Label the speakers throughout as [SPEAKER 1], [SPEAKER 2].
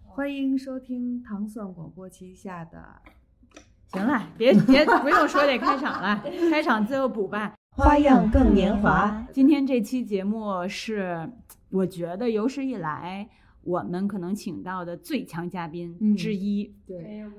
[SPEAKER 1] 欢迎收听糖蒜广播旗下的
[SPEAKER 2] 行了，别别不用说这开场了，开场最后补吧。
[SPEAKER 3] 花样更年
[SPEAKER 1] 啊
[SPEAKER 3] 华。
[SPEAKER 2] 今天这期节目是，我觉得有史以来我们可能请到的最强嘉宾之
[SPEAKER 1] 嗯
[SPEAKER 2] 一。
[SPEAKER 1] 对，
[SPEAKER 3] 有没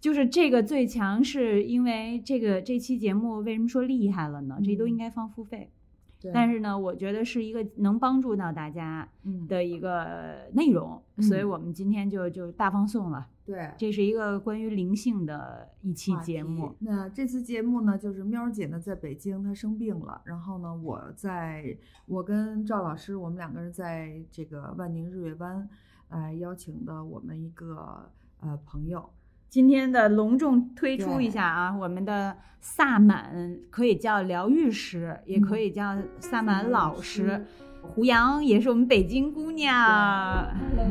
[SPEAKER 2] 就是这个最强，是因为这个这期节目为什么说厉害了呢？这都应该放付费，
[SPEAKER 1] 嗯对
[SPEAKER 2] 但是呢，我觉得是一个能帮助到大家
[SPEAKER 1] 嗯
[SPEAKER 2] 的一个内容，
[SPEAKER 1] 嗯
[SPEAKER 2] 所以我们今天就就大放送了。
[SPEAKER 1] 对。
[SPEAKER 2] 这是一个关于灵性的一期
[SPEAKER 1] 话题
[SPEAKER 2] 节目，
[SPEAKER 1] 那这次节目呢，就是喵儿姐呢在北京，她生病了，然后呢，我在我跟赵老师，我们两个人在这个万宁日月湾，呃，邀请的我们一个呃朋友，
[SPEAKER 2] 今天的隆重推出
[SPEAKER 1] 对
[SPEAKER 2] 一下啊，我们的萨满可以叫疗愈师，也可以叫萨满老师。胡杨也是我们北京姑娘，
[SPEAKER 3] ？Hello，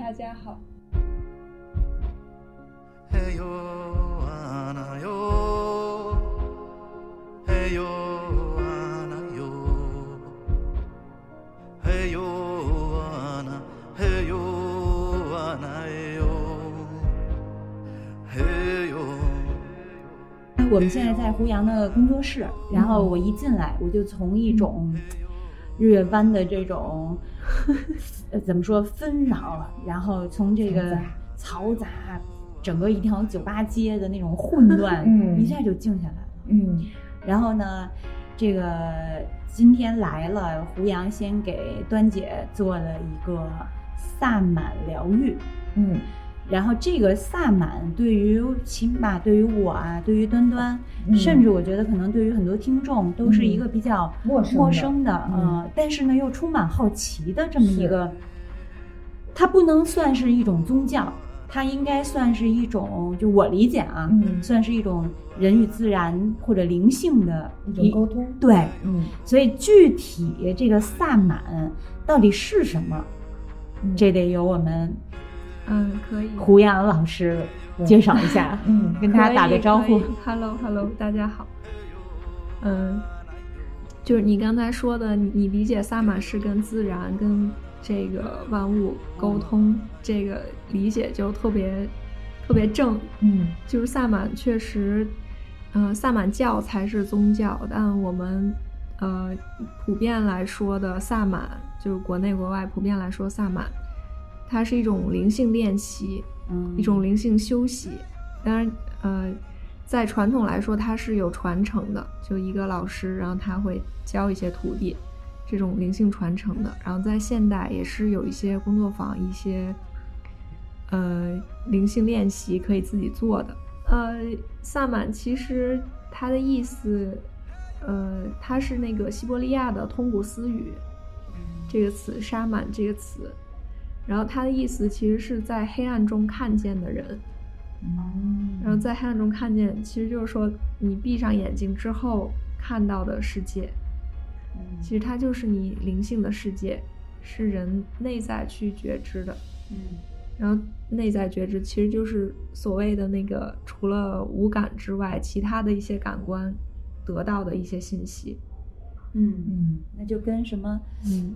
[SPEAKER 3] 大家好。
[SPEAKER 4] 嘿呦啊那呦，嘿呦啊那呦，嘿呦啊那嘿呦啊那呦，嘿呦。
[SPEAKER 2] 我们现在在胡杨的工作室，然后我一进来，我就从一种日月湾的这种，呃，怎么说纷扰，然后从这个嘈杂，整个一条酒吧街的那种混乱，
[SPEAKER 3] 嗯
[SPEAKER 2] 一下就静下来了。
[SPEAKER 3] 嗯，
[SPEAKER 2] 然后呢，这个今天来了，胡杨先给端姐做了一个萨满疗愈。
[SPEAKER 3] 嗯，
[SPEAKER 2] 然后这个萨满对于起码对于我啊，对于端端，
[SPEAKER 3] 嗯
[SPEAKER 2] 甚至我觉得可能对于很多听众都是一个比较
[SPEAKER 3] 陌生的
[SPEAKER 2] 陌生的，
[SPEAKER 3] 嗯
[SPEAKER 2] 呃，但是呢又充满好奇的这么一
[SPEAKER 3] 是
[SPEAKER 2] 个，它不能算是一种宗教，它应该算是一种，就我理解啊，
[SPEAKER 3] 嗯
[SPEAKER 2] 算是一种人与自然或者灵性的
[SPEAKER 3] 一种沟通。
[SPEAKER 2] 对，
[SPEAKER 3] 嗯
[SPEAKER 2] 所以具体这个萨满到底是什么，
[SPEAKER 3] 嗯
[SPEAKER 2] 这得由我们
[SPEAKER 5] 嗯，可以。
[SPEAKER 2] 胡杨老师介绍一 下，
[SPEAKER 3] 嗯，
[SPEAKER 2] 跟大家打个招呼。
[SPEAKER 5] Hello Hello，大家好。嗯，就是你刚才说的，你你理解萨满是跟自然、跟这个万物沟通，这个理解就特别特别正。
[SPEAKER 3] 嗯
[SPEAKER 5] 就是萨满确实，呃，萨满教才是宗教，但我们呃普遍来说的萨满，就是国内国外普遍来说萨满，它是一种灵性练习。
[SPEAKER 2] 嗯
[SPEAKER 5] 一种灵性休息。当然，呃，在传统来说，它是有传承的，就一个老师，然后他会教一些徒弟，这种灵性传承的。然后在现代也是有一些工作坊，一些呃灵性练习可以自己做的。呃，萨满其实它的意思，呃，它是那个西伯利亚的通古斯语这个词，沙满这个词。然后它的意思其实是在黑暗中看见的人，
[SPEAKER 2] 嗯
[SPEAKER 5] 然后在黑暗中看见，其实就是说你闭上眼睛之后看到的世界，
[SPEAKER 2] 嗯
[SPEAKER 5] 其实它就是你灵性的世界，是人内在去觉知的。
[SPEAKER 2] 嗯
[SPEAKER 5] 然后内在觉知其实就是所谓的那个除了五感之外，其他的一些感官得到的一些信息。
[SPEAKER 2] 嗯，
[SPEAKER 3] 嗯
[SPEAKER 2] 那就跟什么
[SPEAKER 5] 嗯，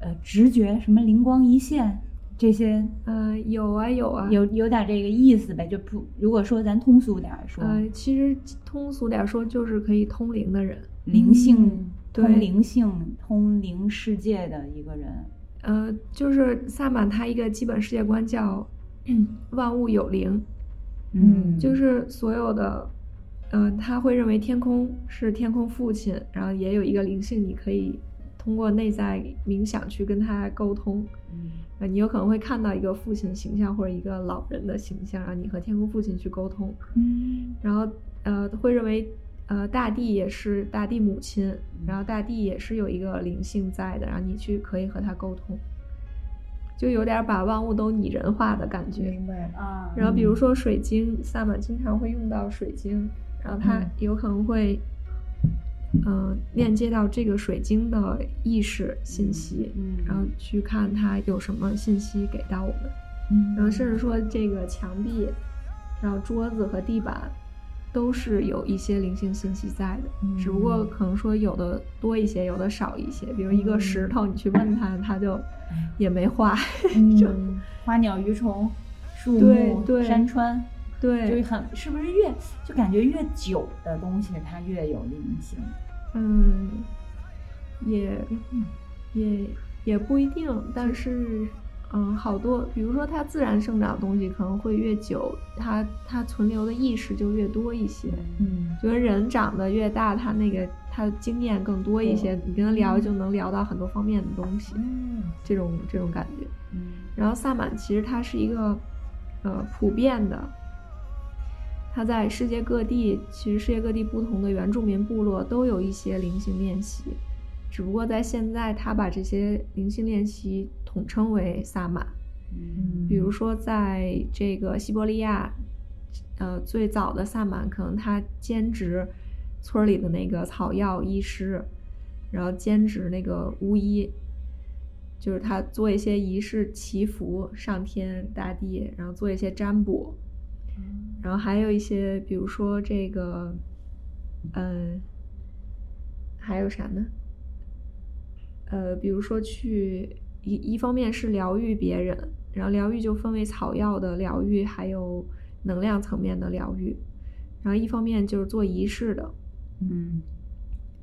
[SPEAKER 2] 呃直觉、什么灵光一现这些
[SPEAKER 5] 呃，有啊有啊，
[SPEAKER 2] 有有点这个意思呗，就不如果说咱通俗点儿说，
[SPEAKER 5] 呃，其实通俗点说就是可以通灵的人。
[SPEAKER 2] 灵性
[SPEAKER 3] 嗯
[SPEAKER 2] 通
[SPEAKER 5] 对
[SPEAKER 2] 灵性通灵世界的一个人。
[SPEAKER 5] 呃，就是萨满它一个基本世界观叫万物有灵，
[SPEAKER 3] 嗯
[SPEAKER 5] 就是所有的，嗯、他会认为天空是天空父亲，然后也有一个灵性，你可以通过内在冥想去跟他沟通。
[SPEAKER 2] 嗯
[SPEAKER 5] 呃，你有可能会看到一个父亲的形象或者一个老人的形象，然后你和天空父亲去沟通。
[SPEAKER 2] 嗯
[SPEAKER 5] 然后呃会认为呃大地也是大地母亲，然后大地也是有一个灵性在的，然后你去可以和它沟通，就有点把万物都拟人化的感觉。
[SPEAKER 3] 明白了。
[SPEAKER 2] 啊，
[SPEAKER 5] 然后比如说水晶，萨满经常会用到水晶，然后它
[SPEAKER 3] 嗯
[SPEAKER 5] 有可能会。嗯、链接到这个水晶的意识信息，
[SPEAKER 2] 嗯
[SPEAKER 5] 然后去看它有什么信息给到我们。
[SPEAKER 3] 嗯
[SPEAKER 5] 然后甚至说这个墙壁，然后桌子和地板，都是有一些灵性信息在的，
[SPEAKER 2] 嗯
[SPEAKER 5] 只不过可能说有的多一些，有的少一些。比如一个石头，你去问他，他就
[SPEAKER 2] 哎
[SPEAKER 5] 也没画。
[SPEAKER 2] 嗯，花鸟鱼虫、树
[SPEAKER 5] 对
[SPEAKER 2] 木、
[SPEAKER 5] 对
[SPEAKER 2] 山川，就是
[SPEAKER 5] 对，
[SPEAKER 2] 很是不是越就感觉越久的东西它越有灵性。
[SPEAKER 5] 嗯，也也也不一定，但是。嗯，好多，比如说它自然生长的东西可能会越久，它它存留的意识就越多一些。
[SPEAKER 2] 嗯
[SPEAKER 5] 觉得人长得越大，他那个他的经验更多一些，你跟他聊就能聊到很多方面的东西，
[SPEAKER 2] 嗯
[SPEAKER 5] 这种这种感觉。
[SPEAKER 2] 嗯
[SPEAKER 5] 然后萨满其实它是一个，呃，普遍的，它在世界各地，其实世界各地不同的原住民部落都有一些灵性练习，只不过在现在，他把这些灵性练习统称为萨满。
[SPEAKER 2] 嗯
[SPEAKER 5] 比如说在这个西伯利亚，呃，最早的萨满可能他兼职村里的那个草药医师，然后兼职那个巫医，就是他做一些仪式祈福上天大地，然后做一些占卜，然后还有一些比如说这个，嗯、还有啥呢？呃，比如说去一一方面是疗愈别人，然后疗愈就分为草药的疗愈，还有能量层面的疗愈，然后一方面就是做仪式的，
[SPEAKER 2] 嗯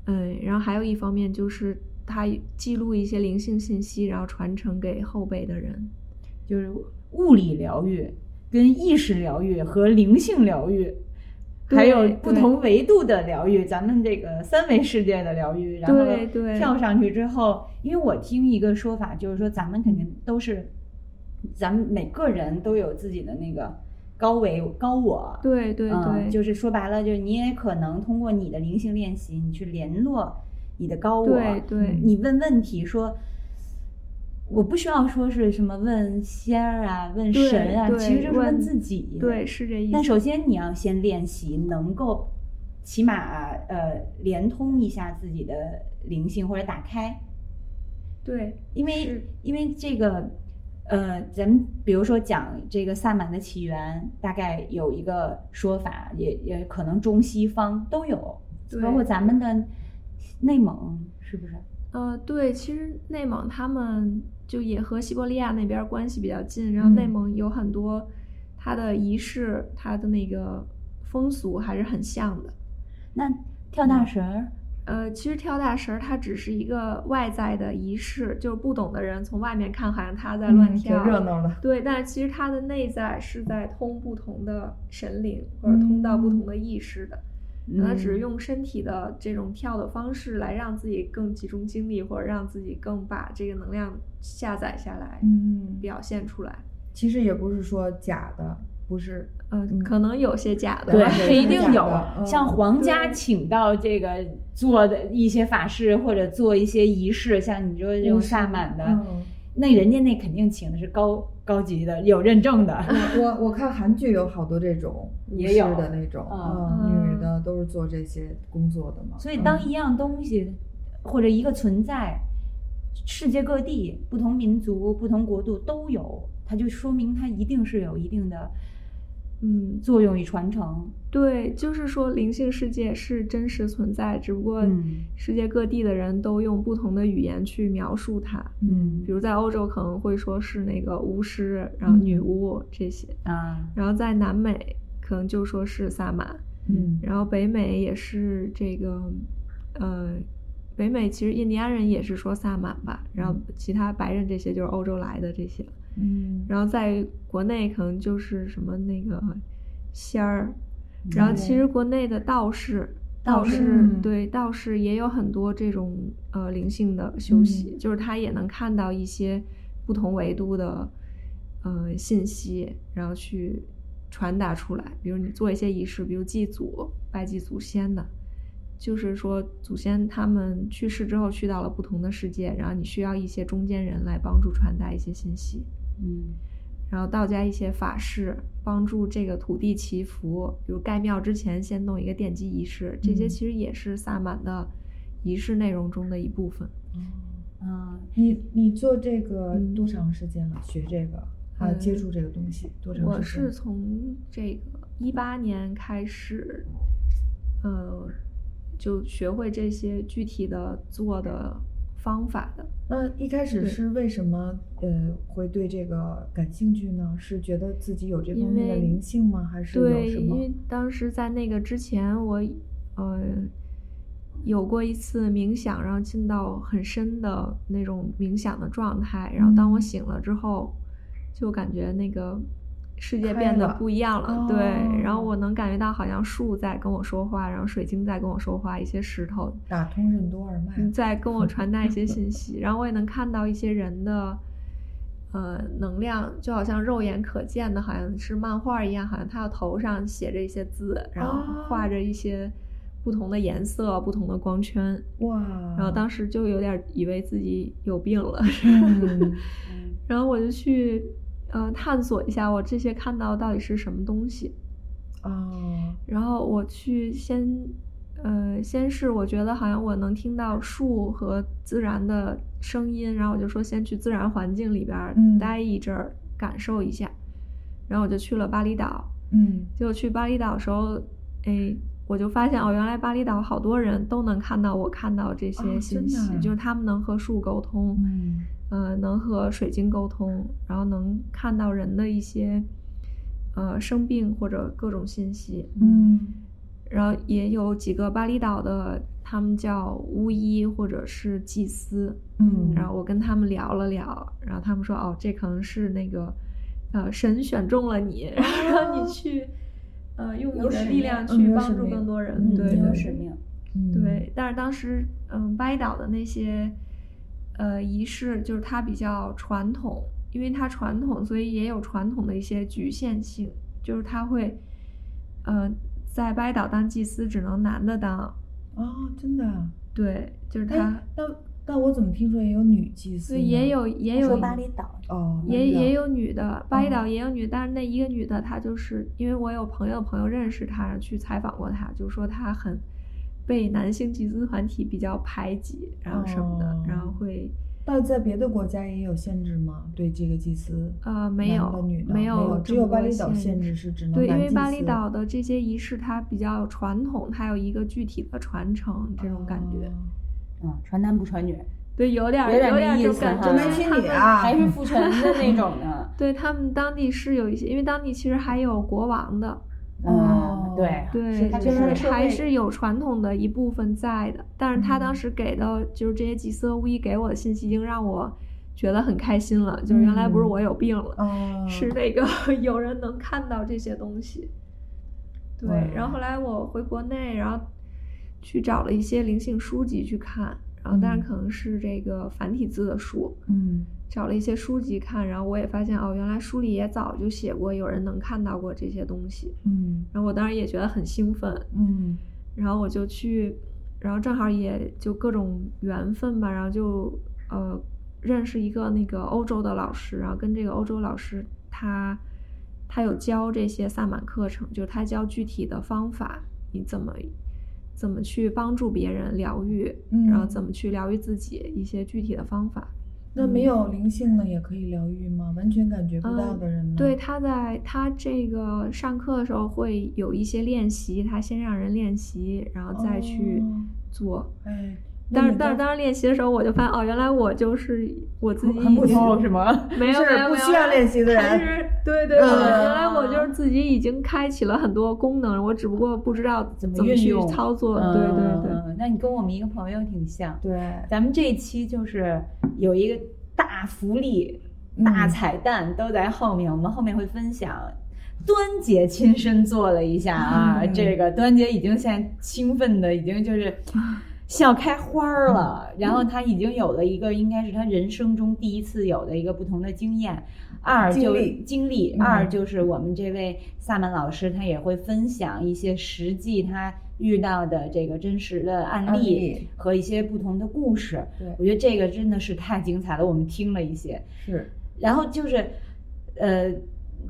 [SPEAKER 5] 嗯，然后还有一方面就是它记录一些灵性信息，然后传承给后辈的人。
[SPEAKER 2] 就是物理疗愈、跟意识疗愈和灵性疗愈，
[SPEAKER 5] 对
[SPEAKER 2] 还有不同维度的疗愈，咱们这个三维世界的疗愈，然后
[SPEAKER 5] 对对
[SPEAKER 2] 跳上去之后，因为我听一个说法，就是说咱们肯定都是，咱们每个人都有自己的那个高维高我，
[SPEAKER 5] 对对对，
[SPEAKER 2] 嗯，就是说白了，就是你也可能通过你的灵性练习，你去联络你的高我，嗯
[SPEAKER 5] 对对
[SPEAKER 2] 你问问题说。我不需要说是什么问仙儿啊，问
[SPEAKER 5] 对
[SPEAKER 2] 神啊，
[SPEAKER 5] 对
[SPEAKER 2] 其实就是
[SPEAKER 5] 问
[SPEAKER 2] 问自己。
[SPEAKER 5] 对，是这意思。
[SPEAKER 2] 但首先你要先练习，能够起码呃连通一下自己的灵性或者打开，
[SPEAKER 5] 对
[SPEAKER 2] 因为
[SPEAKER 5] 是
[SPEAKER 2] 因为这个呃，咱们比如说讲这个萨满的起源，大概有一个说法，也也可能中西方都有，
[SPEAKER 5] 对
[SPEAKER 2] 包括咱们的内蒙是不是？
[SPEAKER 5] 呃，对，其实内蒙他们就也和西伯利亚那边儿关系比较近，然后内
[SPEAKER 2] 嗯
[SPEAKER 5] 蒙有很多它的仪式，它的那个风俗还是很像的。
[SPEAKER 2] 那跳大神儿，
[SPEAKER 5] 呃，其实跳大神儿它只是一个外在的仪式，就是不懂的人从外面看好像他在乱
[SPEAKER 1] 嗯挺
[SPEAKER 5] 跳，
[SPEAKER 1] 热闹的。
[SPEAKER 5] 对，但是其实它的内在是在通不同的神灵或
[SPEAKER 1] 嗯
[SPEAKER 5] 者通到不同的意识的，那它只
[SPEAKER 2] 嗯
[SPEAKER 5] 是用身体的这种跳的方式来让自己更集中精力，或者让自己更把这个能量下载下来，
[SPEAKER 1] 嗯，
[SPEAKER 5] 表现出来。
[SPEAKER 1] 其实也不是说假的，不是，
[SPEAKER 5] 呃
[SPEAKER 1] 嗯，
[SPEAKER 5] 可能有些假的，
[SPEAKER 1] 对
[SPEAKER 5] 吧
[SPEAKER 1] 对
[SPEAKER 2] 一定
[SPEAKER 1] 真假
[SPEAKER 2] 有
[SPEAKER 1] 的。嗯
[SPEAKER 2] 像皇家
[SPEAKER 5] 对
[SPEAKER 2] 请到这个做的一些法事或者做一些仪式，像你说这种萨满的，
[SPEAKER 1] 嗯，
[SPEAKER 2] 那人家那肯定请的是高高级的，有认证的。
[SPEAKER 1] 我我我看韩剧有好多这种巫
[SPEAKER 2] 也
[SPEAKER 1] 师
[SPEAKER 2] 有
[SPEAKER 1] 的那种，
[SPEAKER 2] 啊
[SPEAKER 1] 嗯，女
[SPEAKER 5] 嗯
[SPEAKER 1] 的都是做这些工作的嘛。
[SPEAKER 2] 所以，
[SPEAKER 1] 嗯
[SPEAKER 2] 当一样东西或者一个存在，世界各地不同民族、不同国度都有，它就说明它一定是有一定的
[SPEAKER 5] 嗯，
[SPEAKER 2] 作用与传承。
[SPEAKER 5] 对，就是说灵性世界是真实存在，只不过
[SPEAKER 2] 嗯
[SPEAKER 5] 世界各地的人都用不同的语言去描述它。
[SPEAKER 2] 嗯
[SPEAKER 5] 比如在欧洲可能会说是那个巫师，然后
[SPEAKER 1] 嗯
[SPEAKER 5] 女巫这些，
[SPEAKER 2] 啊，
[SPEAKER 5] 然后在南美可能就说是萨满，
[SPEAKER 1] 嗯
[SPEAKER 5] 然后北美也是这个，呃，北美其实印第安人也是说萨满吧，然后其他白人这些就是欧洲来的这些，
[SPEAKER 1] 嗯，
[SPEAKER 5] 然后在国内可能就是什么那个仙儿，
[SPEAKER 2] 嗯
[SPEAKER 5] 然后其实国内的道士，
[SPEAKER 2] 道
[SPEAKER 5] 道
[SPEAKER 2] 士
[SPEAKER 5] 士、
[SPEAKER 1] 嗯
[SPEAKER 5] 对道士也有很多这种呃灵性的修习，就是他也能看到一些不同维度的呃信息，然后去传达出来。比如你做一些仪式，比如祭祖、拜祭祖先的，就是说祖先他们去世之后去到了不同的世界，然后你需要一些中间人来帮助传达一些信息。
[SPEAKER 2] 嗯
[SPEAKER 5] 然后道家一些法事，帮助这个土地祈福，比如盖庙之前先弄一个奠基仪式，这些
[SPEAKER 1] 嗯
[SPEAKER 5] 其实也是萨满的仪式内容中的一部分。
[SPEAKER 2] 啊，
[SPEAKER 1] 嗯你你做这个
[SPEAKER 5] 嗯
[SPEAKER 1] 多长时间了？学这个啊，
[SPEAKER 5] 嗯
[SPEAKER 1] 接触这个东西多长
[SPEAKER 5] 我
[SPEAKER 1] 时间？
[SPEAKER 5] 是从这个一八年开始，呃，就学会这些具体的做的方法的。
[SPEAKER 1] 那一开始
[SPEAKER 5] 对
[SPEAKER 1] 是为什么呃会对这个感兴趣呢？是觉得自己有这方
[SPEAKER 5] 因
[SPEAKER 1] 面的
[SPEAKER 5] 为
[SPEAKER 1] 灵性吗？还是有
[SPEAKER 5] 对，
[SPEAKER 1] 什
[SPEAKER 5] 因
[SPEAKER 1] 么？
[SPEAKER 5] 为当时在那个之前我，呃，有过一次冥想，然后进到很深的那种冥想的状态，然后当我
[SPEAKER 1] 嗯
[SPEAKER 5] 醒了之后，就感觉那个世界
[SPEAKER 1] 开
[SPEAKER 5] 变得
[SPEAKER 1] 了
[SPEAKER 5] 不一样了。对，然后
[SPEAKER 1] 哦
[SPEAKER 5] 我能感觉到好像树在跟我说话，然后水晶在跟我说话，一些石头
[SPEAKER 1] 打通任督二脉。
[SPEAKER 5] 你在跟我传达一些信息，然后我也能看到一些人的，呃，能量，就好像肉眼可见的，好像是漫画一样，好像他的头上写着一些字，然后画着一些不同的颜色、不同的光圈，
[SPEAKER 1] 哇！
[SPEAKER 5] 然后当时就有点以为自己有病了，
[SPEAKER 1] 嗯
[SPEAKER 5] 然后我就去呃探索一下我这些看到到底是什么东西，
[SPEAKER 1] 啊，
[SPEAKER 5] 然后我去先，呃，先是我觉得好像我能听到树和自然的声音，然后我就说先去自然环境里边儿
[SPEAKER 1] 嗯
[SPEAKER 5] 待一阵儿，感受一下。然后我就去了巴厘岛，
[SPEAKER 1] 嗯
[SPEAKER 5] 结果去巴厘岛的时候，哎，我就发现哦，原来巴厘岛好多人都能看到我看到这
[SPEAKER 1] 哦
[SPEAKER 5] 些
[SPEAKER 1] 真
[SPEAKER 5] 信
[SPEAKER 1] 的
[SPEAKER 5] 息，
[SPEAKER 1] 啊
[SPEAKER 5] 就是他们能和树沟通，
[SPEAKER 1] 嗯
[SPEAKER 5] 呃，能和水晶沟通，然后能看到人的一些。呃，生病或者各种信息，
[SPEAKER 1] 嗯
[SPEAKER 5] 然后也有几个巴厘岛的，他们叫巫医或者是祭司，
[SPEAKER 1] 嗯，
[SPEAKER 5] 然后我跟他们聊了聊，然后他们说，哦，这可能是那个，呃，神选中了 你，然后让你去，呃，用你
[SPEAKER 2] 有
[SPEAKER 5] 的
[SPEAKER 2] 使
[SPEAKER 5] 力量
[SPEAKER 1] 命嗯
[SPEAKER 5] 去
[SPEAKER 1] 有
[SPEAKER 5] 帮
[SPEAKER 1] 使
[SPEAKER 5] 助
[SPEAKER 1] 命
[SPEAKER 5] 更多人，
[SPEAKER 1] 嗯
[SPEAKER 5] 对
[SPEAKER 1] 有
[SPEAKER 5] 对
[SPEAKER 2] 使命。
[SPEAKER 1] 嗯
[SPEAKER 5] 对，但是当时，嗯，巴厘岛的那些，呃，仪式就是它比较传统，因为它传统，所以也有传统的一些局限性，就是它会，呃，在巴厘岛当祭司只能男的当，
[SPEAKER 1] 哦，真的啊。
[SPEAKER 5] 对，就是
[SPEAKER 1] 哎
[SPEAKER 5] 它，，
[SPEAKER 1] 那那我怎么听说也有女祭司
[SPEAKER 5] 所
[SPEAKER 1] 呢？
[SPEAKER 5] 以也有也有
[SPEAKER 2] 说巴厘岛，
[SPEAKER 1] 哦，
[SPEAKER 5] 也
[SPEAKER 1] 那
[SPEAKER 5] 也
[SPEAKER 1] 个
[SPEAKER 5] 有女的，巴厘岛
[SPEAKER 1] 哦
[SPEAKER 5] 也有女，但是那一个女的，她就是因为我有朋友的朋友认识她，去采访过她，就说她很被男性集资团体比较排挤，然后什么的，然后
[SPEAKER 1] 哦
[SPEAKER 5] 会
[SPEAKER 1] 那在别的国家也有限制吗？对这个祭司？
[SPEAKER 5] 呃没
[SPEAKER 1] 男
[SPEAKER 5] 有
[SPEAKER 1] 的女的
[SPEAKER 5] 没
[SPEAKER 1] 有，
[SPEAKER 5] 有
[SPEAKER 1] 只
[SPEAKER 5] 这
[SPEAKER 1] 有
[SPEAKER 5] 么
[SPEAKER 1] 巴
[SPEAKER 5] 多
[SPEAKER 1] 厘岛限
[SPEAKER 5] 限
[SPEAKER 1] 制
[SPEAKER 5] 制
[SPEAKER 1] 是只能
[SPEAKER 5] 对，因
[SPEAKER 1] 男
[SPEAKER 5] 为
[SPEAKER 1] 祭
[SPEAKER 5] 巴厘
[SPEAKER 1] 司
[SPEAKER 5] 岛的这些仪式它比较传统，它有一个具体的传承这种感觉，
[SPEAKER 1] 哦
[SPEAKER 2] 嗯，传男不传女，
[SPEAKER 5] 对，有点儿
[SPEAKER 2] 有点
[SPEAKER 5] 有
[SPEAKER 2] 那
[SPEAKER 5] 点儿
[SPEAKER 2] 意
[SPEAKER 5] 这种
[SPEAKER 2] 思
[SPEAKER 5] 感
[SPEAKER 2] 哈
[SPEAKER 5] 觉，
[SPEAKER 1] 重男
[SPEAKER 5] 就是
[SPEAKER 1] 轻
[SPEAKER 5] 他
[SPEAKER 1] 女
[SPEAKER 5] 们
[SPEAKER 1] 啊
[SPEAKER 2] 还是父权的那种 的。
[SPEAKER 5] 对他们当地是有一些，因为当地其实还有国王的，
[SPEAKER 1] 哦
[SPEAKER 2] 嗯，对，
[SPEAKER 5] 对，
[SPEAKER 2] 它
[SPEAKER 5] 就
[SPEAKER 2] 就是
[SPEAKER 5] 是
[SPEAKER 2] 社
[SPEAKER 5] 还
[SPEAKER 2] 会
[SPEAKER 5] 是有传统的一部分在的，但是他当
[SPEAKER 1] 嗯
[SPEAKER 5] 时给的就是这些吉色巫医给我的信息，已经让我觉得很开心了。就是原来不是
[SPEAKER 1] 嗯
[SPEAKER 5] 我有病了，
[SPEAKER 1] 哦，
[SPEAKER 5] 是那个 有人能看到这些东西。对
[SPEAKER 1] 哇，
[SPEAKER 5] 然后后来我回国内，然后去找了一些灵性书籍去看，然后但
[SPEAKER 1] 嗯
[SPEAKER 5] 是可能是这个繁体字的书，
[SPEAKER 1] 嗯
[SPEAKER 5] 找了一些书籍看，然后我也发现哦，原来书里也早就写过有人能看到过这些东西。
[SPEAKER 1] 嗯
[SPEAKER 5] 然后我当时也觉得很兴奋，
[SPEAKER 1] 嗯
[SPEAKER 5] 然后我就去，然后正好也就各种缘分吧，然后就呃认识一个那个欧洲的老师，然后跟这个欧洲老师他他有教这些萨满课程，就是他教具体的方法，你怎么怎么去帮助别人疗愈，然后
[SPEAKER 1] 嗯
[SPEAKER 5] 怎么去疗愈自己一些具体的方法。
[SPEAKER 1] 那没有灵性的也可以疗愈吗？完全感觉不到
[SPEAKER 5] 嗯
[SPEAKER 1] 的人呢？
[SPEAKER 5] 对，他在他这个上课的时候会有一些练习，他先让人练习，然后再去
[SPEAKER 1] 哦
[SPEAKER 5] 做。
[SPEAKER 1] 哎，那
[SPEAKER 5] 但是
[SPEAKER 1] 你
[SPEAKER 5] 但
[SPEAKER 1] 当
[SPEAKER 5] 是当时练习的时候，我就发现哦，原来我就是我自己
[SPEAKER 2] 很
[SPEAKER 5] 已
[SPEAKER 2] 普
[SPEAKER 5] 经
[SPEAKER 2] 通是吗？
[SPEAKER 5] 没有
[SPEAKER 1] 是
[SPEAKER 5] 没有
[SPEAKER 1] 不
[SPEAKER 5] 没有
[SPEAKER 1] 需要练习的人
[SPEAKER 5] 还是 对对对，
[SPEAKER 1] 嗯
[SPEAKER 5] 原来我就是自己已经开启了很多功能，我只不过不知道
[SPEAKER 2] 怎么
[SPEAKER 5] 么
[SPEAKER 2] 运
[SPEAKER 5] 去
[SPEAKER 2] 用
[SPEAKER 5] 操作。
[SPEAKER 2] 嗯
[SPEAKER 5] 对对对，
[SPEAKER 2] 嗯那你跟我们一个朋友挺像。
[SPEAKER 1] 对，
[SPEAKER 2] 咱们这一期就是有一个大福利、大
[SPEAKER 1] 嗯
[SPEAKER 2] 彩蛋都在后面，我们后面会分享。端姐亲身做了一下啊，
[SPEAKER 1] 嗯
[SPEAKER 2] 这个端姐已经现在兴奋的已经就是笑开花儿了，然后她已经有了一个应该是她人生中第一次有的一个不同的经验，二
[SPEAKER 1] 经
[SPEAKER 2] 就
[SPEAKER 1] 历
[SPEAKER 2] 经历，
[SPEAKER 1] 嗯
[SPEAKER 2] 二就是我们这位萨满老师他也会分享一些实际他遇到的这个真实的案
[SPEAKER 1] 案
[SPEAKER 2] 例
[SPEAKER 1] 例
[SPEAKER 2] 和一些不同的故事。
[SPEAKER 1] 对
[SPEAKER 2] 我觉得这个真的是太精彩了，我们听了一些，
[SPEAKER 1] 是，
[SPEAKER 2] 然后就是，呃，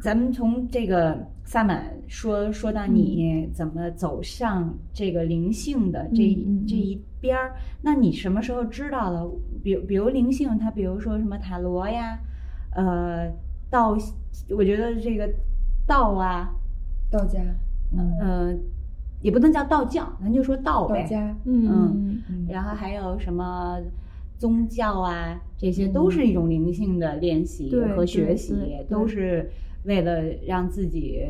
[SPEAKER 2] 咱们从这个萨满说说到你怎么走向这个灵性的这一、
[SPEAKER 5] 嗯嗯嗯
[SPEAKER 2] 这一边儿，那你什么时候知道了？比如比如灵性，它比如说什么塔罗呀，呃，道，我觉得这个道啊，
[SPEAKER 1] 道家，嗯，
[SPEAKER 2] 呃，也不能叫道教，咱就说道
[SPEAKER 1] 道
[SPEAKER 2] 呗。
[SPEAKER 1] 家，
[SPEAKER 5] 嗯
[SPEAKER 1] 嗯
[SPEAKER 2] 然后还有什么宗教啊，这些都是一种灵性的练习
[SPEAKER 5] 嗯对
[SPEAKER 2] 和学
[SPEAKER 5] 对
[SPEAKER 2] 习
[SPEAKER 5] 对，
[SPEAKER 2] 都
[SPEAKER 5] 对
[SPEAKER 2] 是为了让自己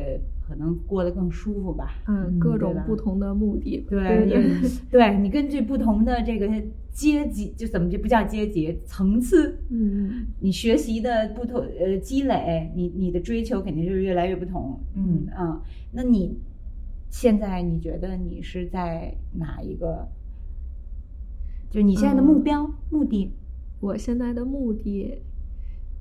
[SPEAKER 2] 可能过得更舒服吧。
[SPEAKER 1] 对
[SPEAKER 5] 嗯，各种
[SPEAKER 2] 吧
[SPEAKER 5] 不同的目的，
[SPEAKER 2] 对
[SPEAKER 5] 对
[SPEAKER 2] 你 对你根据不同的这个阶级，就怎么就不叫阶级层次，
[SPEAKER 5] 嗯，
[SPEAKER 2] 你学习的不同呃积累，你你的追求肯定是越来越不同。
[SPEAKER 1] 嗯
[SPEAKER 2] 嗯，那你现在你觉得你是在哪一个？就你现在的目
[SPEAKER 5] 嗯
[SPEAKER 2] 标、目的？
[SPEAKER 5] 我现在的目的，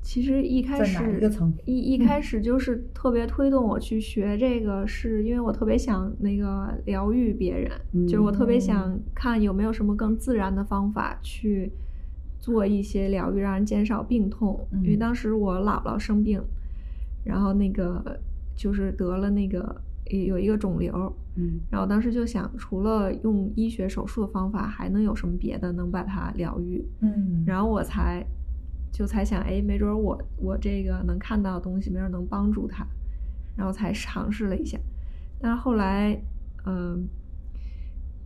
[SPEAKER 5] 其实一开
[SPEAKER 1] 在哪一个
[SPEAKER 5] 始
[SPEAKER 1] 层？嗯
[SPEAKER 5] 一一开始就是特别推动我去学这个，是因为我特别想那个疗愈别人，就是我
[SPEAKER 1] 嗯
[SPEAKER 5] 特别想看有没有什么更自然的方法去做一些疗愈，让人减少病痛。因为
[SPEAKER 1] 嗯
[SPEAKER 5] 当时我姥姥生病，然后那个就是得了那个有一个肿瘤，
[SPEAKER 2] 嗯
[SPEAKER 5] 然后当时就想，除了用医学手术的方法，还能有什么别的能把它疗愈？
[SPEAKER 1] 嗯
[SPEAKER 5] 然后我才就才想，哎，没准儿我我这个能看到的东西，没准儿能帮助他，然后才尝试了一下。但是后来，嗯，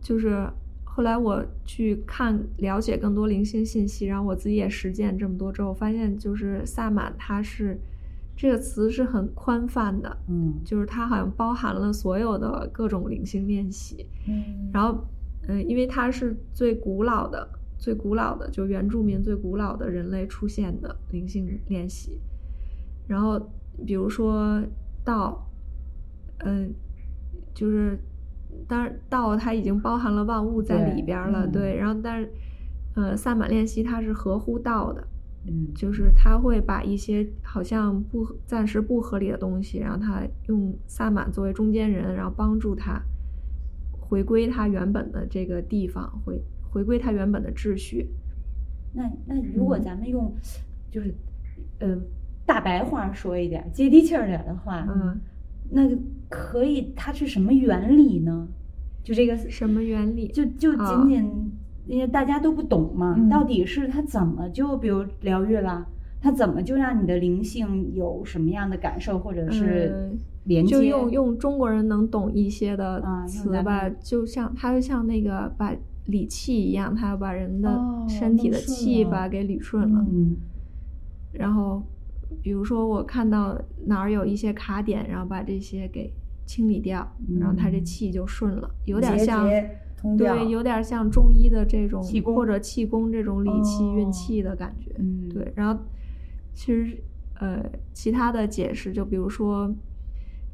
[SPEAKER 5] 就是后来我去看了解更多灵性信息，然后我自己也实践这么多之后，发现就是萨满它是这个词是很宽泛的，
[SPEAKER 2] 嗯
[SPEAKER 5] 就是它好像包含了所有的各种灵性练习。
[SPEAKER 1] 嗯
[SPEAKER 5] 然后，嗯，因为它是最古老的、最古老的，就原住民最古老的人类出现的灵性练习。然后，比如说道，嗯，就是当然道它已经包含了万物在
[SPEAKER 2] 对
[SPEAKER 5] 里边儿了，
[SPEAKER 2] 嗯
[SPEAKER 5] 对。然后，但是，呃，萨满练习它是合乎道的，
[SPEAKER 2] 嗯
[SPEAKER 5] 就是他会把一些好像不合暂时不合理的东西，然后他用萨满作为中间人，然后帮助他回归他原本的这个地方，回回归他原本的秩序。嗯
[SPEAKER 2] 那那如果
[SPEAKER 1] 嗯
[SPEAKER 2] 咱们用，就是，呃，大白话说一点儿，接地气儿点儿的话，
[SPEAKER 5] 嗯，
[SPEAKER 2] 那可以，它是什么原理呢？就这个
[SPEAKER 5] 什么原理？
[SPEAKER 2] 就就仅
[SPEAKER 5] 啊
[SPEAKER 2] 仅因为大家都不懂嘛，
[SPEAKER 1] 嗯
[SPEAKER 2] 到底是它怎么就比如疗愈了？它怎么就让你的灵性有什么样的感受，或者是
[SPEAKER 5] 嗯
[SPEAKER 2] 连接？
[SPEAKER 5] 就用用中国人能懂一些的
[SPEAKER 2] 啊用
[SPEAKER 5] 词
[SPEAKER 2] 咱
[SPEAKER 5] 吧，
[SPEAKER 2] 们
[SPEAKER 5] 就像它就像那个把理气一样，它要把人的
[SPEAKER 1] 哦
[SPEAKER 5] 身体
[SPEAKER 1] 弄
[SPEAKER 5] 的
[SPEAKER 1] 顺
[SPEAKER 5] 气
[SPEAKER 1] 了
[SPEAKER 5] 吧、给捋顺了。
[SPEAKER 2] 嗯
[SPEAKER 5] 然后比如说我看到哪儿有一些卡点，然后把这些给清理掉，然后它这
[SPEAKER 1] 嗯
[SPEAKER 5] 气就顺了，有点
[SPEAKER 1] 结
[SPEAKER 5] 像
[SPEAKER 1] 节通调
[SPEAKER 5] 对，有点像中医的这种
[SPEAKER 2] 气功
[SPEAKER 5] 或者气功这种理气
[SPEAKER 1] 哦
[SPEAKER 5] 运气的感觉。
[SPEAKER 2] 嗯，
[SPEAKER 5] 对，然后其实呃，其他的解释就比如说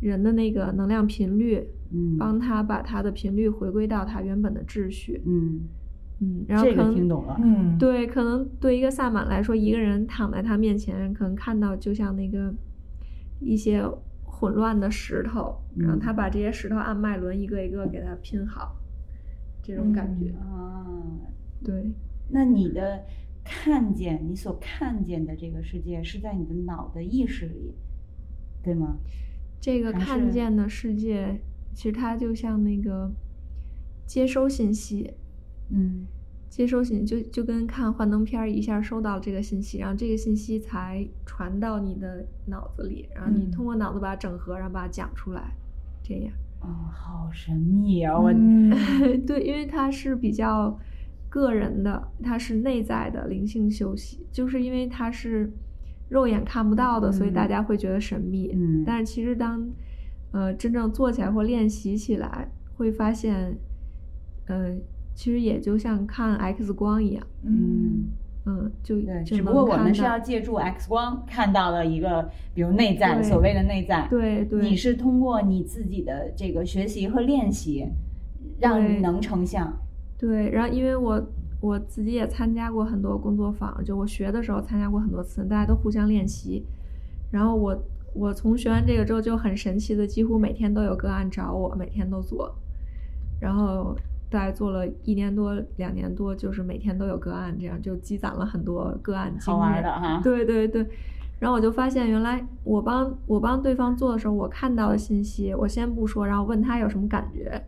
[SPEAKER 5] 人的那个能量频率，
[SPEAKER 2] 嗯
[SPEAKER 5] 帮他把他的频率回归到他原本的秩序。
[SPEAKER 2] 嗯，
[SPEAKER 5] 嗯，然后
[SPEAKER 2] 这个
[SPEAKER 5] 可能
[SPEAKER 2] 听懂了，
[SPEAKER 1] 嗯，
[SPEAKER 5] 对，可能对一个萨满来说，一个人躺在他面前，可能看到就像那个一些混乱的石头，然后
[SPEAKER 2] 嗯
[SPEAKER 5] 他把这些石头按脉轮一个一个给它拼好，这种感觉。
[SPEAKER 2] 啊，
[SPEAKER 5] 对，
[SPEAKER 2] 那你的看见，你所看见的这个世界是在你的脑的意识里，对吗？
[SPEAKER 5] 这个
[SPEAKER 2] 还
[SPEAKER 5] 看
[SPEAKER 2] 是
[SPEAKER 5] 见的世界，其实它就像那个接收信息，
[SPEAKER 2] 嗯
[SPEAKER 5] 接收信就就跟看幻灯片儿一下收到这个信息，然后这个信息才传到你的脑子里，然后你
[SPEAKER 1] 嗯
[SPEAKER 5] 通过脑子把它整合，然后把它讲出来，这样。
[SPEAKER 2] 哦，好神秘啊！我
[SPEAKER 1] 嗯
[SPEAKER 5] 对，因为它是比较个人的，它是内在的灵性休息，就是因为它是肉眼看不到的，所以大
[SPEAKER 2] 嗯
[SPEAKER 5] 家会觉得神秘。
[SPEAKER 2] 嗯
[SPEAKER 5] 但是其实当呃真正做起来或练习起来，会发现，嗯、其实也就像看 X 光一样，
[SPEAKER 1] 嗯
[SPEAKER 5] 嗯，就
[SPEAKER 2] 对，
[SPEAKER 5] 就
[SPEAKER 2] 只不
[SPEAKER 5] 能
[SPEAKER 2] 过我们
[SPEAKER 5] 看
[SPEAKER 2] 是
[SPEAKER 5] 到
[SPEAKER 2] 要借助 X 光看到了一个，比如内在
[SPEAKER 5] 对
[SPEAKER 2] 所谓的内在，
[SPEAKER 5] 对对
[SPEAKER 2] 你是通过你自己的这个学习和练习，让
[SPEAKER 5] 对
[SPEAKER 2] 你能成像。
[SPEAKER 5] 对，然后因为我我自己也参加过很多工作坊，就我学的时候参加过很多次，大家都互相练习。然后我我从学完这个之后就很神奇的，几乎每天都有个案找我，每天都做。然后大概做了一年多、两年多，就是每天都有个案，这样就积攒了很多个案经
[SPEAKER 2] 好玩
[SPEAKER 5] 验
[SPEAKER 2] 的哈
[SPEAKER 5] 对对对。然后我就发现，原来我帮我帮对方做的时候，我看到的信息，我先不说，然后问他有什么感觉，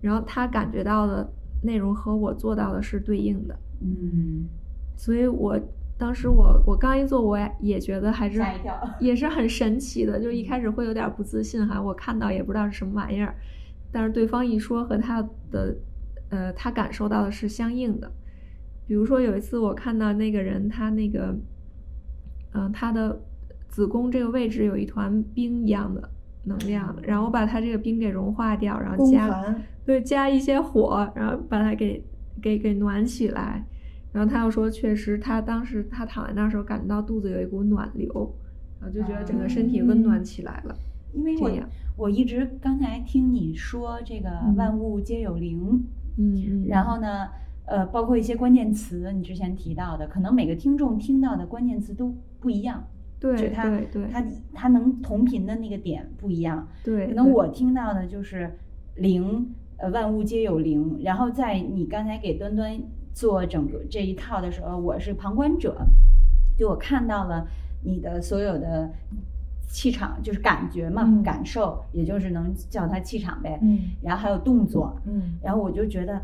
[SPEAKER 5] 然后他感觉到的内容和我做到的是对应的，
[SPEAKER 2] 嗯
[SPEAKER 5] 所以我当时我我刚一做，我也也觉得还是
[SPEAKER 2] 吓一跳
[SPEAKER 5] 也是很神奇 的，就一开始会有点不自信哈，我看到也不知道是什么玩意儿，但是对方一说和他的呃他感受到的是相应的，比如说有一次我看到那个人他那个嗯、呃他的子宫这个位置有一团冰一样的能
[SPEAKER 2] 哦
[SPEAKER 5] 量，然后我把他这个冰给融化掉，然后
[SPEAKER 1] 宫
[SPEAKER 5] 加
[SPEAKER 1] 寒，
[SPEAKER 5] 对，加一些火，然后把它给给给暖起来。然后他又说，确实，他当时他躺在那儿的时候，感觉到肚子有一股暖流，然后就觉得整个身体温暖起来了。
[SPEAKER 2] 哦因为
[SPEAKER 5] 这
[SPEAKER 2] 我
[SPEAKER 5] 样
[SPEAKER 2] 我一直刚才听你说这个
[SPEAKER 5] 嗯
[SPEAKER 2] 万物皆有灵，
[SPEAKER 5] 嗯，嗯
[SPEAKER 2] 然后呢，呃，包括一些关键词，你之前提到的，可能每个听众听到的关键词都不一样，
[SPEAKER 5] 对
[SPEAKER 2] 就他
[SPEAKER 5] 对对
[SPEAKER 2] 他他能同频的那个点不一样。
[SPEAKER 5] 对，
[SPEAKER 2] 可能
[SPEAKER 5] 对
[SPEAKER 2] 我听到的就是灵，呃，万物皆有灵。然后在你刚才给端端做整个这一套的时候，我是旁观者，就我看到了你的所有的气场，就是感觉嘛，
[SPEAKER 1] 嗯
[SPEAKER 2] 感受，也就是能叫它气场呗。
[SPEAKER 1] 嗯
[SPEAKER 2] 然后还有动作，
[SPEAKER 1] 嗯
[SPEAKER 2] 然后我就觉得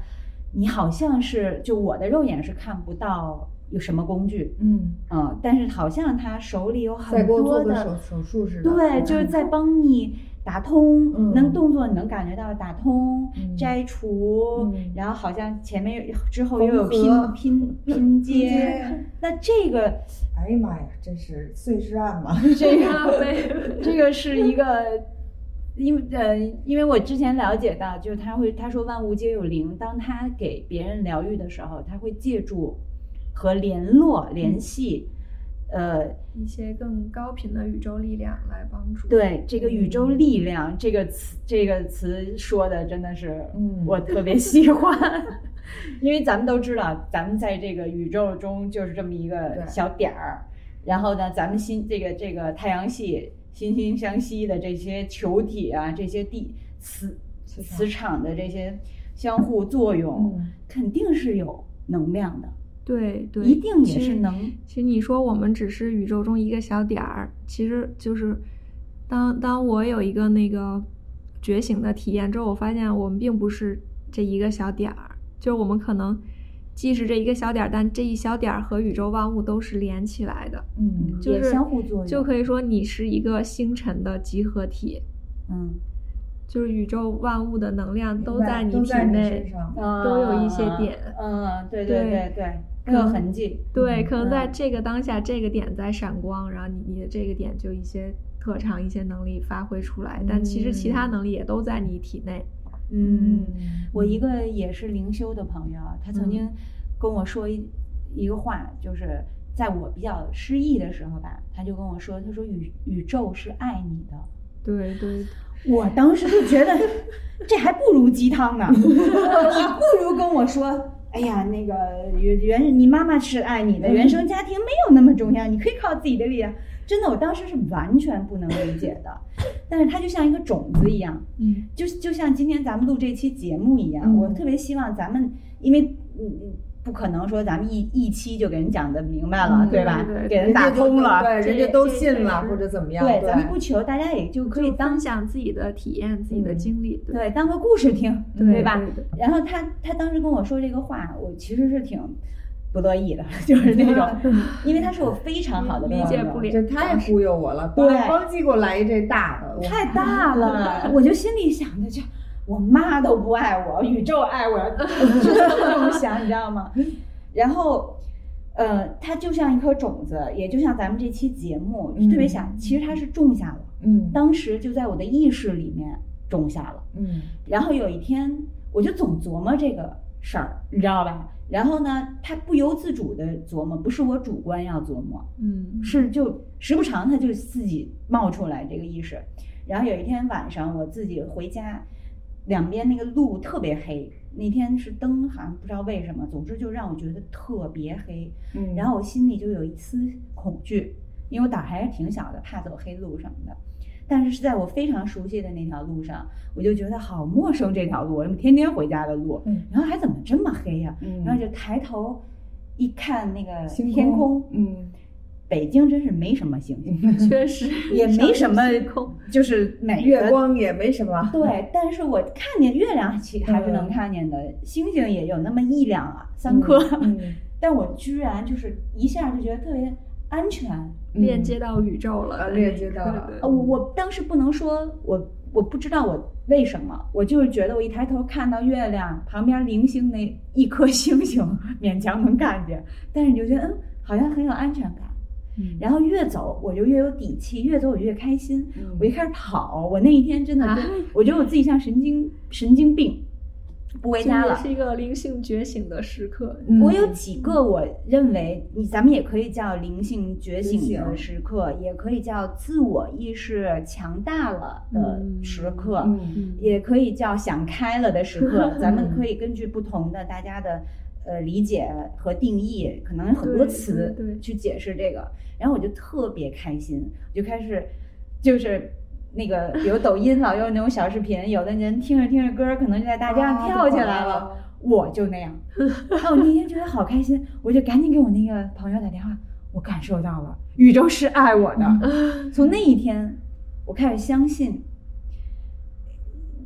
[SPEAKER 2] 你好像是，就我的肉眼是看不到有什么工具，
[SPEAKER 1] 嗯，
[SPEAKER 2] 嗯，但是好像他手里有
[SPEAKER 1] 再
[SPEAKER 2] 很
[SPEAKER 1] 给我
[SPEAKER 2] 多
[SPEAKER 1] 做个
[SPEAKER 2] 的，
[SPEAKER 1] 手手术似的，
[SPEAKER 2] 对，就是在帮你打通，
[SPEAKER 1] 嗯
[SPEAKER 2] 能动作你能感觉到打通、
[SPEAKER 1] 嗯
[SPEAKER 2] 摘除，
[SPEAKER 1] 嗯
[SPEAKER 2] 然后好像前面有之后又有
[SPEAKER 1] 缝合嗯
[SPEAKER 2] 拼拼拼接，
[SPEAKER 1] 接
[SPEAKER 2] 那这个
[SPEAKER 1] 哎呀妈呀，真是碎尸案嘛！
[SPEAKER 2] 这 个这个是一个，因为呃，因为我之前了解到，就是他会他说万物皆有灵，当他给别人疗愈的时候，他会借助和联络
[SPEAKER 1] 嗯
[SPEAKER 2] 联系，呃，
[SPEAKER 5] 一些更高频的宇宙力量来帮助。
[SPEAKER 2] 对这个宇
[SPEAKER 5] 嗯
[SPEAKER 2] 宙力量这个词这个词说的真的是
[SPEAKER 1] 嗯，
[SPEAKER 2] 我特别喜欢。 因为咱们都知道，咱们在这个宇宙中就是这么一个
[SPEAKER 1] 对
[SPEAKER 2] 小点儿，然后呢，咱们新这个这个太阳系惺惺相惜的这些球体啊，这些地磁
[SPEAKER 1] 磁场
[SPEAKER 2] 磁场的这些相互作用，
[SPEAKER 1] 嗯
[SPEAKER 2] 肯定是有能量的，
[SPEAKER 5] 对对，
[SPEAKER 2] 一定也
[SPEAKER 5] 其实
[SPEAKER 2] 是能
[SPEAKER 5] 其实你说我们只是宇宙中一个小点儿，其实就是当当我有一个那个觉醒的体验之后，我发现我们并不是这一个小点儿，就是我们可能既是这一个小点儿，但这一小点儿和宇宙万物都是连起来的，
[SPEAKER 1] 嗯
[SPEAKER 5] 就
[SPEAKER 2] 也
[SPEAKER 5] 是
[SPEAKER 2] 相互作用，
[SPEAKER 5] 就可以说你是一个星辰的集合体，
[SPEAKER 2] 嗯，
[SPEAKER 5] 就是宇宙万物的能量都
[SPEAKER 1] 明白
[SPEAKER 5] 在你
[SPEAKER 1] 都
[SPEAKER 5] 体
[SPEAKER 1] 在你身
[SPEAKER 5] 内。
[SPEAKER 1] 上，
[SPEAKER 5] 都有一些点
[SPEAKER 2] 嗯，对对
[SPEAKER 5] 对
[SPEAKER 2] 对对，
[SPEAKER 5] 可
[SPEAKER 2] 各
[SPEAKER 5] 能
[SPEAKER 2] 痕迹，
[SPEAKER 5] 对，可能在
[SPEAKER 2] 嗯
[SPEAKER 5] 这个当下，这个点在闪光，然后你你的这个点就一些特长、一些能力发挥出来，但其实其他能力也都在你体内。
[SPEAKER 2] 嗯。我一个也是灵修的朋友，啊，他曾经跟我说一、一个话，就是在我比较失意的时候吧，他就跟我说，他说宇宇宙是爱你的。
[SPEAKER 5] 对对
[SPEAKER 2] 我当时就觉 得，这还不如鸡汤呢，你不如跟我说。哎呀，那个原原你妈妈是爱你
[SPEAKER 5] 嗯
[SPEAKER 2] 的，原生家庭没有那么重要，你可以靠自己的力量。真的，我当时是完全不能理解 的，但是它就像一个种子一样，
[SPEAKER 5] 嗯，
[SPEAKER 2] 就就像今天咱们录这期节目一样，
[SPEAKER 1] 嗯
[SPEAKER 2] 我特别希望咱们，因为嗯嗯，不可能说咱们一一期就给人讲的明白了，
[SPEAKER 1] 嗯
[SPEAKER 2] 对吧？
[SPEAKER 5] 对对对
[SPEAKER 2] 给人
[SPEAKER 1] 人
[SPEAKER 2] 打
[SPEAKER 1] 家就
[SPEAKER 2] 通了，
[SPEAKER 1] 对，
[SPEAKER 2] 这
[SPEAKER 1] 人家都
[SPEAKER 2] 这
[SPEAKER 1] 信
[SPEAKER 2] 这
[SPEAKER 1] 了
[SPEAKER 2] 是
[SPEAKER 1] 或者怎么样，
[SPEAKER 2] 对，咱们不求，大家也就可以
[SPEAKER 5] 就
[SPEAKER 2] 当
[SPEAKER 5] 分享自己的体验、自己的
[SPEAKER 1] 嗯
[SPEAKER 5] 经历，对嗯
[SPEAKER 2] 对当个故事听，
[SPEAKER 1] 对
[SPEAKER 2] 吧？
[SPEAKER 5] 对
[SPEAKER 2] 然后他他当时跟我说这个话，我其实是挺不乐意的， 就是那种，因为他是我非常好的
[SPEAKER 5] 嗯
[SPEAKER 2] 朋
[SPEAKER 5] 理
[SPEAKER 2] 友
[SPEAKER 5] 解不了
[SPEAKER 1] 嗯这太忽悠我了，
[SPEAKER 2] 对
[SPEAKER 1] 刚寄过来一这大的，我
[SPEAKER 2] 太大
[SPEAKER 5] 嗯
[SPEAKER 2] 了，我就心里想着就。我妈都不爱我，宇宙爱我， 就是这种想，你知道吗？然后，呃，它就像一颗种子，也就像咱们这期节目，
[SPEAKER 1] 嗯
[SPEAKER 2] 特别想，其实它是种下了，
[SPEAKER 1] 嗯
[SPEAKER 2] 当时就在我的意识里面种下了。
[SPEAKER 1] 嗯
[SPEAKER 2] 然后有一天，我就总琢磨这个事儿，你知道吧？然后呢，它不由自主的琢磨，不是我主观要琢磨，
[SPEAKER 5] 嗯，
[SPEAKER 2] 是就时不常他就自己冒出来这个意识。然后有一天晚上，我自己回家，两边那个路特别黑，那天是灯好像不知道为什么，总之就让我觉得特别黑。
[SPEAKER 1] 嗯，
[SPEAKER 2] 然后我心里就有一丝恐惧，因为我胆儿还是挺小的，怕走黑路什么的。但是是在我非常熟悉的那条路上，我就觉得好陌生这条路，我天天回家的路，
[SPEAKER 1] 嗯
[SPEAKER 2] 然后还怎么这么黑呀、
[SPEAKER 1] 嗯
[SPEAKER 2] 然后就抬头一看那个
[SPEAKER 1] 星
[SPEAKER 2] 天
[SPEAKER 1] 空
[SPEAKER 2] 空，
[SPEAKER 1] 嗯，
[SPEAKER 2] 北京真是没什么星星，
[SPEAKER 5] 确实
[SPEAKER 2] 也没什么
[SPEAKER 5] 上升空
[SPEAKER 2] 就是美的
[SPEAKER 1] 月。光也没什么，
[SPEAKER 2] 对，但是我看见月亮其还是能
[SPEAKER 1] 嗯
[SPEAKER 2] 看见的，星星也有那么一两啊，三颗。
[SPEAKER 1] 嗯，
[SPEAKER 2] 但我居然就是一下就觉得特别安全。
[SPEAKER 5] 链接到宇宙了，
[SPEAKER 1] 呃链接到
[SPEAKER 5] 对
[SPEAKER 1] 了
[SPEAKER 5] 对
[SPEAKER 2] 呃，我我当时不能说我我不知道我为什么，我就是觉得我一抬头看到月亮旁边零星那一颗星星， 勉强能看见，但是你就觉得嗯，好像很有安全感。
[SPEAKER 1] 嗯
[SPEAKER 2] 然后越走我就越有底气，越走我就越开心。
[SPEAKER 1] 嗯
[SPEAKER 2] 我就开始跑，我那一天真的
[SPEAKER 5] 啊
[SPEAKER 2] 就，我觉得我自己像神经神经病，不回
[SPEAKER 5] 今
[SPEAKER 2] 家
[SPEAKER 5] 天
[SPEAKER 2] 了。
[SPEAKER 5] 是一个灵性觉醒的时刻。
[SPEAKER 1] 嗯
[SPEAKER 2] 我有几个我认为你咱们也可以叫灵性觉醒
[SPEAKER 1] 觉醒
[SPEAKER 2] 的时刻，也可以叫自我意识强大了的时刻，
[SPEAKER 1] 嗯
[SPEAKER 2] 也可以叫想开了的时刻。咱们可以根据不同的大家的呃理解和定义，可能很多
[SPEAKER 5] 对
[SPEAKER 2] 词
[SPEAKER 5] 对对
[SPEAKER 2] 去解释这个。然后我就特别开心，我就开始就是。那个有抖音老有那种小视频，有的人听着听着歌，可能就在大街上
[SPEAKER 1] 啊
[SPEAKER 2] 跳起
[SPEAKER 1] 懂
[SPEAKER 2] 来了，
[SPEAKER 1] 了
[SPEAKER 2] 我就那样。然后我那天觉得好开心，我就赶紧给我那个朋友打电话，我感受到了宇宙是爱我的。从那一天，我开始相信，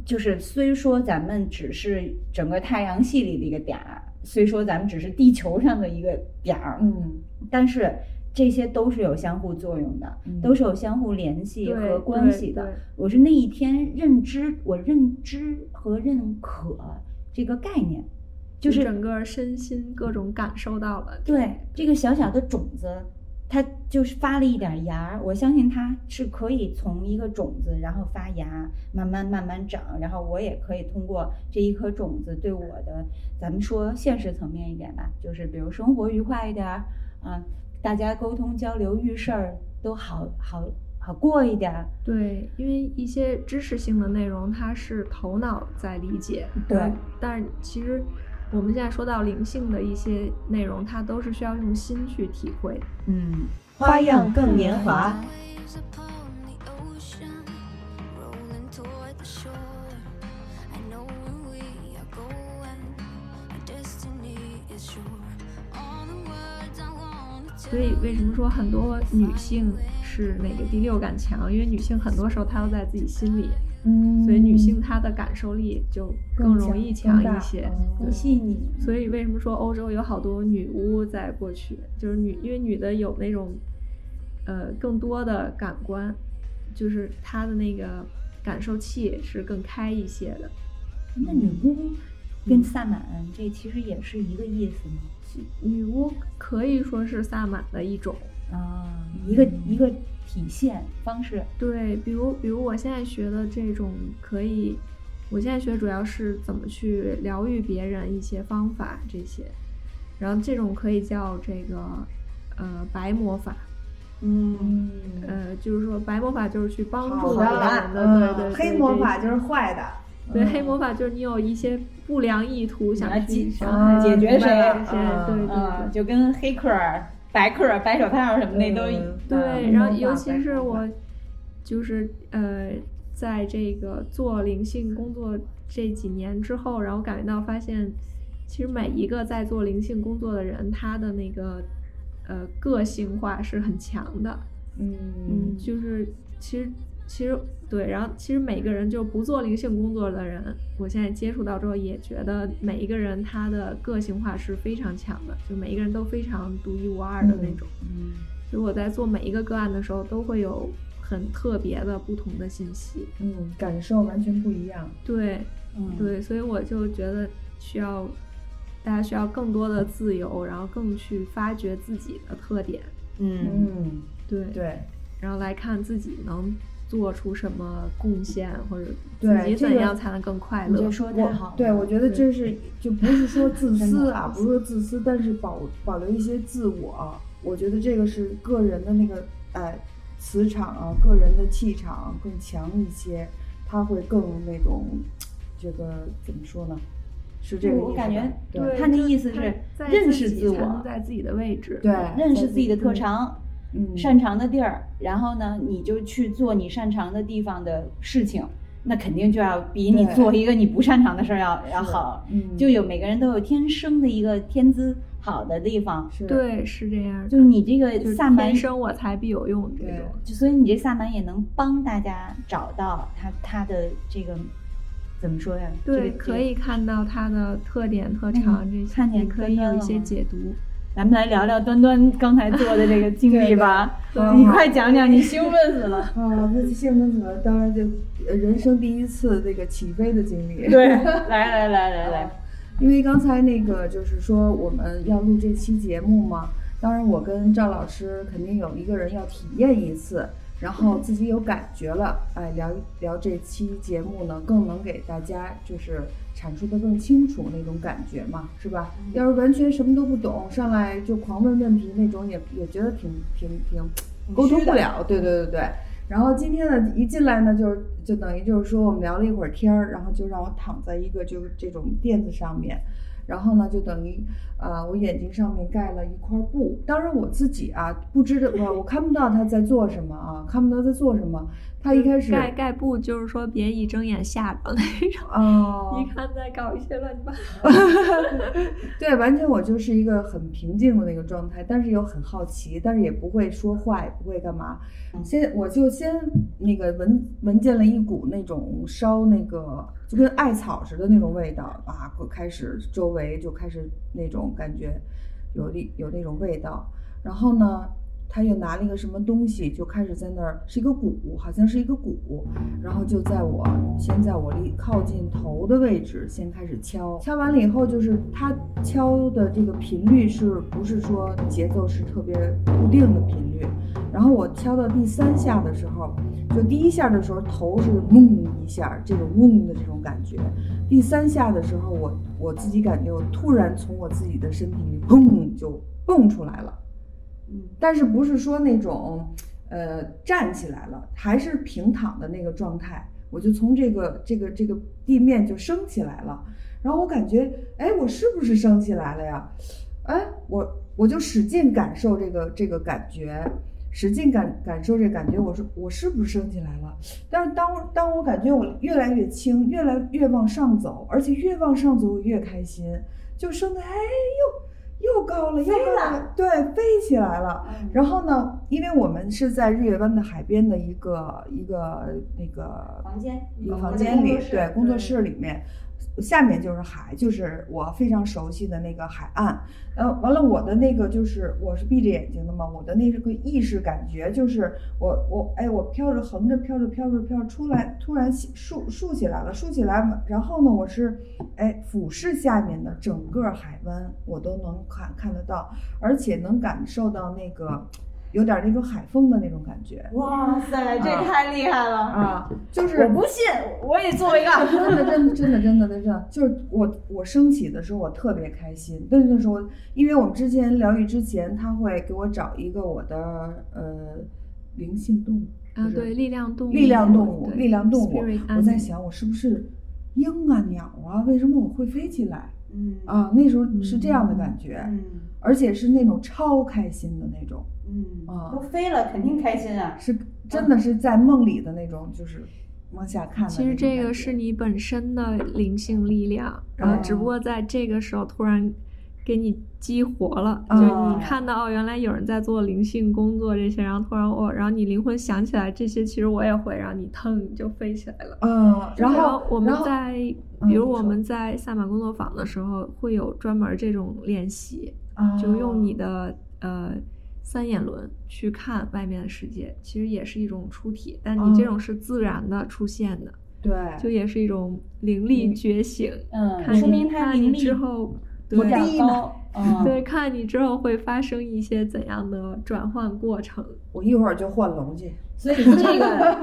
[SPEAKER 2] 就是虽说咱们只是整个太阳系里的一个点儿，虽说咱们只是地球上的一个点儿，
[SPEAKER 1] 嗯
[SPEAKER 2] 但是这些都是有相互作用的，
[SPEAKER 1] 嗯
[SPEAKER 2] 都是有相互联系
[SPEAKER 5] 对
[SPEAKER 2] 和关系的
[SPEAKER 5] 对对。
[SPEAKER 2] 我是那一天认知，我认知和认可这个概念，就
[SPEAKER 5] 就是
[SPEAKER 2] 是
[SPEAKER 5] 整个身心各种感受到了，
[SPEAKER 2] 对这个小小的种子，它就是发了一点芽儿。我相信它是可以从一个种子，然后发芽，慢慢慢慢长。然后我也可以通过这一颗种子对我的，咱们说现实层面一点吧，就是比如生活愉快一点儿啊，大家沟通交流遇事儿都好好好过一点儿。
[SPEAKER 5] 对，因为一些知识性的内容，它是头脑在理解，
[SPEAKER 2] 对
[SPEAKER 5] 但但是其实我们现在说到灵性的一些内容，它都是需要用心去体会。
[SPEAKER 2] 嗯，花样更年华。
[SPEAKER 6] Waves upon the ocean, rolling toward the shore. I know where we are going. Our destiny is sure. All the words I wanted
[SPEAKER 5] 所以为什么说很多女性是那个第六感强？因为女性很多时候她都在自己心里，
[SPEAKER 1] 嗯
[SPEAKER 5] 所以女性她的感受力就更嗯容易强一些。
[SPEAKER 2] 很细腻。
[SPEAKER 5] 所以为什么说欧洲有好多女巫在过去，就是女，因为女的有那种，呃，更多的感官，就是她的那个感受器是更开一些的。
[SPEAKER 2] 那女巫跟萨满这其实也是一个意思吗？
[SPEAKER 5] 女巫可以说是萨满的一种，
[SPEAKER 2] 啊，一个一个体现方式。
[SPEAKER 5] 对，比如比如我现在学的这种可以，我现在学主要是怎么去疗愈别人一些方法这些，然后这种可以叫这个呃白魔法，
[SPEAKER 2] 嗯，
[SPEAKER 5] 呃，就是说白魔法就是去帮助别
[SPEAKER 1] 好的，
[SPEAKER 5] 人的，对
[SPEAKER 1] 嗯
[SPEAKER 5] 对对，
[SPEAKER 1] 黑魔法
[SPEAKER 5] 这
[SPEAKER 1] 就是坏的，嗯
[SPEAKER 5] 对黑魔法就是你有一些不良意图
[SPEAKER 2] 想要
[SPEAKER 5] 想
[SPEAKER 2] 解啊
[SPEAKER 5] 去伤害
[SPEAKER 2] 解决谁？
[SPEAKER 5] 这些，对对
[SPEAKER 2] 啊，
[SPEAKER 5] 对。
[SPEAKER 2] 就跟黑客儿、白客儿、白手套什么的都
[SPEAKER 1] 嗯
[SPEAKER 5] 对，
[SPEAKER 1] 嗯
[SPEAKER 5] 然后
[SPEAKER 1] 嗯
[SPEAKER 5] 尤
[SPEAKER 1] 嗯
[SPEAKER 5] 其
[SPEAKER 1] 嗯
[SPEAKER 5] 是
[SPEAKER 1] 嗯
[SPEAKER 5] 我，就是呃，在这个做灵性工作这几年之后，然后感觉到发现，其实每一个在做灵性工作的人，他的那个呃个性化是很强的。
[SPEAKER 1] 嗯
[SPEAKER 5] 就是其实其实对，然后其实每个人就不做灵性工作的人，我现在接触到之后也觉得每一个人他的个性化是非常强的，就每一个人都非常独一无二的那种。
[SPEAKER 2] 嗯，
[SPEAKER 5] 所以我在做每一个个案的时候，都会有很特别的不同的信息。
[SPEAKER 1] 嗯，感受完全不一样。
[SPEAKER 5] 对
[SPEAKER 2] 嗯，
[SPEAKER 5] 对，所以我就觉得需要大家需要更多的自由，然后更去发掘自己的特点，
[SPEAKER 2] 嗯，
[SPEAKER 1] 嗯，
[SPEAKER 5] 对，
[SPEAKER 1] 对
[SPEAKER 5] 然后来看自己能做出什么贡献，或者
[SPEAKER 1] 对
[SPEAKER 5] 自己
[SPEAKER 1] 这
[SPEAKER 5] 怎
[SPEAKER 1] 个
[SPEAKER 5] 样才能更快
[SPEAKER 2] 你
[SPEAKER 5] 乐
[SPEAKER 2] 这。说得太好
[SPEAKER 1] 我
[SPEAKER 2] 了，
[SPEAKER 1] 对我觉得
[SPEAKER 5] 对
[SPEAKER 1] 这是就不是说自
[SPEAKER 2] 真
[SPEAKER 1] 私
[SPEAKER 2] 的
[SPEAKER 1] 啊，不是说自私，但是保保留一些自我，啊我觉得这个是个人的那个呃磁场啊，个人的气场更强一些，他会更那种这个怎么说呢？是这个意思吧？
[SPEAKER 2] 我感觉
[SPEAKER 1] 对
[SPEAKER 2] 他那
[SPEAKER 5] 就
[SPEAKER 2] 意思
[SPEAKER 5] 他
[SPEAKER 2] 是
[SPEAKER 5] 在
[SPEAKER 2] 认
[SPEAKER 5] 自
[SPEAKER 2] 识
[SPEAKER 5] 己
[SPEAKER 2] 自
[SPEAKER 5] 才
[SPEAKER 2] 我
[SPEAKER 5] 能在自己的位置。
[SPEAKER 1] 对
[SPEAKER 2] 认识自己的特长。
[SPEAKER 1] 嗯
[SPEAKER 2] 擅长的地儿，然后呢，你就去做你擅长的地方的事情，那肯定就要比你
[SPEAKER 1] 对
[SPEAKER 2] 做一个你不擅长的事儿要要好。
[SPEAKER 1] 嗯
[SPEAKER 2] 就有每个人都有天生的一个天资好的地方，
[SPEAKER 1] 是
[SPEAKER 5] 对，是这样的。
[SPEAKER 2] 就是你这
[SPEAKER 5] 就
[SPEAKER 2] 个
[SPEAKER 5] 是
[SPEAKER 2] 萨满
[SPEAKER 5] 天，生我材必有用这
[SPEAKER 1] 对
[SPEAKER 5] 种。
[SPEAKER 2] 就所以你这萨满也能帮大家找到他他的这个怎么说呀？
[SPEAKER 5] 对，
[SPEAKER 2] 这个
[SPEAKER 5] 可以看到它的特点、特长
[SPEAKER 2] 嗯
[SPEAKER 5] 这些，
[SPEAKER 2] 看见
[SPEAKER 5] 也可
[SPEAKER 2] 根
[SPEAKER 5] 以
[SPEAKER 2] 源
[SPEAKER 5] 有一
[SPEAKER 2] 了
[SPEAKER 5] 些
[SPEAKER 2] 吗
[SPEAKER 5] 解读。
[SPEAKER 2] 咱们来聊聊端端刚才做的这个经历吧。你快讲讲， 你兴奋死了。
[SPEAKER 1] 啊，那兴奋死了！当然就呃人生第一次这个起飞的经历。
[SPEAKER 2] 对，来来来来来，
[SPEAKER 1] 因为刚才那个就是说我们要录这期节目嘛，当然我跟赵老师肯定有一个人要体验一次，然后自己有感觉了，哎，聊一聊这期节目呢，更能给大家就是阐述的更清楚那种感觉嘛，是吧？要是完全什么都不懂，上来就狂问问题那种也，也觉得挺挺挺沟通不了，对对对对。然后今天呢，一进来呢，就是就等于就是说我们聊了一会儿天儿，然后就让我躺在一个就是这种垫子上面，然后呢就等于呃我眼睛上面盖了一块布，当然我自己啊不知道我我看不到他在做什么啊，看不到在做什么。他一开始
[SPEAKER 5] 盖盖布就是说别一睁眼吓着那种，
[SPEAKER 1] 哦，
[SPEAKER 5] 一看在搞一些乱七八糟。
[SPEAKER 1] 对，完全我就是一个很平静的那个状态，但是又很好奇，但是也不会说话，也不会干嘛。先我就先那个闻闻见了一股那种烧那个就跟艾草似的那种味道啊，开始周围就开始那种感觉有那有那种味道。然后呢，他又拿了一个什么东西，就开始在那儿是一个鼓，好像是一个鼓，然后就在我先在我离靠近头的位置先开始敲，敲完了以后就是他敲的这个频率是不是说节奏是特别固定的频率？然后我敲到第三下的时候，就第一下的时候头是嗡一下，这种嗡的这种感觉，第三下的时候我我自己感觉我突然从我自己的身体里砰就蹦出来了。但是不是说那种，呃，站起来了，还是平躺的那个状态，我就从这个这个这个地面就升起来了，然后我感觉，哎，我是不是升起来了呀？哎，我我就使劲感受这个这个感觉，使劲感感受这感觉，我说我是不是升起来了？但是当当我感觉我越来越轻，越来越往上走，而且越往上走我越开心，就升的哎又。又高了，又高了，对，飞起来了。
[SPEAKER 2] 嗯
[SPEAKER 1] 然后呢，因为我们是在日月湾的海边的一个一个那个
[SPEAKER 2] 房间
[SPEAKER 1] 一个
[SPEAKER 2] 嗯
[SPEAKER 1] 房
[SPEAKER 2] 他的
[SPEAKER 1] 间
[SPEAKER 2] 工
[SPEAKER 1] 里
[SPEAKER 2] 作，室
[SPEAKER 1] 对，工作
[SPEAKER 2] 嗯
[SPEAKER 1] 室里面，下面就是海，就是我非常熟悉的那个海岸。呃，完了，我的那个就是我是闭着眼睛的嘛，我的那个意识感觉就是我我哎，我飘着横着飘着飘着飘着出来，突然起竖竖起来了，竖起来，然后呢，我是哎俯视下面的整个海湾，我都能看看得到，而且能感受到那个有点那种海风的那种感觉
[SPEAKER 2] 哇塞，哎这太厉害了！
[SPEAKER 1] 啊，就是
[SPEAKER 2] 我不信，我也做一个。
[SPEAKER 1] 真的，真的，真的，真的，真的，就是我，我升起的时候，我特别开心。但是说，因为我们之前疗愈之前，他会给我找一个我的呃灵性动物
[SPEAKER 5] 啊，
[SPEAKER 1] 就是
[SPEAKER 5] 对，力量动物，
[SPEAKER 1] 力量动物，
[SPEAKER 5] 对
[SPEAKER 1] 力量动物
[SPEAKER 5] Spirit。
[SPEAKER 1] 我在
[SPEAKER 5] animal
[SPEAKER 1] 想，我是不是鹰啊、鸟啊？为什么我会飞起来
[SPEAKER 2] 嗯
[SPEAKER 1] 啊？那时候是这样的感觉，
[SPEAKER 2] 嗯
[SPEAKER 1] 而且是那种超开心的那种，
[SPEAKER 2] 嗯
[SPEAKER 1] 啊
[SPEAKER 2] 都飞了，肯定开心啊。
[SPEAKER 1] 是真的是在梦里的那种，就是往下看的那种感觉。
[SPEAKER 5] 其实这个是你本身的灵性力量，然后
[SPEAKER 1] 哦
[SPEAKER 5] 只不过在这个时候突然给你激活了，
[SPEAKER 1] 嗯
[SPEAKER 5] 就是你看到哦，原来有人在做灵性工作这些，然后突然哦，然后你灵魂想起来这些，其实我也会，然后你腾你就飞起来了。
[SPEAKER 1] 嗯，然后
[SPEAKER 5] 我们
[SPEAKER 1] 然后
[SPEAKER 5] 在，
[SPEAKER 1] 嗯
[SPEAKER 5] 比如
[SPEAKER 1] 你
[SPEAKER 5] 我
[SPEAKER 1] 说
[SPEAKER 5] 们在萨满工作坊的时候，会有专门这种练习，
[SPEAKER 1] 啊
[SPEAKER 5] 就用你的呃三眼轮去看外面的世界，其实也是一种出体，但你这
[SPEAKER 1] 嗯
[SPEAKER 5] 种是自然的出现的。
[SPEAKER 1] 对，
[SPEAKER 5] 就也是一种灵力觉醒，
[SPEAKER 2] 嗯，
[SPEAKER 5] 看
[SPEAKER 2] 说
[SPEAKER 5] 你
[SPEAKER 2] 明他
[SPEAKER 5] 看
[SPEAKER 2] 灵
[SPEAKER 5] 你
[SPEAKER 2] 力
[SPEAKER 5] 之后，
[SPEAKER 2] 比较
[SPEAKER 5] 对
[SPEAKER 2] 高。嗯，
[SPEAKER 5] 对，看你之后会发生一些怎样的转换过程。
[SPEAKER 1] 我一会儿就换龙去。
[SPEAKER 2] 所以 这个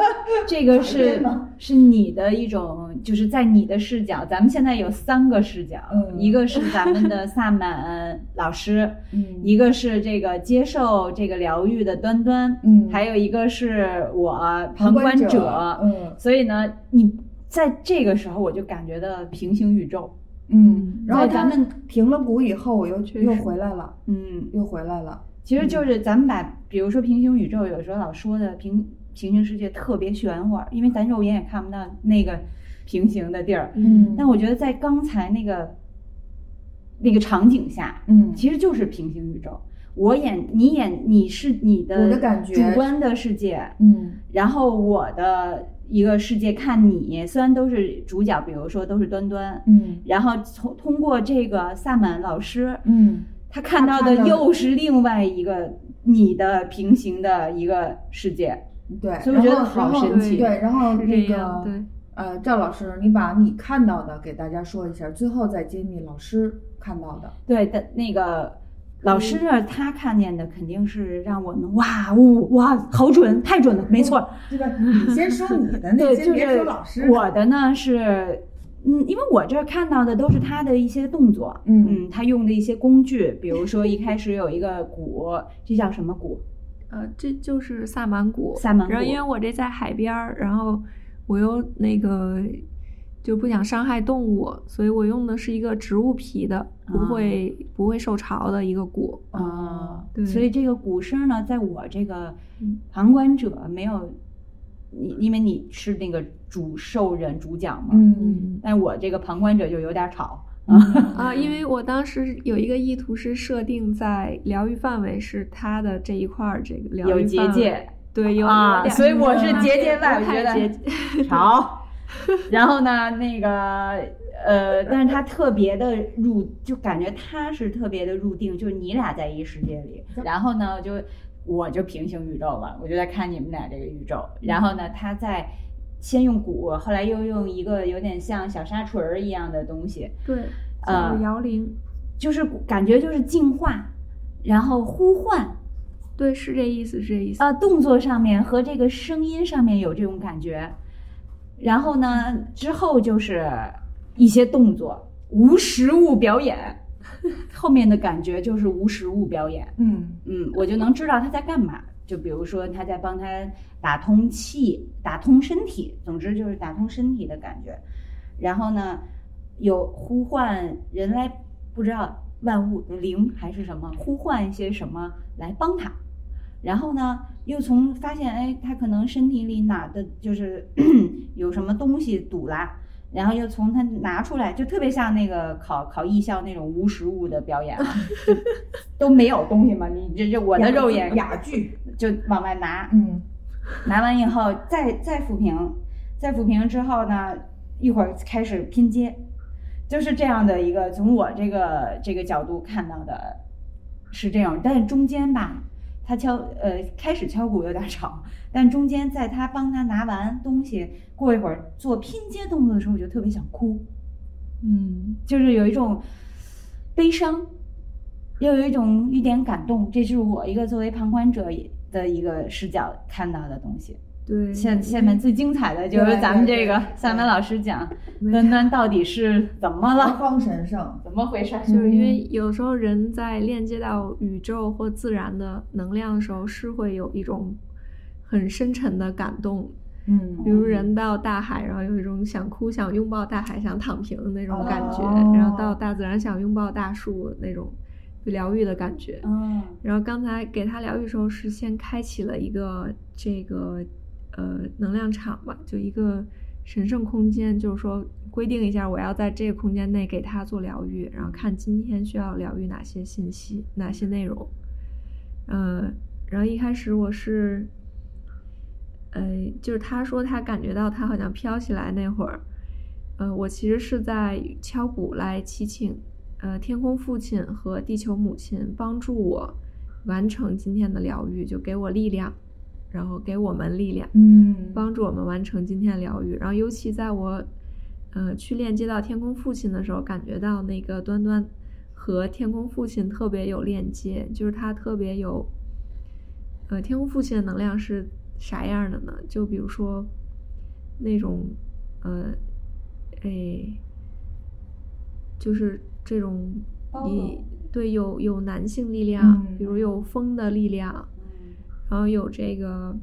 [SPEAKER 2] 这个是是你的一种，就是在你的视角，咱们现在有三个视角，
[SPEAKER 1] 嗯
[SPEAKER 2] 一个是咱们的萨满 老师，
[SPEAKER 1] 嗯
[SPEAKER 2] 一个是这个接受这个疗愈的端端，
[SPEAKER 1] 嗯
[SPEAKER 2] 还有一个是我
[SPEAKER 1] 旁
[SPEAKER 2] 旁
[SPEAKER 1] 观
[SPEAKER 2] 观
[SPEAKER 1] 者嗯
[SPEAKER 2] 所以呢，你在这个时候我就感觉到平行宇宙，
[SPEAKER 1] 嗯，然后
[SPEAKER 2] 对
[SPEAKER 1] 他
[SPEAKER 2] 咱们
[SPEAKER 1] 停了鼓以后，我又
[SPEAKER 5] 确
[SPEAKER 1] 又
[SPEAKER 5] 实
[SPEAKER 1] 回来了，
[SPEAKER 2] 嗯，
[SPEAKER 1] 又回来了。
[SPEAKER 2] 其实就是咱们把，比如说平行宇宙，有时候老说的平平行世界特别玄乎儿，因为咱肉眼也看不到那个平行的地儿。
[SPEAKER 1] 嗯
[SPEAKER 2] 但我觉得在刚才那个那个场景下，
[SPEAKER 1] 嗯
[SPEAKER 2] 其实就是平行宇宙。我演你演你是你的
[SPEAKER 1] 我的感觉
[SPEAKER 2] 主观的世界，
[SPEAKER 1] 嗯
[SPEAKER 2] 然后我的一个世界看你，虽然都是主角，比如说都是端端，
[SPEAKER 1] 嗯
[SPEAKER 2] 然后从通过这个萨满老师，
[SPEAKER 1] 嗯
[SPEAKER 2] 他看到的又是另外一个你的平行的一个世界。
[SPEAKER 1] 对，
[SPEAKER 2] 所以我觉得
[SPEAKER 1] 然后
[SPEAKER 2] 好
[SPEAKER 1] 然后
[SPEAKER 2] 神奇
[SPEAKER 1] 对，然后
[SPEAKER 5] 嗯是这
[SPEAKER 1] 那
[SPEAKER 5] 样，
[SPEAKER 1] 个
[SPEAKER 5] 对，
[SPEAKER 1] 呃，赵老师，你把你看到的给大家说一下，最后再揭秘老师看到的。
[SPEAKER 2] 对的，那个老师那儿他看见的肯定是让我们哇呜哇，好准，太准了，没错。
[SPEAKER 1] 这个你先说你 的那
[SPEAKER 2] 嗯对，
[SPEAKER 1] 些，
[SPEAKER 2] 就
[SPEAKER 1] 别说
[SPEAKER 2] 是
[SPEAKER 1] 老师。
[SPEAKER 2] 我的呢是，嗯，因为我这儿看到的都是他的一些动作，
[SPEAKER 1] 嗯
[SPEAKER 2] 嗯，他用的一些工具，比如说一开始有一个鼓，这叫什么鼓？
[SPEAKER 5] 呃，这就是萨满谷。
[SPEAKER 2] 萨满
[SPEAKER 5] 然后
[SPEAKER 2] 谷
[SPEAKER 5] 因为我这在海边儿，然后我又那个就不想伤害动物，所以我用的是一个植物皮的，不
[SPEAKER 2] 啊
[SPEAKER 5] 会、不会受潮的一个鼓。
[SPEAKER 2] 啊
[SPEAKER 5] 哦对
[SPEAKER 2] 所以这个鼓声呢，在我这个
[SPEAKER 5] 嗯
[SPEAKER 2] 旁观者没有，你因为你是那个主受人主讲嘛，
[SPEAKER 1] 嗯，
[SPEAKER 2] 但我这个旁观者就有点吵，嗯
[SPEAKER 5] 啊，因为我当时有一个意图是设定在疗愈范围是它的这一块儿，这个疗
[SPEAKER 2] 有
[SPEAKER 5] 愈
[SPEAKER 2] 结
[SPEAKER 5] 范围，
[SPEAKER 2] 界。
[SPEAKER 5] 对，有有
[SPEAKER 2] 啊，
[SPEAKER 5] 点
[SPEAKER 2] 所以我是节节外，
[SPEAKER 5] 不
[SPEAKER 2] 我觉
[SPEAKER 5] 太
[SPEAKER 2] 得
[SPEAKER 5] 节
[SPEAKER 2] 好。然后呢，那个呃，但是他特别的入，就感觉他是特别的入定，就是你俩在一世界里。然后呢，就我就平行宇宙了，我就在看你们俩这个宇宙。然后呢，他在先用鼓，后来又用一个有点像小沙锤儿一样的东西，
[SPEAKER 5] 对，
[SPEAKER 2] 呃
[SPEAKER 5] 叫摇铃，
[SPEAKER 2] 就是感觉就是净化，然后呼唤。
[SPEAKER 5] 对，是这意思，是这意思。
[SPEAKER 2] 呃，动作上面和这个声音上面有这种感觉。然后呢，之后就是一些动作，无实物表演。 后面的感觉就是无实物表演，
[SPEAKER 1] 嗯
[SPEAKER 2] 嗯，我就能知道他在干嘛。就比如说他在帮他打通气、打通身体，总之就是打通身体的感觉。然后呢，有呼唤人来，不知道万物灵还是什么，呼唤一些什么来帮他。然后呢，又从发现哎，他可能身体里哪的就是 有什么东西堵啦，然后又从他拿出来，就特别像那个考考艺校那种无实物的表演、啊，就 都没有东西嘛，你这这我的 肉眼
[SPEAKER 1] 哑剧，
[SPEAKER 2] 就往外拿，
[SPEAKER 1] 嗯
[SPEAKER 2] 拿完以后再再抚平，再抚平之后呢，一会儿开始拼接，就是这样的一个从我这个这个角度看到的，是这样。但是中间吧，他敲呃开始敲鼓有点吵，但中间在他帮他拿完东西，过一会儿做拼接动作的时候，我就特别想哭，
[SPEAKER 5] 嗯，
[SPEAKER 2] 就是有一种悲伤，又有一种一点感动，这是我一个作为旁观者的一个视角看到的东西。
[SPEAKER 5] 对，
[SPEAKER 2] 下下
[SPEAKER 5] 嗯
[SPEAKER 2] 面最精彩的就是咱们这个
[SPEAKER 1] 对对对
[SPEAKER 2] 萨满老师讲
[SPEAKER 5] 没
[SPEAKER 2] 端端到底是怎么
[SPEAKER 1] 南
[SPEAKER 2] 了，
[SPEAKER 1] 方神圣，
[SPEAKER 2] 怎么回事？
[SPEAKER 5] 就是
[SPEAKER 2] 嗯
[SPEAKER 5] 因为有时候人在链接到宇宙或自然的能量的时候，是会有一种很深沉的感动。
[SPEAKER 1] 嗯
[SPEAKER 5] 比如人到大海，然后有一种想哭、想拥抱大海、想躺平的那种感觉；
[SPEAKER 1] 哦
[SPEAKER 5] 然后到大自然，想拥抱大树那种疗愈的感觉。
[SPEAKER 2] 嗯
[SPEAKER 5] 然后刚才给他疗愈的时候，是先开启了一个这个呃能量场吧，就一个神圣空间，就是说规定一下，我要在这个空间内给他做疗愈，然后看今天需要疗愈哪些信息、哪些内容。呃，然后一开始我是，呃，就是他说他感觉到他好像飘起来那会儿，呃，我其实是在敲鼓来祈请，呃，天空父亲和地球母亲帮助我完成今天的疗愈，就给我力量，然后给我们力量，
[SPEAKER 1] 嗯
[SPEAKER 5] 帮助我们完成今天的疗愈。然后尤其在我，呃，去链接到天空父亲的时候，感觉到那个端端和天空父亲特别有链接，就是他特别有，呃，天空父亲的能量是啥样的呢？就比如说那种，呃，哎，就是这种
[SPEAKER 3] 包
[SPEAKER 5] 以
[SPEAKER 3] 容
[SPEAKER 5] 对有有男性力量，
[SPEAKER 1] 嗯
[SPEAKER 5] 比如有风的力量。然后有这个，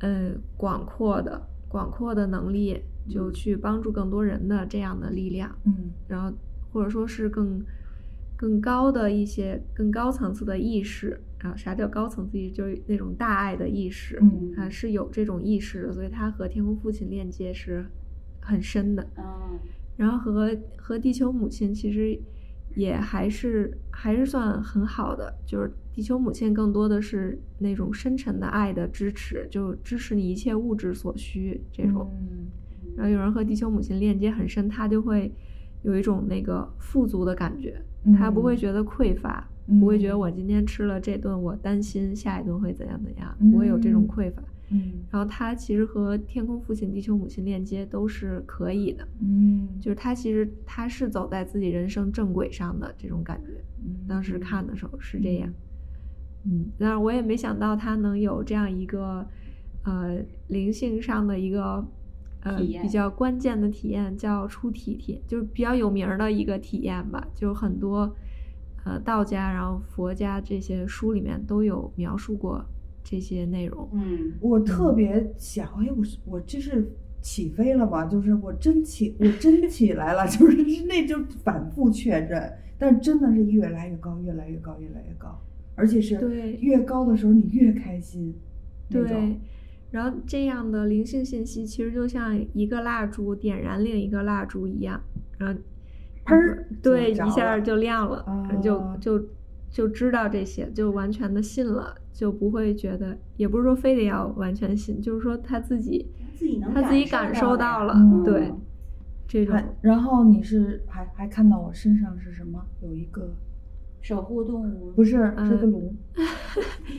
[SPEAKER 5] 呃，广阔的广阔的能力，就去帮助更多人的这样的力量，
[SPEAKER 1] 嗯
[SPEAKER 5] 然后或者说是更更高的一些更高层次的意识啊，啥叫高层次意识？就是那种大爱的意识，
[SPEAKER 1] 嗯
[SPEAKER 5] 啊，是有这种意识的，所以他和天空父亲链接是很深的，
[SPEAKER 2] 嗯
[SPEAKER 5] 然后和和地球母亲其实也还是还是算很好的，就是地球母亲更多的是那种深沉的爱的支持，就支持你一切
[SPEAKER 1] 嗯
[SPEAKER 2] 嗯
[SPEAKER 5] 物质所需这种。然后有人和地球母亲链接很深，他就会有一种那个富足的感觉，
[SPEAKER 1] 嗯
[SPEAKER 5] 他不会觉得匮乏，
[SPEAKER 1] 嗯
[SPEAKER 5] 不会觉得我今天吃了这顿，我担心下一顿会怎样怎样，不会有这种匮乏。
[SPEAKER 1] 嗯
[SPEAKER 5] 然后他其实和天空父亲、地球母亲链接都是可以的，
[SPEAKER 1] 嗯，
[SPEAKER 5] 就是他其实他是走在自己人生正轨上的这种感觉。嗯当时看的时候是这样，嗯，但是我也没想到他能有这样一个呃灵性上的一个呃
[SPEAKER 2] 体验
[SPEAKER 5] 比较关键的体验，叫出体体验，就是比较有名儿的一个体验吧，就很多呃道家然后佛家这些书里面都有描述过这些内容，
[SPEAKER 2] 嗯，
[SPEAKER 1] 我特别想，哎，我是我这是起飞了吗？就是我真起，我真起来了， 就是那就反复确认，但真的是越来越高，越来越高，越来越高，而且是
[SPEAKER 5] 对
[SPEAKER 1] 越高的时候你越开心，那
[SPEAKER 5] 对
[SPEAKER 1] 种，
[SPEAKER 5] 然后这样的灵性信息其实就像一个蜡烛点燃另一个蜡烛一样，然后
[SPEAKER 1] 砰儿
[SPEAKER 5] 对，
[SPEAKER 1] 就着
[SPEAKER 5] 一下
[SPEAKER 1] 了
[SPEAKER 5] 就亮了，呃
[SPEAKER 1] 啊
[SPEAKER 5] 就就就知道这些，就完全的信了，就不会觉得，也不是说非得要完全信，就是说他自己
[SPEAKER 2] 自己能
[SPEAKER 5] 他自己感受到了，
[SPEAKER 1] 嗯
[SPEAKER 5] 对这 种
[SPEAKER 1] 还然后你是还还看到我身上是什么？有一个
[SPEAKER 2] 守护动物
[SPEAKER 1] 不是
[SPEAKER 5] 嗯
[SPEAKER 1] 是个龙，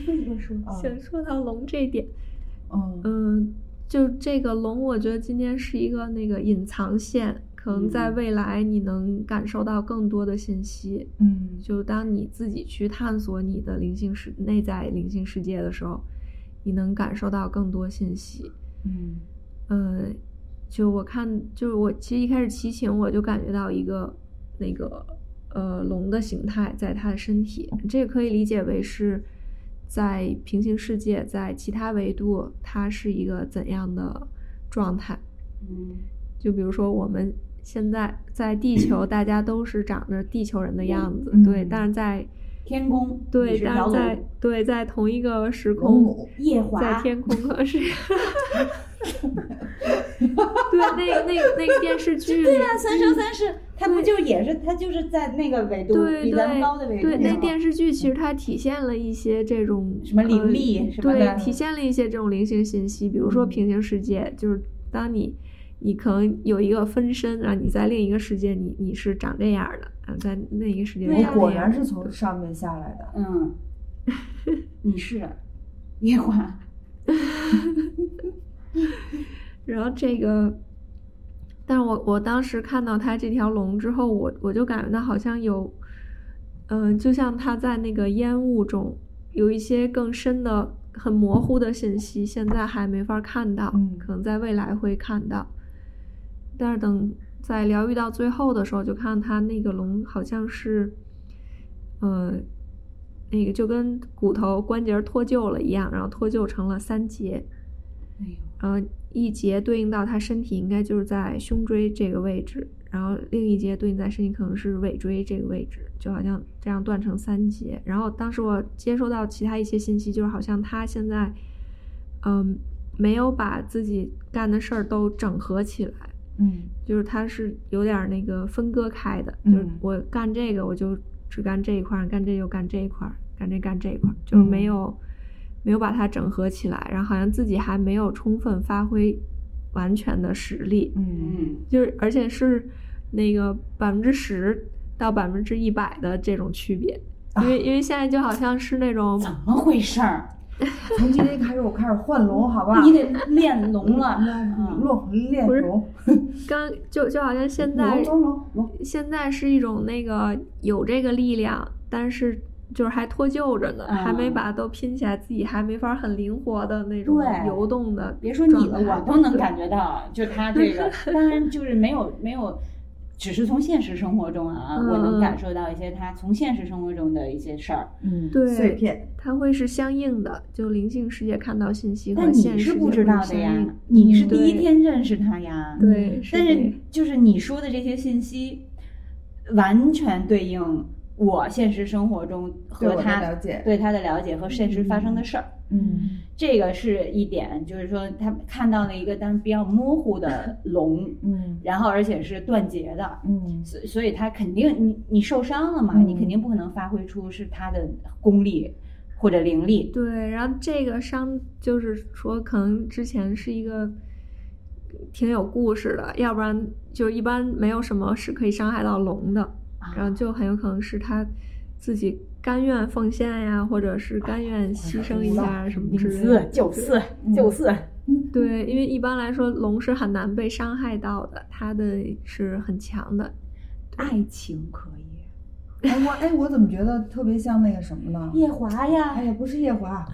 [SPEAKER 2] 这个说
[SPEAKER 1] 啊
[SPEAKER 5] 想说到龙这一点，
[SPEAKER 1] 嗯
[SPEAKER 5] 嗯，就这个龙，我觉得今天是一个那个隐藏线，可能在
[SPEAKER 2] 嗯
[SPEAKER 5] 未来你能感受到更多的信息。
[SPEAKER 1] 嗯
[SPEAKER 5] 就当你自己去探索你的灵性世内在灵性世界的时候，你能感受到更多信息。
[SPEAKER 1] 嗯
[SPEAKER 5] 呃，就我看，就是我其实一开始骑行，我就感觉到一个那个呃龙的形态在它的身体，这个可以理解为是在平行世界，在其他维度，它是一个怎样的状态？
[SPEAKER 2] 嗯
[SPEAKER 5] 就比如说我们现在在地球，大家都是长着地球人的样子，对，
[SPEAKER 1] 嗯
[SPEAKER 5] 但是在
[SPEAKER 2] 天宫
[SPEAKER 5] 对，
[SPEAKER 2] 你是
[SPEAKER 5] 但
[SPEAKER 2] 老
[SPEAKER 5] 是在
[SPEAKER 2] 鲁
[SPEAKER 5] 对在同一个时
[SPEAKER 1] 龙
[SPEAKER 5] 空
[SPEAKER 1] 母，
[SPEAKER 2] 夜华
[SPEAKER 5] 在天 空可是，对，那个那个那个电视剧
[SPEAKER 2] 对
[SPEAKER 5] 里
[SPEAKER 2] 呀、三生三世，他不就也是他就是在那个纬度
[SPEAKER 5] 对
[SPEAKER 2] 比咱们高的
[SPEAKER 5] 对
[SPEAKER 2] 纬度
[SPEAKER 5] 对，那
[SPEAKER 2] 吗
[SPEAKER 5] 电视剧其实它体现了一些这种
[SPEAKER 2] 什么灵
[SPEAKER 5] 呃
[SPEAKER 2] 力什么的
[SPEAKER 5] 对，体现了一些这种灵性信息，比如说
[SPEAKER 2] 嗯
[SPEAKER 5] 平行世界，就是当你你可能有一个分身，然后你在另一个世界你你是长这样的，啊，在另一个世界
[SPEAKER 2] 对
[SPEAKER 5] 长
[SPEAKER 2] 呀
[SPEAKER 1] 我
[SPEAKER 5] 那
[SPEAKER 1] 果
[SPEAKER 5] 样
[SPEAKER 1] 然
[SPEAKER 5] 的
[SPEAKER 1] 是从上面下来的，
[SPEAKER 2] 嗯，你是夜华，
[SPEAKER 5] 然后这个，但是我我当时看到它这条龙之后，我我就感觉到好像有，嗯、就像它在那个烟雾中有一些更深的、很模糊的信息，现在还没法看到，
[SPEAKER 1] 嗯
[SPEAKER 5] 可能在未来会看到。但是等在疗愈到最后的时候，就看它那个龙好像是，呃，那个就跟骨头关节脱臼了一样，然后脱臼成了三节。
[SPEAKER 2] 哎呦，
[SPEAKER 5] 呃，一节对应到他身体应该就是在胸椎这个位置，然后另一节对应在身体可能是尾椎这个位置，就好像这样断成三节。然后当时我接收到其他一些信息，就是好像他现在，嗯，没有把自己干的事儿都整合起来，
[SPEAKER 1] 嗯
[SPEAKER 5] 就是他是有点儿那个分割开的，就是
[SPEAKER 1] 嗯
[SPEAKER 5] 我干这个我就只干这一块儿，干这又干这一块儿，干这干这一块儿，就是
[SPEAKER 1] 嗯
[SPEAKER 5] 没有、没有把它整合起来，然后好像自己还没有充分发挥完全的实力，
[SPEAKER 1] 嗯
[SPEAKER 2] 嗯，
[SPEAKER 5] 就是而且是那个百分之十到百分之一百的这种区别，
[SPEAKER 1] 啊
[SPEAKER 5] 因为、因为现在就好像是 那种
[SPEAKER 2] 怎么回事儿？
[SPEAKER 1] 从今天开始我开始换龙，好吧？
[SPEAKER 2] 你得练龙了，嗯，
[SPEAKER 1] 龙练
[SPEAKER 5] 不是
[SPEAKER 1] 龙，
[SPEAKER 5] 刚就就好像现在
[SPEAKER 1] 龙龙龙龙，
[SPEAKER 5] 现在是一种那个有这个力量，但是就是还脱臼着呢，
[SPEAKER 2] 嗯
[SPEAKER 5] 还没把都拼起来，自己还没法很灵活的那种
[SPEAKER 2] 对
[SPEAKER 5] 游动的。
[SPEAKER 2] 别说你了，我都能感觉到，就他这个，当然就是没有没有。只是从现实生活中啊，
[SPEAKER 5] 嗯
[SPEAKER 2] 我能感受到一些他从现实生活中的一些事儿。
[SPEAKER 1] 嗯，
[SPEAKER 5] 对
[SPEAKER 1] 碎片，
[SPEAKER 5] 它会是相应的，就灵性世界看到信息和
[SPEAKER 2] 但
[SPEAKER 5] 嗯现
[SPEAKER 2] 你
[SPEAKER 5] 实
[SPEAKER 2] 是
[SPEAKER 5] 世界
[SPEAKER 2] 不知道的
[SPEAKER 5] 相
[SPEAKER 2] 呀
[SPEAKER 5] 应，
[SPEAKER 2] 你是
[SPEAKER 5] 嗯
[SPEAKER 2] 第一
[SPEAKER 5] 对
[SPEAKER 2] 天认识他呀。
[SPEAKER 5] 对，
[SPEAKER 2] 但
[SPEAKER 5] 这
[SPEAKER 2] 是
[SPEAKER 5] 样
[SPEAKER 2] 就是你说的这些信息，完全对应我现实生活中
[SPEAKER 1] 对
[SPEAKER 2] 和
[SPEAKER 1] 我的了
[SPEAKER 2] 他
[SPEAKER 1] 解，
[SPEAKER 2] 对他的了解和现实发生的事儿。
[SPEAKER 1] 嗯
[SPEAKER 2] 这个是一点，就是说他看到了一个当然比较模糊的龙，
[SPEAKER 1] 嗯
[SPEAKER 2] 然后而且是断节的，
[SPEAKER 1] 嗯
[SPEAKER 2] 所所以他肯定你你受伤了嘛，
[SPEAKER 1] 嗯
[SPEAKER 2] 你肯定不可能发挥出是他的功力或者灵力。
[SPEAKER 5] 对，然后这个伤就是说，可能之前是一个挺有故事的，要不然就一般没有什么是可以伤害到龙的，
[SPEAKER 2] 啊
[SPEAKER 5] 然后就很有可能是他自己甘愿奉献呀，或者
[SPEAKER 2] 哎
[SPEAKER 5] 是甘愿牺牲一下啊什么之类的。
[SPEAKER 2] 就是就是，
[SPEAKER 1] 嗯
[SPEAKER 5] 对，因为一般来说龙是很难被伤害到的，它的是很强的。
[SPEAKER 2] 爱情可以。
[SPEAKER 1] 哎我哎我怎么觉得特别像那个什么呢？
[SPEAKER 2] 夜华哎呀
[SPEAKER 1] 哎，呀不是夜华，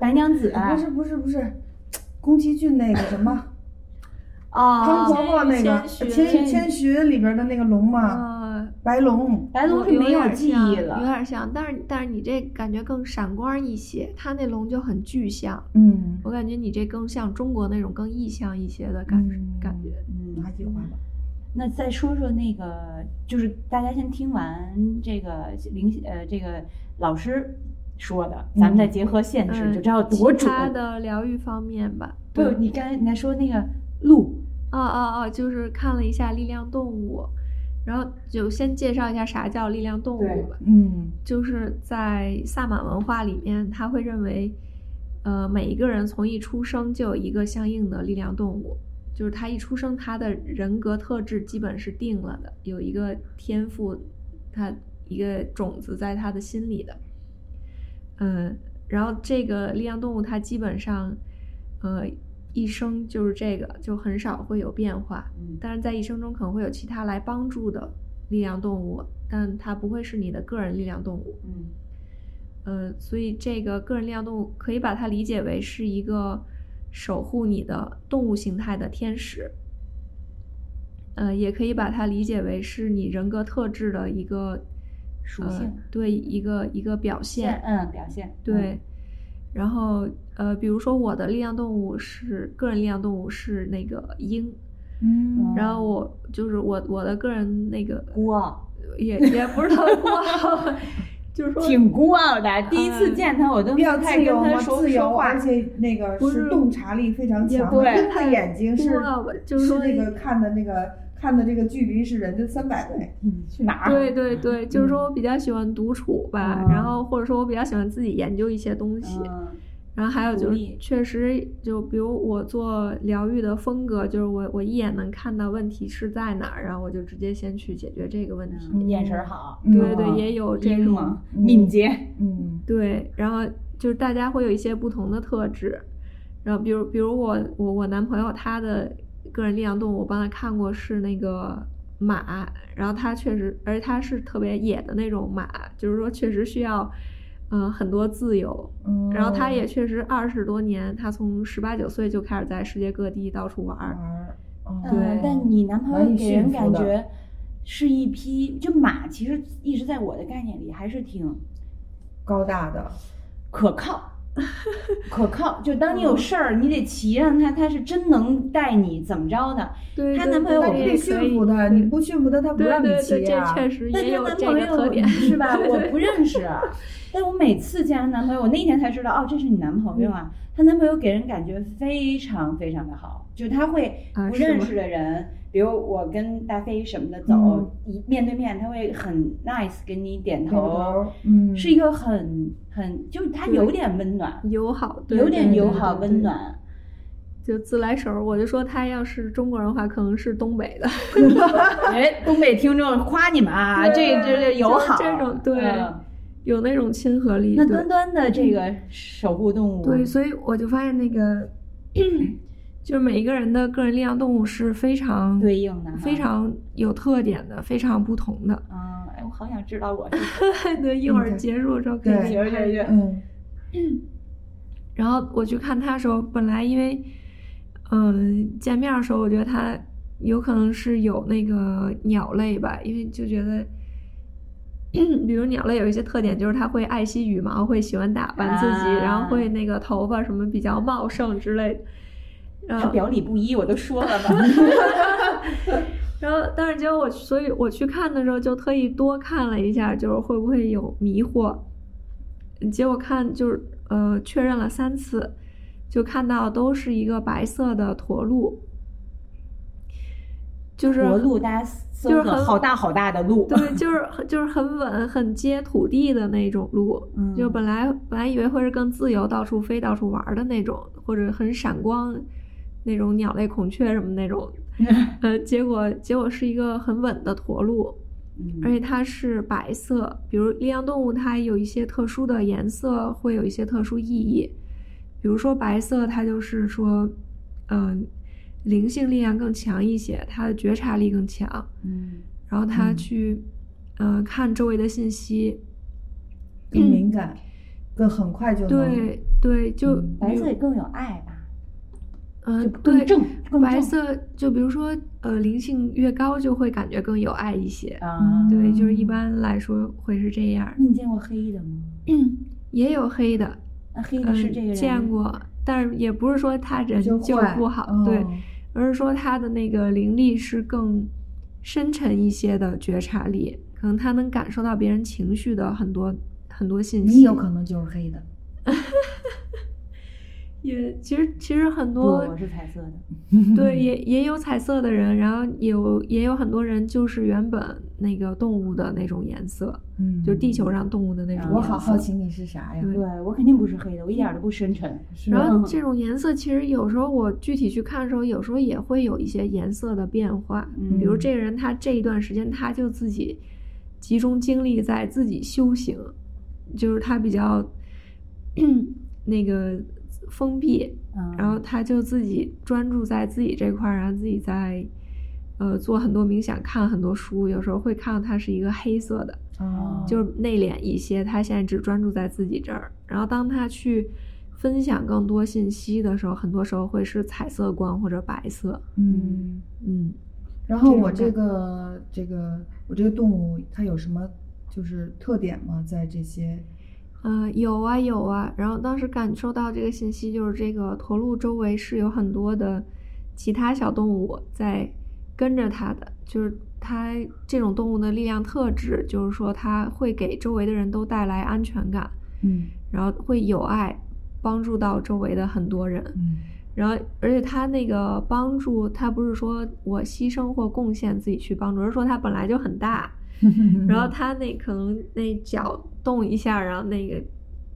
[SPEAKER 2] 白娘子
[SPEAKER 1] 不是不是不是，宫崎骏那个什么
[SPEAKER 2] 啊哦
[SPEAKER 1] 唐，伯伯那个
[SPEAKER 5] 千寻
[SPEAKER 1] 千千寻里边的那个龙嘛，
[SPEAKER 5] 呃，
[SPEAKER 1] 白龙。
[SPEAKER 2] 啊白龙
[SPEAKER 5] 我
[SPEAKER 2] 是没
[SPEAKER 5] 点
[SPEAKER 2] 记
[SPEAKER 5] 像
[SPEAKER 2] 忆
[SPEAKER 5] 有
[SPEAKER 2] 了。
[SPEAKER 5] 点像，但是但是你这感觉更闪光一些，它那龙就很具象，
[SPEAKER 1] 嗯，
[SPEAKER 5] 我感觉你这更像中国那种更意象一些的感、感觉。
[SPEAKER 1] 嗯，拿计划吧。
[SPEAKER 2] 那再说说那个，就是大家先听完这个林呃这个老师说的，咱们再结合现实，
[SPEAKER 5] 嗯
[SPEAKER 2] 就知道多
[SPEAKER 5] 其
[SPEAKER 2] 准。
[SPEAKER 5] 他的疗愈方面吧，
[SPEAKER 2] 不，你刚才你还说那个鹿，
[SPEAKER 5] 哦哦哦，就是看了一下力量动物，然后就先介绍一下啥叫力量动
[SPEAKER 2] 对
[SPEAKER 5] 物吧。
[SPEAKER 1] 嗯
[SPEAKER 5] 就是在萨满文化里面，他会认为，呃，每一个人从一出生就有一个相应的力量动物，就是他一出生他的人格特质基本是定了的，有一个天赋，他一个种子在他的心里的。嗯，然后这个力量动物它基本上，呃，一生就是这个，就很少会有变化。
[SPEAKER 2] 嗯
[SPEAKER 5] 但是在一生中可能会有其他来帮助的力量动物，但它不会是你的个人力量动物。
[SPEAKER 2] 嗯
[SPEAKER 5] 呃，所以这个个人力量动物可以把它理解为是一个守护你的动物形态的天使，呃，也可以把它理解为是你人格特质的一个
[SPEAKER 2] 属
[SPEAKER 5] 呃
[SPEAKER 2] 性
[SPEAKER 5] 对一个一个表现。
[SPEAKER 2] 嗯表现
[SPEAKER 5] 对，然后呃，比如说我的力量动物是个人力量动物是那个鹰，
[SPEAKER 1] 嗯
[SPEAKER 5] 然后我就是我我的个人那个
[SPEAKER 2] 孤傲，
[SPEAKER 5] 也也不是特别孤傲，就是说嗯
[SPEAKER 2] 挺孤傲的。第一次见他，我都
[SPEAKER 1] 比较
[SPEAKER 2] 不
[SPEAKER 1] 自
[SPEAKER 2] 太跟
[SPEAKER 1] 由
[SPEAKER 2] 他
[SPEAKER 1] 嘛，
[SPEAKER 2] 说
[SPEAKER 1] 自由，
[SPEAKER 2] 说话
[SPEAKER 1] 而且那个
[SPEAKER 5] 不
[SPEAKER 1] 是
[SPEAKER 5] 是
[SPEAKER 1] 洞察力非常
[SPEAKER 5] 也
[SPEAKER 1] 强
[SPEAKER 5] 不
[SPEAKER 1] 的，
[SPEAKER 5] 是
[SPEAKER 1] 他眼睛
[SPEAKER 5] 多
[SPEAKER 1] 是
[SPEAKER 5] 了吧就是
[SPEAKER 1] 是
[SPEAKER 5] 说
[SPEAKER 1] 那个看的那个看的这个距离是人家三百倍。
[SPEAKER 2] 你去哪儿？
[SPEAKER 5] 对对对，就是说我比较喜欢独处吧，
[SPEAKER 2] 嗯
[SPEAKER 5] 然后或者说我比较喜欢自己研究一些东西，
[SPEAKER 2] 嗯，
[SPEAKER 5] 然后还有
[SPEAKER 2] 独
[SPEAKER 5] 就是
[SPEAKER 2] 立
[SPEAKER 5] 确实就比如我做疗愈的风格，就是我我一眼能看到问题是在哪儿，然后我就直接先去解决这个问题。
[SPEAKER 2] 嗯眼神儿好，
[SPEAKER 1] 嗯
[SPEAKER 5] 对对，也有这
[SPEAKER 2] 英
[SPEAKER 5] 种
[SPEAKER 2] 嘛，
[SPEAKER 1] 嗯
[SPEAKER 2] 敏捷，
[SPEAKER 1] 嗯
[SPEAKER 5] 对，然后就是大家会有一些不同的特质，然后比如比如我我我男朋友他的个人力量动物，我帮他看过是那个马，然后他确实，而且他是特别野的那种马，就是说确实需要。嗯，很多自由，
[SPEAKER 1] 嗯
[SPEAKER 5] 然后他也确实二十多年，他从十八九岁就开始在世界各地到处玩儿
[SPEAKER 1] 玩，儿，嗯
[SPEAKER 2] 嗯，但你男朋
[SPEAKER 1] 难
[SPEAKER 2] 友
[SPEAKER 1] 以
[SPEAKER 2] 给
[SPEAKER 1] 驯
[SPEAKER 2] 人
[SPEAKER 1] 服
[SPEAKER 2] 感
[SPEAKER 1] 的
[SPEAKER 2] 觉是一匹，就马其实一直在我的概念里还是挺
[SPEAKER 1] 高大的，
[SPEAKER 2] 可靠。 可靠，就当
[SPEAKER 1] 嗯
[SPEAKER 2] 你有事儿，你得骑上它，它是真能带你怎么着的。
[SPEAKER 5] 对，
[SPEAKER 2] 她
[SPEAKER 5] 对
[SPEAKER 2] 男朋
[SPEAKER 5] 对
[SPEAKER 2] 友
[SPEAKER 1] 但
[SPEAKER 2] 我
[SPEAKER 1] 你
[SPEAKER 5] 也
[SPEAKER 1] 得
[SPEAKER 5] 可
[SPEAKER 1] 驯
[SPEAKER 5] 以
[SPEAKER 1] 服他，
[SPEAKER 5] 对
[SPEAKER 1] 你不驯服他，他不
[SPEAKER 5] 对
[SPEAKER 1] 让你
[SPEAKER 5] 对对，
[SPEAKER 1] 骑
[SPEAKER 5] 这
[SPEAKER 1] 呀。
[SPEAKER 5] 确实
[SPEAKER 2] 啊但
[SPEAKER 5] 也
[SPEAKER 2] 她
[SPEAKER 5] 有
[SPEAKER 2] 男
[SPEAKER 5] 这
[SPEAKER 2] 朋
[SPEAKER 5] 个特
[SPEAKER 2] 友
[SPEAKER 5] 点，
[SPEAKER 2] 是 吧？
[SPEAKER 5] 对
[SPEAKER 2] 我
[SPEAKER 5] 对
[SPEAKER 2] 不认识，啊但我每次见她男朋友，我那天才知道哦，这是你男朋友
[SPEAKER 5] 嗯
[SPEAKER 2] 啊。她男朋友给人感觉非常非常的好，就是他会
[SPEAKER 5] 啊
[SPEAKER 2] 不
[SPEAKER 5] 是
[SPEAKER 2] 认
[SPEAKER 5] 吗
[SPEAKER 2] 识的人，比如我跟大飞什么的走
[SPEAKER 1] 嗯，
[SPEAKER 2] 一、面对面，他会很 nice 给你点
[SPEAKER 1] 点
[SPEAKER 2] 头，
[SPEAKER 1] 头嗯
[SPEAKER 2] 是一个很很就是他
[SPEAKER 5] 对
[SPEAKER 2] 有点温暖，
[SPEAKER 5] 友好，对
[SPEAKER 2] 有
[SPEAKER 5] 对
[SPEAKER 2] 点
[SPEAKER 5] 对
[SPEAKER 2] 友
[SPEAKER 5] 对
[SPEAKER 2] 好
[SPEAKER 5] 对
[SPEAKER 2] 温暖。
[SPEAKER 5] 就自来熟儿，我就说他要是中国人的话，可能是东北的，
[SPEAKER 2] 哎，东北听众夸你们啊，这这这友好
[SPEAKER 5] 就是这种对
[SPEAKER 2] 嗯
[SPEAKER 5] 有那种亲和力。
[SPEAKER 2] 那
[SPEAKER 5] 对
[SPEAKER 2] 端端的这个守护动物，
[SPEAKER 5] 对，所以我就发现那个，就是每一个人的个人力量动物是非常
[SPEAKER 2] 对应的哈
[SPEAKER 5] 嗯非常有特点的，非常不同的。
[SPEAKER 2] 嗯，哎，我好想知道我是
[SPEAKER 5] 对，
[SPEAKER 2] 嗯
[SPEAKER 5] 一会儿结束之后可以
[SPEAKER 1] 对
[SPEAKER 5] 去
[SPEAKER 2] 有有有，
[SPEAKER 1] 嗯
[SPEAKER 5] 然后我去看他的时候，本来因为，嗯、见面的时候，我觉得他有可能是有那个鸟类吧，因为就觉得， 比如鸟类有一些特点，就是它会爱惜羽毛，会喜欢打扮自己，
[SPEAKER 2] 啊
[SPEAKER 5] 然后会那个头发什么比较茂盛之类的。然
[SPEAKER 2] 他
[SPEAKER 5] 后，
[SPEAKER 2] 表里不一，我都说了吧，
[SPEAKER 5] 嗯然后，但是结果我，所以我去看的时候就特意多看了一下，就是会不会有迷惑。结果看就是呃确认了三次，就看到都是一个白色的驼鹿，就是
[SPEAKER 2] 驼鹿，大家搜
[SPEAKER 5] 就是
[SPEAKER 2] 索
[SPEAKER 5] 很
[SPEAKER 2] 好大好大的鹿，
[SPEAKER 5] 对，就是很就是很稳、很接土地的那种鹿。
[SPEAKER 2] 嗯
[SPEAKER 5] 就本来本来以为会是更自由、到处飞、到处玩儿的那种，或者很闪光，那种鸟类、孔雀什么 那种，呃，结果结果是一个很稳的驼鹿，
[SPEAKER 2] 嗯
[SPEAKER 1] 嗯
[SPEAKER 5] 而且它是白色。比如羚羊动物，它有一些特殊的颜色，会有一些特殊意义。比如说白色，它就是说，嗯、灵性力量更强一些，它的觉察力更强。
[SPEAKER 1] 嗯，
[SPEAKER 5] 然后它
[SPEAKER 1] 嗯
[SPEAKER 5] 去，呃，看周围的信息。
[SPEAKER 1] 更敏感，更很快就能
[SPEAKER 5] 嗯对对，就、
[SPEAKER 1] 嗯
[SPEAKER 2] 白色也更有爱吧，
[SPEAKER 5] 嗯、
[SPEAKER 2] 就
[SPEAKER 5] 对
[SPEAKER 2] 更正，更
[SPEAKER 5] 白
[SPEAKER 2] 正
[SPEAKER 5] 色就比如说，呃，灵性越高就会感觉更有爱一些。
[SPEAKER 2] 啊。
[SPEAKER 5] 嗯对，就是一般来说会是这 样。
[SPEAKER 2] 那你见过黑的吗？
[SPEAKER 5] 也有黑的，
[SPEAKER 2] 那黑的
[SPEAKER 5] 嗯，
[SPEAKER 2] 是这个人
[SPEAKER 5] 见过，但是也不是说他人
[SPEAKER 1] 就
[SPEAKER 5] 就
[SPEAKER 1] 坏
[SPEAKER 5] 不好，
[SPEAKER 2] 嗯
[SPEAKER 1] 哦
[SPEAKER 5] 对，而是说他的那个灵力是更深沉一些的觉察力，可能他能感受到别人情绪的很多很多信息。
[SPEAKER 1] 你有可能就是黑的，
[SPEAKER 5] 也其实其实很
[SPEAKER 2] 不，
[SPEAKER 5] 多
[SPEAKER 2] 我是彩色的。
[SPEAKER 1] 嗯
[SPEAKER 5] 对，也也有彩色的人，然后有也有很多人就是原本那个动物的那种颜色，
[SPEAKER 1] 嗯，
[SPEAKER 5] 就是地球上动物的那种颜色。
[SPEAKER 1] 我好好奇你是啥呀？
[SPEAKER 5] 对
[SPEAKER 2] 对我肯定不是黑的，我一点儿都不深沉。
[SPEAKER 1] 是
[SPEAKER 5] 然
[SPEAKER 1] 吧
[SPEAKER 5] 后这种颜色其实有时候我具体去看的时候，有时候也会有一些颜色的变化。
[SPEAKER 2] 嗯
[SPEAKER 5] 比如这个人他这一段时间他就自己集中精力在自己修行，就是他比较 那个封闭，
[SPEAKER 2] 嗯，
[SPEAKER 5] 然后他就自己专注在自己这块儿，然后自己在呃做很多冥想，看很多书，有时候会看到他是一个黑色的。
[SPEAKER 1] 哦
[SPEAKER 5] 就是内敛一些，他现在只专注在自己这儿。然后当他去分享更多信息的时候，很多时候会是彩色光或者白色。
[SPEAKER 1] 嗯。
[SPEAKER 5] 嗯，
[SPEAKER 1] 然后
[SPEAKER 5] 这
[SPEAKER 1] 我
[SPEAKER 5] 种
[SPEAKER 1] 这
[SPEAKER 5] 感
[SPEAKER 1] 个这个我这个动物它有什么就是特点吗？在这些
[SPEAKER 5] 呃，有啊有啊。然后当时感受到这个信息，就是这个驼鹿周围是有很多的其他小动物在跟着它的，就是它这种动物的力量特质，就是说它会给周围的人都带来安全感，
[SPEAKER 1] 嗯
[SPEAKER 5] 然后会有爱，帮助到周围的很多人。
[SPEAKER 1] 嗯
[SPEAKER 5] 然后，而且他那个帮助，他不是说我牺牲或贡献自己去帮助，而是说他本来就很大，
[SPEAKER 1] 嗯
[SPEAKER 2] 嗯
[SPEAKER 5] 然后他那可能那脚动一下，然后那个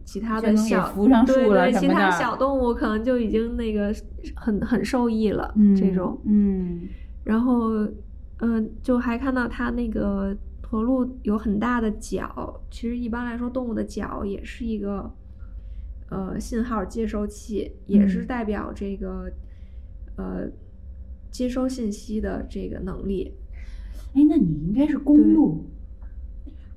[SPEAKER 5] 其他
[SPEAKER 2] 就
[SPEAKER 5] 的
[SPEAKER 2] 能给
[SPEAKER 5] 小
[SPEAKER 2] 扶上树了
[SPEAKER 5] 对对，
[SPEAKER 2] 什
[SPEAKER 5] 其
[SPEAKER 2] 么
[SPEAKER 5] 他
[SPEAKER 2] 的
[SPEAKER 5] 小动物可能就已经那个很很受益了、这种。
[SPEAKER 2] 嗯
[SPEAKER 5] 然后，嗯、就还看到它那个驼鹿有很大的角，其实一般来说，动物的角也是一个呃信号接收器，也是
[SPEAKER 1] 嗯
[SPEAKER 5] 代表这个、呃接收信息的这个能力。
[SPEAKER 2] 哎，那你应该是公鹿，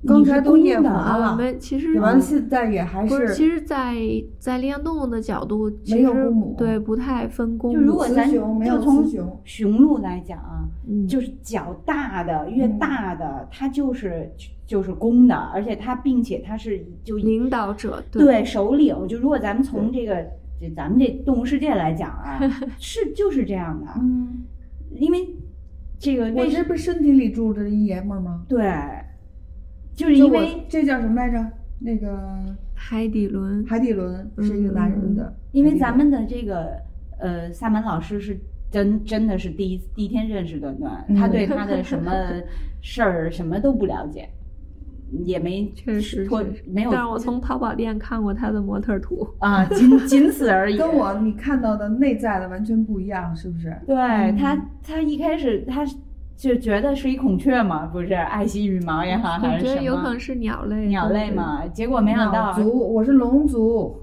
[SPEAKER 1] 刚
[SPEAKER 2] 你是
[SPEAKER 1] 才都
[SPEAKER 2] 公
[SPEAKER 1] 夜
[SPEAKER 2] 的
[SPEAKER 1] 环
[SPEAKER 2] 啊
[SPEAKER 1] 了
[SPEAKER 5] 我们其实
[SPEAKER 1] 对完了现在也还
[SPEAKER 5] 不
[SPEAKER 1] 是
[SPEAKER 5] 是，其实在，在领养动物的角度，其
[SPEAKER 1] 没有
[SPEAKER 5] 实
[SPEAKER 1] 公母
[SPEAKER 5] 对不太分公母，
[SPEAKER 2] 就如果
[SPEAKER 1] 嗯雌
[SPEAKER 2] 咱
[SPEAKER 1] 雄没有
[SPEAKER 2] 就从
[SPEAKER 1] 雌雄
[SPEAKER 2] 雄鹿来讲啊，
[SPEAKER 5] 嗯
[SPEAKER 2] 就是脚大的越
[SPEAKER 1] 嗯
[SPEAKER 2] 大的，它就是就是公的，而且它并且它是就
[SPEAKER 5] 领导者
[SPEAKER 2] 对首领。就如果咱们从这个这咱们这动物世界来讲啊， 是就是这样的，
[SPEAKER 1] 嗯，
[SPEAKER 2] 因为这个
[SPEAKER 1] 我
[SPEAKER 2] 为
[SPEAKER 1] 这
[SPEAKER 2] 什
[SPEAKER 1] 不是身体里住着一爷们儿吗？
[SPEAKER 2] 对，就是
[SPEAKER 1] 就
[SPEAKER 2] 因
[SPEAKER 1] 我
[SPEAKER 2] 为
[SPEAKER 1] 这叫什么来着？那个
[SPEAKER 5] 海底轮，
[SPEAKER 1] 海底轮是一个男人的，
[SPEAKER 2] 因为
[SPEAKER 1] 海底
[SPEAKER 2] 咱们的这个呃，萨满老师是真真的是第一第一天认识段段，
[SPEAKER 1] 嗯
[SPEAKER 2] 他对他的什 么事儿什么都不了解，也没
[SPEAKER 5] 确实
[SPEAKER 2] 脱
[SPEAKER 5] 确实
[SPEAKER 2] 没有，
[SPEAKER 5] 但是我从淘宝店看过他的模特图，
[SPEAKER 2] 啊仅仅此而已。
[SPEAKER 1] 跟我你看到的内在的完全不一样，是不是？
[SPEAKER 2] 对
[SPEAKER 5] 嗯
[SPEAKER 2] 他他一开始他就觉得是一孔雀嘛，不是爱惜羽毛 也好，还
[SPEAKER 5] 我
[SPEAKER 2] 是
[SPEAKER 5] 觉
[SPEAKER 2] 什
[SPEAKER 5] 得
[SPEAKER 2] 么
[SPEAKER 5] 有可能是鸟类，
[SPEAKER 2] 鸟
[SPEAKER 5] 对
[SPEAKER 2] 类。嘛，结果没想到啊
[SPEAKER 1] 鸟族，我是龙族，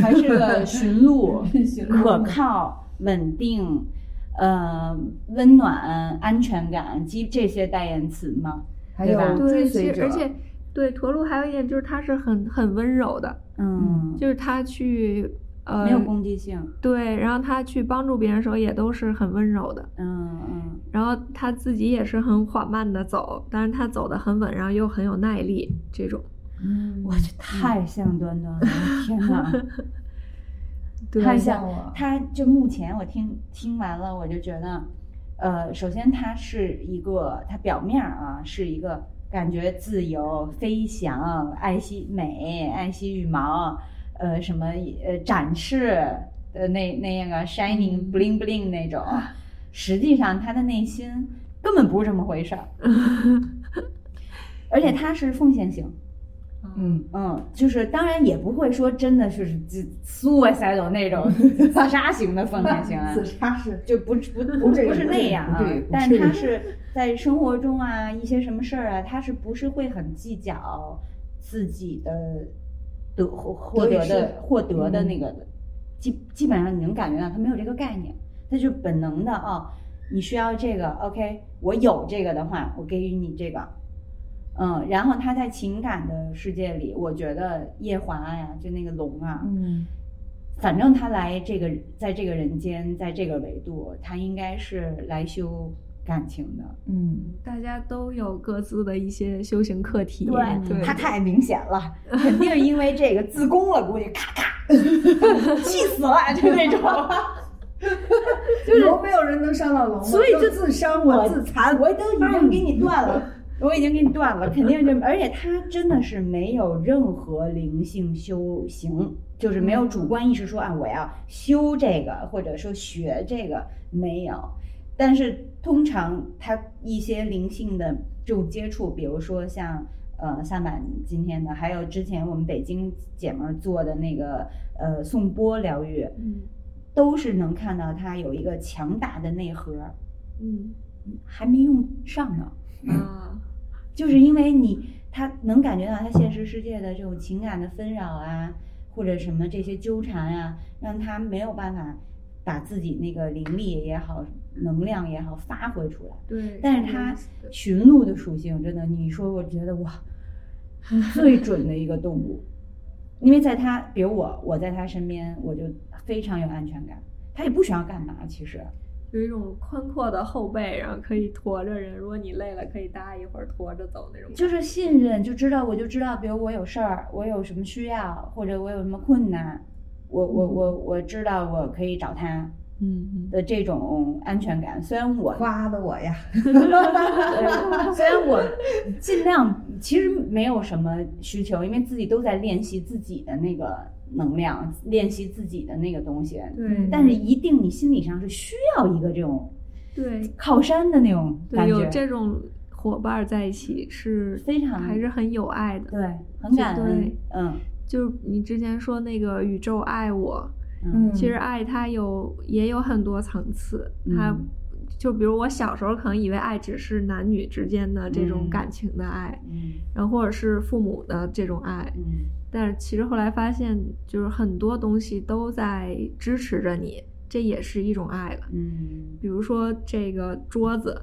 [SPEAKER 2] 还是 个驯鹿
[SPEAKER 1] 驯，鹿
[SPEAKER 2] 可靠、稳定，呃，温暖、安全感，及这些代言词吗？
[SPEAKER 1] 还
[SPEAKER 2] 对吧
[SPEAKER 1] 有追
[SPEAKER 5] 对，其
[SPEAKER 1] 随
[SPEAKER 5] 实
[SPEAKER 1] 者，
[SPEAKER 5] 而且对驼鹿还有一点就是它是很很温柔的，
[SPEAKER 2] 嗯，
[SPEAKER 5] 就是它去呃
[SPEAKER 2] 没有攻击性，
[SPEAKER 5] 对，然后它去帮助别人的时候也都是很温柔的，
[SPEAKER 2] 嗯嗯
[SPEAKER 5] 然后它自己也是很缓慢的走，但是它走的很稳，然后又很有耐力这种。
[SPEAKER 1] 嗯，
[SPEAKER 2] 我去，啊太像端 端了，天哪！
[SPEAKER 5] 对
[SPEAKER 2] 太像
[SPEAKER 1] 像我
[SPEAKER 2] 他就目前我听听完了，我就觉得，呃，首先它是一个，它表面儿啊是一个感觉自由、飞翔、爱惜美、爱惜羽毛，呃，什么呃展示呃那那个 shining bling bling 那种，实际上他的内心根本不是这么回事儿，而且他是奉献型，
[SPEAKER 1] 嗯
[SPEAKER 2] 嗯，就是当然也不会说真的是就 suicidal 那种 自杀型啊的犯罪性 案，
[SPEAKER 1] 自杀是
[SPEAKER 2] 就不不不
[SPEAKER 1] 不这个
[SPEAKER 2] 是
[SPEAKER 1] 不
[SPEAKER 2] 那
[SPEAKER 1] 这个
[SPEAKER 2] 样啊
[SPEAKER 1] 不这个，不
[SPEAKER 2] 但
[SPEAKER 1] 是
[SPEAKER 2] 他是在生活中啊一些什么事儿啊，他是不是会很计较自己的得获获得
[SPEAKER 3] 得与
[SPEAKER 2] 的获得
[SPEAKER 1] 嗯
[SPEAKER 2] 的那个的，基基本上你能感觉到他没有这个概念，他就本能的啊，你需要这个，OK，我有这个的话，我给予你这个。嗯，然后他在情感的世界里，我觉得夜华呀，就那个龙啊，
[SPEAKER 1] 嗯
[SPEAKER 2] 反正他来这个，在这个人间，在这个维度，他应该是来修感情的。
[SPEAKER 1] 嗯
[SPEAKER 5] 大家都有各自的一些修行课题，嗯
[SPEAKER 1] 对
[SPEAKER 2] 他太明显了，肯定是因为这个自宫了，估计咔咔， 气死了，就那种。
[SPEAKER 1] 就是没有人能伤到龙吗，
[SPEAKER 2] 所以
[SPEAKER 1] 都
[SPEAKER 2] 就
[SPEAKER 1] 自伤我自残，
[SPEAKER 2] 我都已经给你断了， 我已经给你断了，肯定是这么。而且他真的是没有任何灵性修行，就是没有主观意识说啊，我要修这个，或者说学这个，没有。但是通常他一些灵性的这种接触，比如说像呃萨满今天的，还有之前我们北京姐们儿做的那个呃颂钵疗愈，
[SPEAKER 5] 嗯
[SPEAKER 2] 都是能看到他有一个强大的内核，
[SPEAKER 5] 嗯
[SPEAKER 2] 还没用上呢。
[SPEAKER 5] 啊，
[SPEAKER 2] 就是因为你他能感觉到他现实世界的这种情感的纷扰啊，或者什么这些纠缠啊，让他没有办法把自己那个灵力也好、能量也好发挥出来。
[SPEAKER 5] 对，
[SPEAKER 2] 但是他
[SPEAKER 5] 嗯
[SPEAKER 2] 驯鹿的属性真的，你说我觉得哇，最准的一个动物，因为在他，比如我，我在他身边，我就非常有安全感。他也不需要干嘛，其实，
[SPEAKER 3] 有一种宽阔的后背，然后可以驮着人。如果你累了，可以搭一会儿驮着走那种。
[SPEAKER 2] 就是信任，就知道我就知道，比如我有事儿，我有什么需要，或者我有什么困难，我我我我知道我可以找他
[SPEAKER 5] 嗯
[SPEAKER 2] 的这种安全感。虽然我
[SPEAKER 1] 夸的我呀，
[SPEAKER 2] 呃虽然我尽量其实没有什么需求，因为自己都在练习自己的那个能量，练习自己的那个东西。
[SPEAKER 5] 嗯
[SPEAKER 3] 对
[SPEAKER 2] 但是一定你心理上是需要一个这种
[SPEAKER 5] 对
[SPEAKER 2] 靠山的那种
[SPEAKER 5] 对，
[SPEAKER 2] 感
[SPEAKER 5] 有
[SPEAKER 2] 觉，
[SPEAKER 5] 这种伙伴在一起是
[SPEAKER 2] 非常
[SPEAKER 5] 还是很有爱的，
[SPEAKER 2] 对，很感恩
[SPEAKER 5] 对，
[SPEAKER 2] 嗯
[SPEAKER 5] 就是你之前说那个宇宙爱我，
[SPEAKER 2] 嗯
[SPEAKER 5] 其实爱它有也有很多层次，它
[SPEAKER 2] 嗯
[SPEAKER 5] 就比如我小时候可能以为爱只是男女之间的这种
[SPEAKER 2] 嗯
[SPEAKER 5] 感情的爱，
[SPEAKER 2] 嗯
[SPEAKER 5] 然后或者是父母的这种爱，
[SPEAKER 2] 嗯
[SPEAKER 5] 但是其实后来发现，就是很多东西都在支持着你，这也是一种爱了。
[SPEAKER 2] 嗯
[SPEAKER 5] 比如说这个桌子，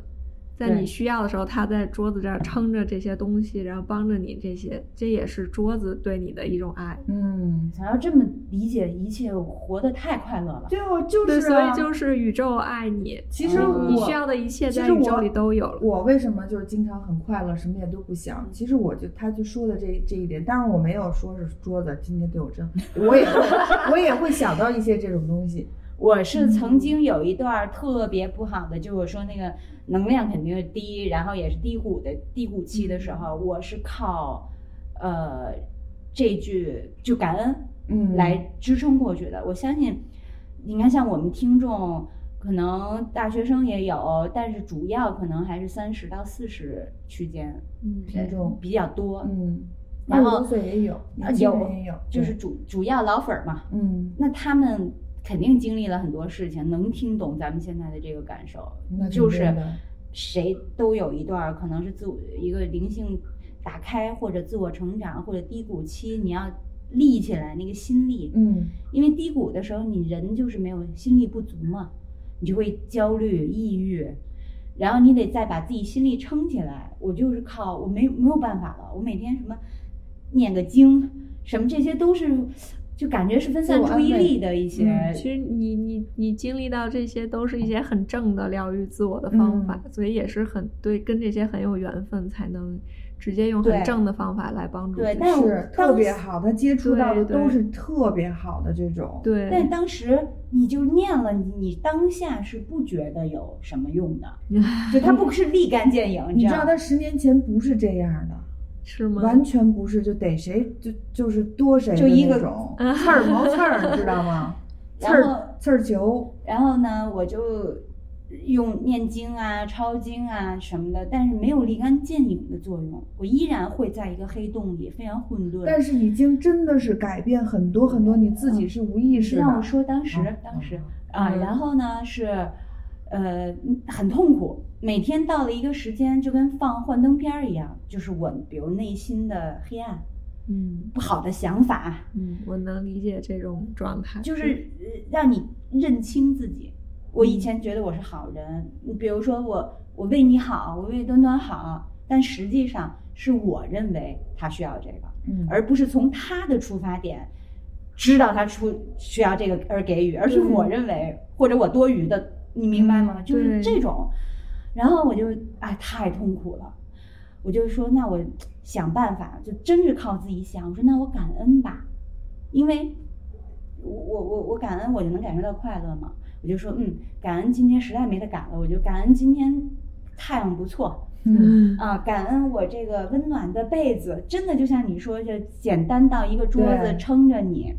[SPEAKER 5] 在
[SPEAKER 2] 对
[SPEAKER 5] 你需要的时候，它在桌子这儿撑着这些东西，然后帮着你这些，这也是桌子对你的一种爱。
[SPEAKER 1] 嗯，
[SPEAKER 2] 想要这么理解一切，我活得太快乐了。
[SPEAKER 1] 对，我就
[SPEAKER 5] 对，
[SPEAKER 1] 是
[SPEAKER 5] 所以
[SPEAKER 1] 啊
[SPEAKER 5] 就是宇宙爱你，
[SPEAKER 1] 其实
[SPEAKER 2] 嗯
[SPEAKER 5] 你
[SPEAKER 1] 我
[SPEAKER 5] 需要的一切
[SPEAKER 1] 其
[SPEAKER 5] 在
[SPEAKER 1] 实
[SPEAKER 5] 宇宙
[SPEAKER 1] 我
[SPEAKER 5] 里都有了。
[SPEAKER 1] 我为什么就是经常很快乐，什么也都不想？其实我就他就说的这这一点，当然我没有说是桌子今天对我真，我也会我也会想到一些这种东西。
[SPEAKER 2] 我
[SPEAKER 1] 嗯
[SPEAKER 2] 是曾经有一段特别不好的，就是我说那个能量肯定是低，然后也是低谷的低谷期的时
[SPEAKER 1] 嗯
[SPEAKER 2] 候，我是靠，呃，这句就感恩，
[SPEAKER 1] 嗯
[SPEAKER 2] 来支撑过去的。我相信，你看，像我们听众，可能大学生也有，但是主要可能还是三十到四十区间，
[SPEAKER 5] 嗯
[SPEAKER 1] 听众
[SPEAKER 2] 比较多。
[SPEAKER 1] 嗯，
[SPEAKER 2] 然后
[SPEAKER 1] 25岁也有，
[SPEAKER 2] 啊
[SPEAKER 1] 年轻
[SPEAKER 2] 有
[SPEAKER 1] 人也有，
[SPEAKER 2] 就是
[SPEAKER 1] 对
[SPEAKER 2] 主主要老粉儿嘛，
[SPEAKER 1] 嗯，
[SPEAKER 2] 那他们肯定经历了很多事情，能听懂咱们现在的这个感受
[SPEAKER 1] 那，肯
[SPEAKER 2] 就
[SPEAKER 1] 定
[SPEAKER 2] 是
[SPEAKER 1] 的
[SPEAKER 2] 谁都有一段儿可能是自我一个灵性打开，或者自我成长，或者低谷期，你要立起来那个心力，
[SPEAKER 1] 嗯
[SPEAKER 2] 因为低谷的时候你人就是没有心力不足嘛，你就会焦虑、抑郁。然后你得再把自己心力撑起来。我就是靠我没没有办法了，我每天什么念个经，什么这些都是，就感觉是分
[SPEAKER 1] 自
[SPEAKER 2] 散
[SPEAKER 1] 我
[SPEAKER 2] 注意
[SPEAKER 1] 安慰
[SPEAKER 2] 力的一些
[SPEAKER 1] 嗯
[SPEAKER 5] 其实你你你经历到这些，都是一些很正的疗愈自我的
[SPEAKER 2] 嗯
[SPEAKER 5] 方法，所以也是很对，跟这些很有缘分，才能直接用很
[SPEAKER 2] 对
[SPEAKER 5] 正的方法来帮助自
[SPEAKER 2] 对
[SPEAKER 5] 己。
[SPEAKER 2] 但我
[SPEAKER 1] 是特
[SPEAKER 2] 当
[SPEAKER 1] 别
[SPEAKER 2] 时
[SPEAKER 1] 好，他接触到的
[SPEAKER 5] 对
[SPEAKER 1] 都
[SPEAKER 5] 对
[SPEAKER 1] 是特别好的这种，
[SPEAKER 5] 对
[SPEAKER 2] 但当时你就念了，你你当下是不觉得有什么用 的，就它不是立竿见影，
[SPEAKER 1] 你知道
[SPEAKER 2] 道
[SPEAKER 1] 他十年前不是这样的，
[SPEAKER 5] 是吗？
[SPEAKER 1] 完全不是，就逮谁就就是多谁
[SPEAKER 2] 就
[SPEAKER 1] 的
[SPEAKER 2] 一
[SPEAKER 1] 那
[SPEAKER 2] 个
[SPEAKER 1] 种刺儿毛刺儿，你知道吗？刺
[SPEAKER 2] 然后
[SPEAKER 1] 儿刺儿球，
[SPEAKER 2] 然后呢，我就用念经啊、抄经啊什么的，但是没有立竿见影的作用。我依然会在一个黑洞里，非常混沌。
[SPEAKER 1] 但是已经真的是改变很多很多，你自己是无意识
[SPEAKER 2] 让我
[SPEAKER 1] 的。
[SPEAKER 2] 说当时，
[SPEAKER 1] 嗯
[SPEAKER 2] 当时啊，
[SPEAKER 1] 嗯
[SPEAKER 2] 然后呢是，呃，很痛苦。每天到了一个时间，就跟放幻灯片儿一样，就是我比如内心的黑暗、
[SPEAKER 5] 嗯
[SPEAKER 2] 不好的想法，啊
[SPEAKER 5] 嗯，我能理解这种状态，
[SPEAKER 2] 就是呃让你认清自己。我以前觉得我是好人，你比如说我我为你好，我为端端好，但实际上是我认为他需要这个，
[SPEAKER 1] 嗯
[SPEAKER 2] 而不是从他的出发点知道他出需要这个而给予，而是我认为或者我多余的，你明白吗？就是
[SPEAKER 5] 对
[SPEAKER 2] 这种，然后我就哎太痛苦了，我就说那我想办法，就真是靠自己想。我说那我感恩吧，因为我我我我感恩，我就能感受到快乐嘛。我就说嗯，感恩今天实在没得感了，我就感恩今天太阳不错，
[SPEAKER 5] 嗯
[SPEAKER 2] 啊，感恩我这个温暖的被子，真的就像你说，就简单到一个桌子
[SPEAKER 1] 对
[SPEAKER 2] 撑着你。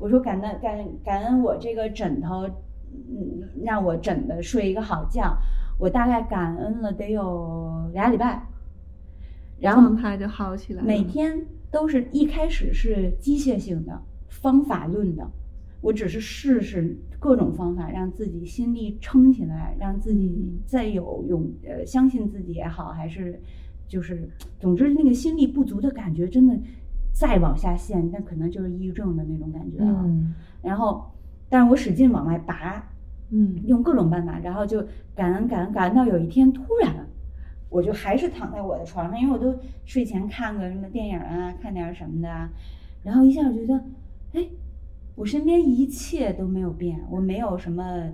[SPEAKER 2] 我说感恩感感恩我这个枕头，嗯，让我枕的睡一个好觉。我大概感恩了得有俩礼拜，然后
[SPEAKER 5] 状态就好起来了。
[SPEAKER 2] 每天都是一开始是机械性的、方法论的，我只是试试各种方法，让自己心力撑起来，让自己再有勇呃相信自己也好，还是就是总之那个心力不足的感觉，真的再往下陷，那可能就是抑郁症的那种感觉了。
[SPEAKER 1] 嗯，
[SPEAKER 2] 然后，但是我使劲往外拔，
[SPEAKER 5] 嗯
[SPEAKER 2] 用各种办法，然后就感恩感恩感恩到有一天突然，我就还是躺在我的床上，因为我都睡前看个什么电影啊，看点儿什么的啊，然后一下我觉得，哎，我身边一切都没有变，我没有什么。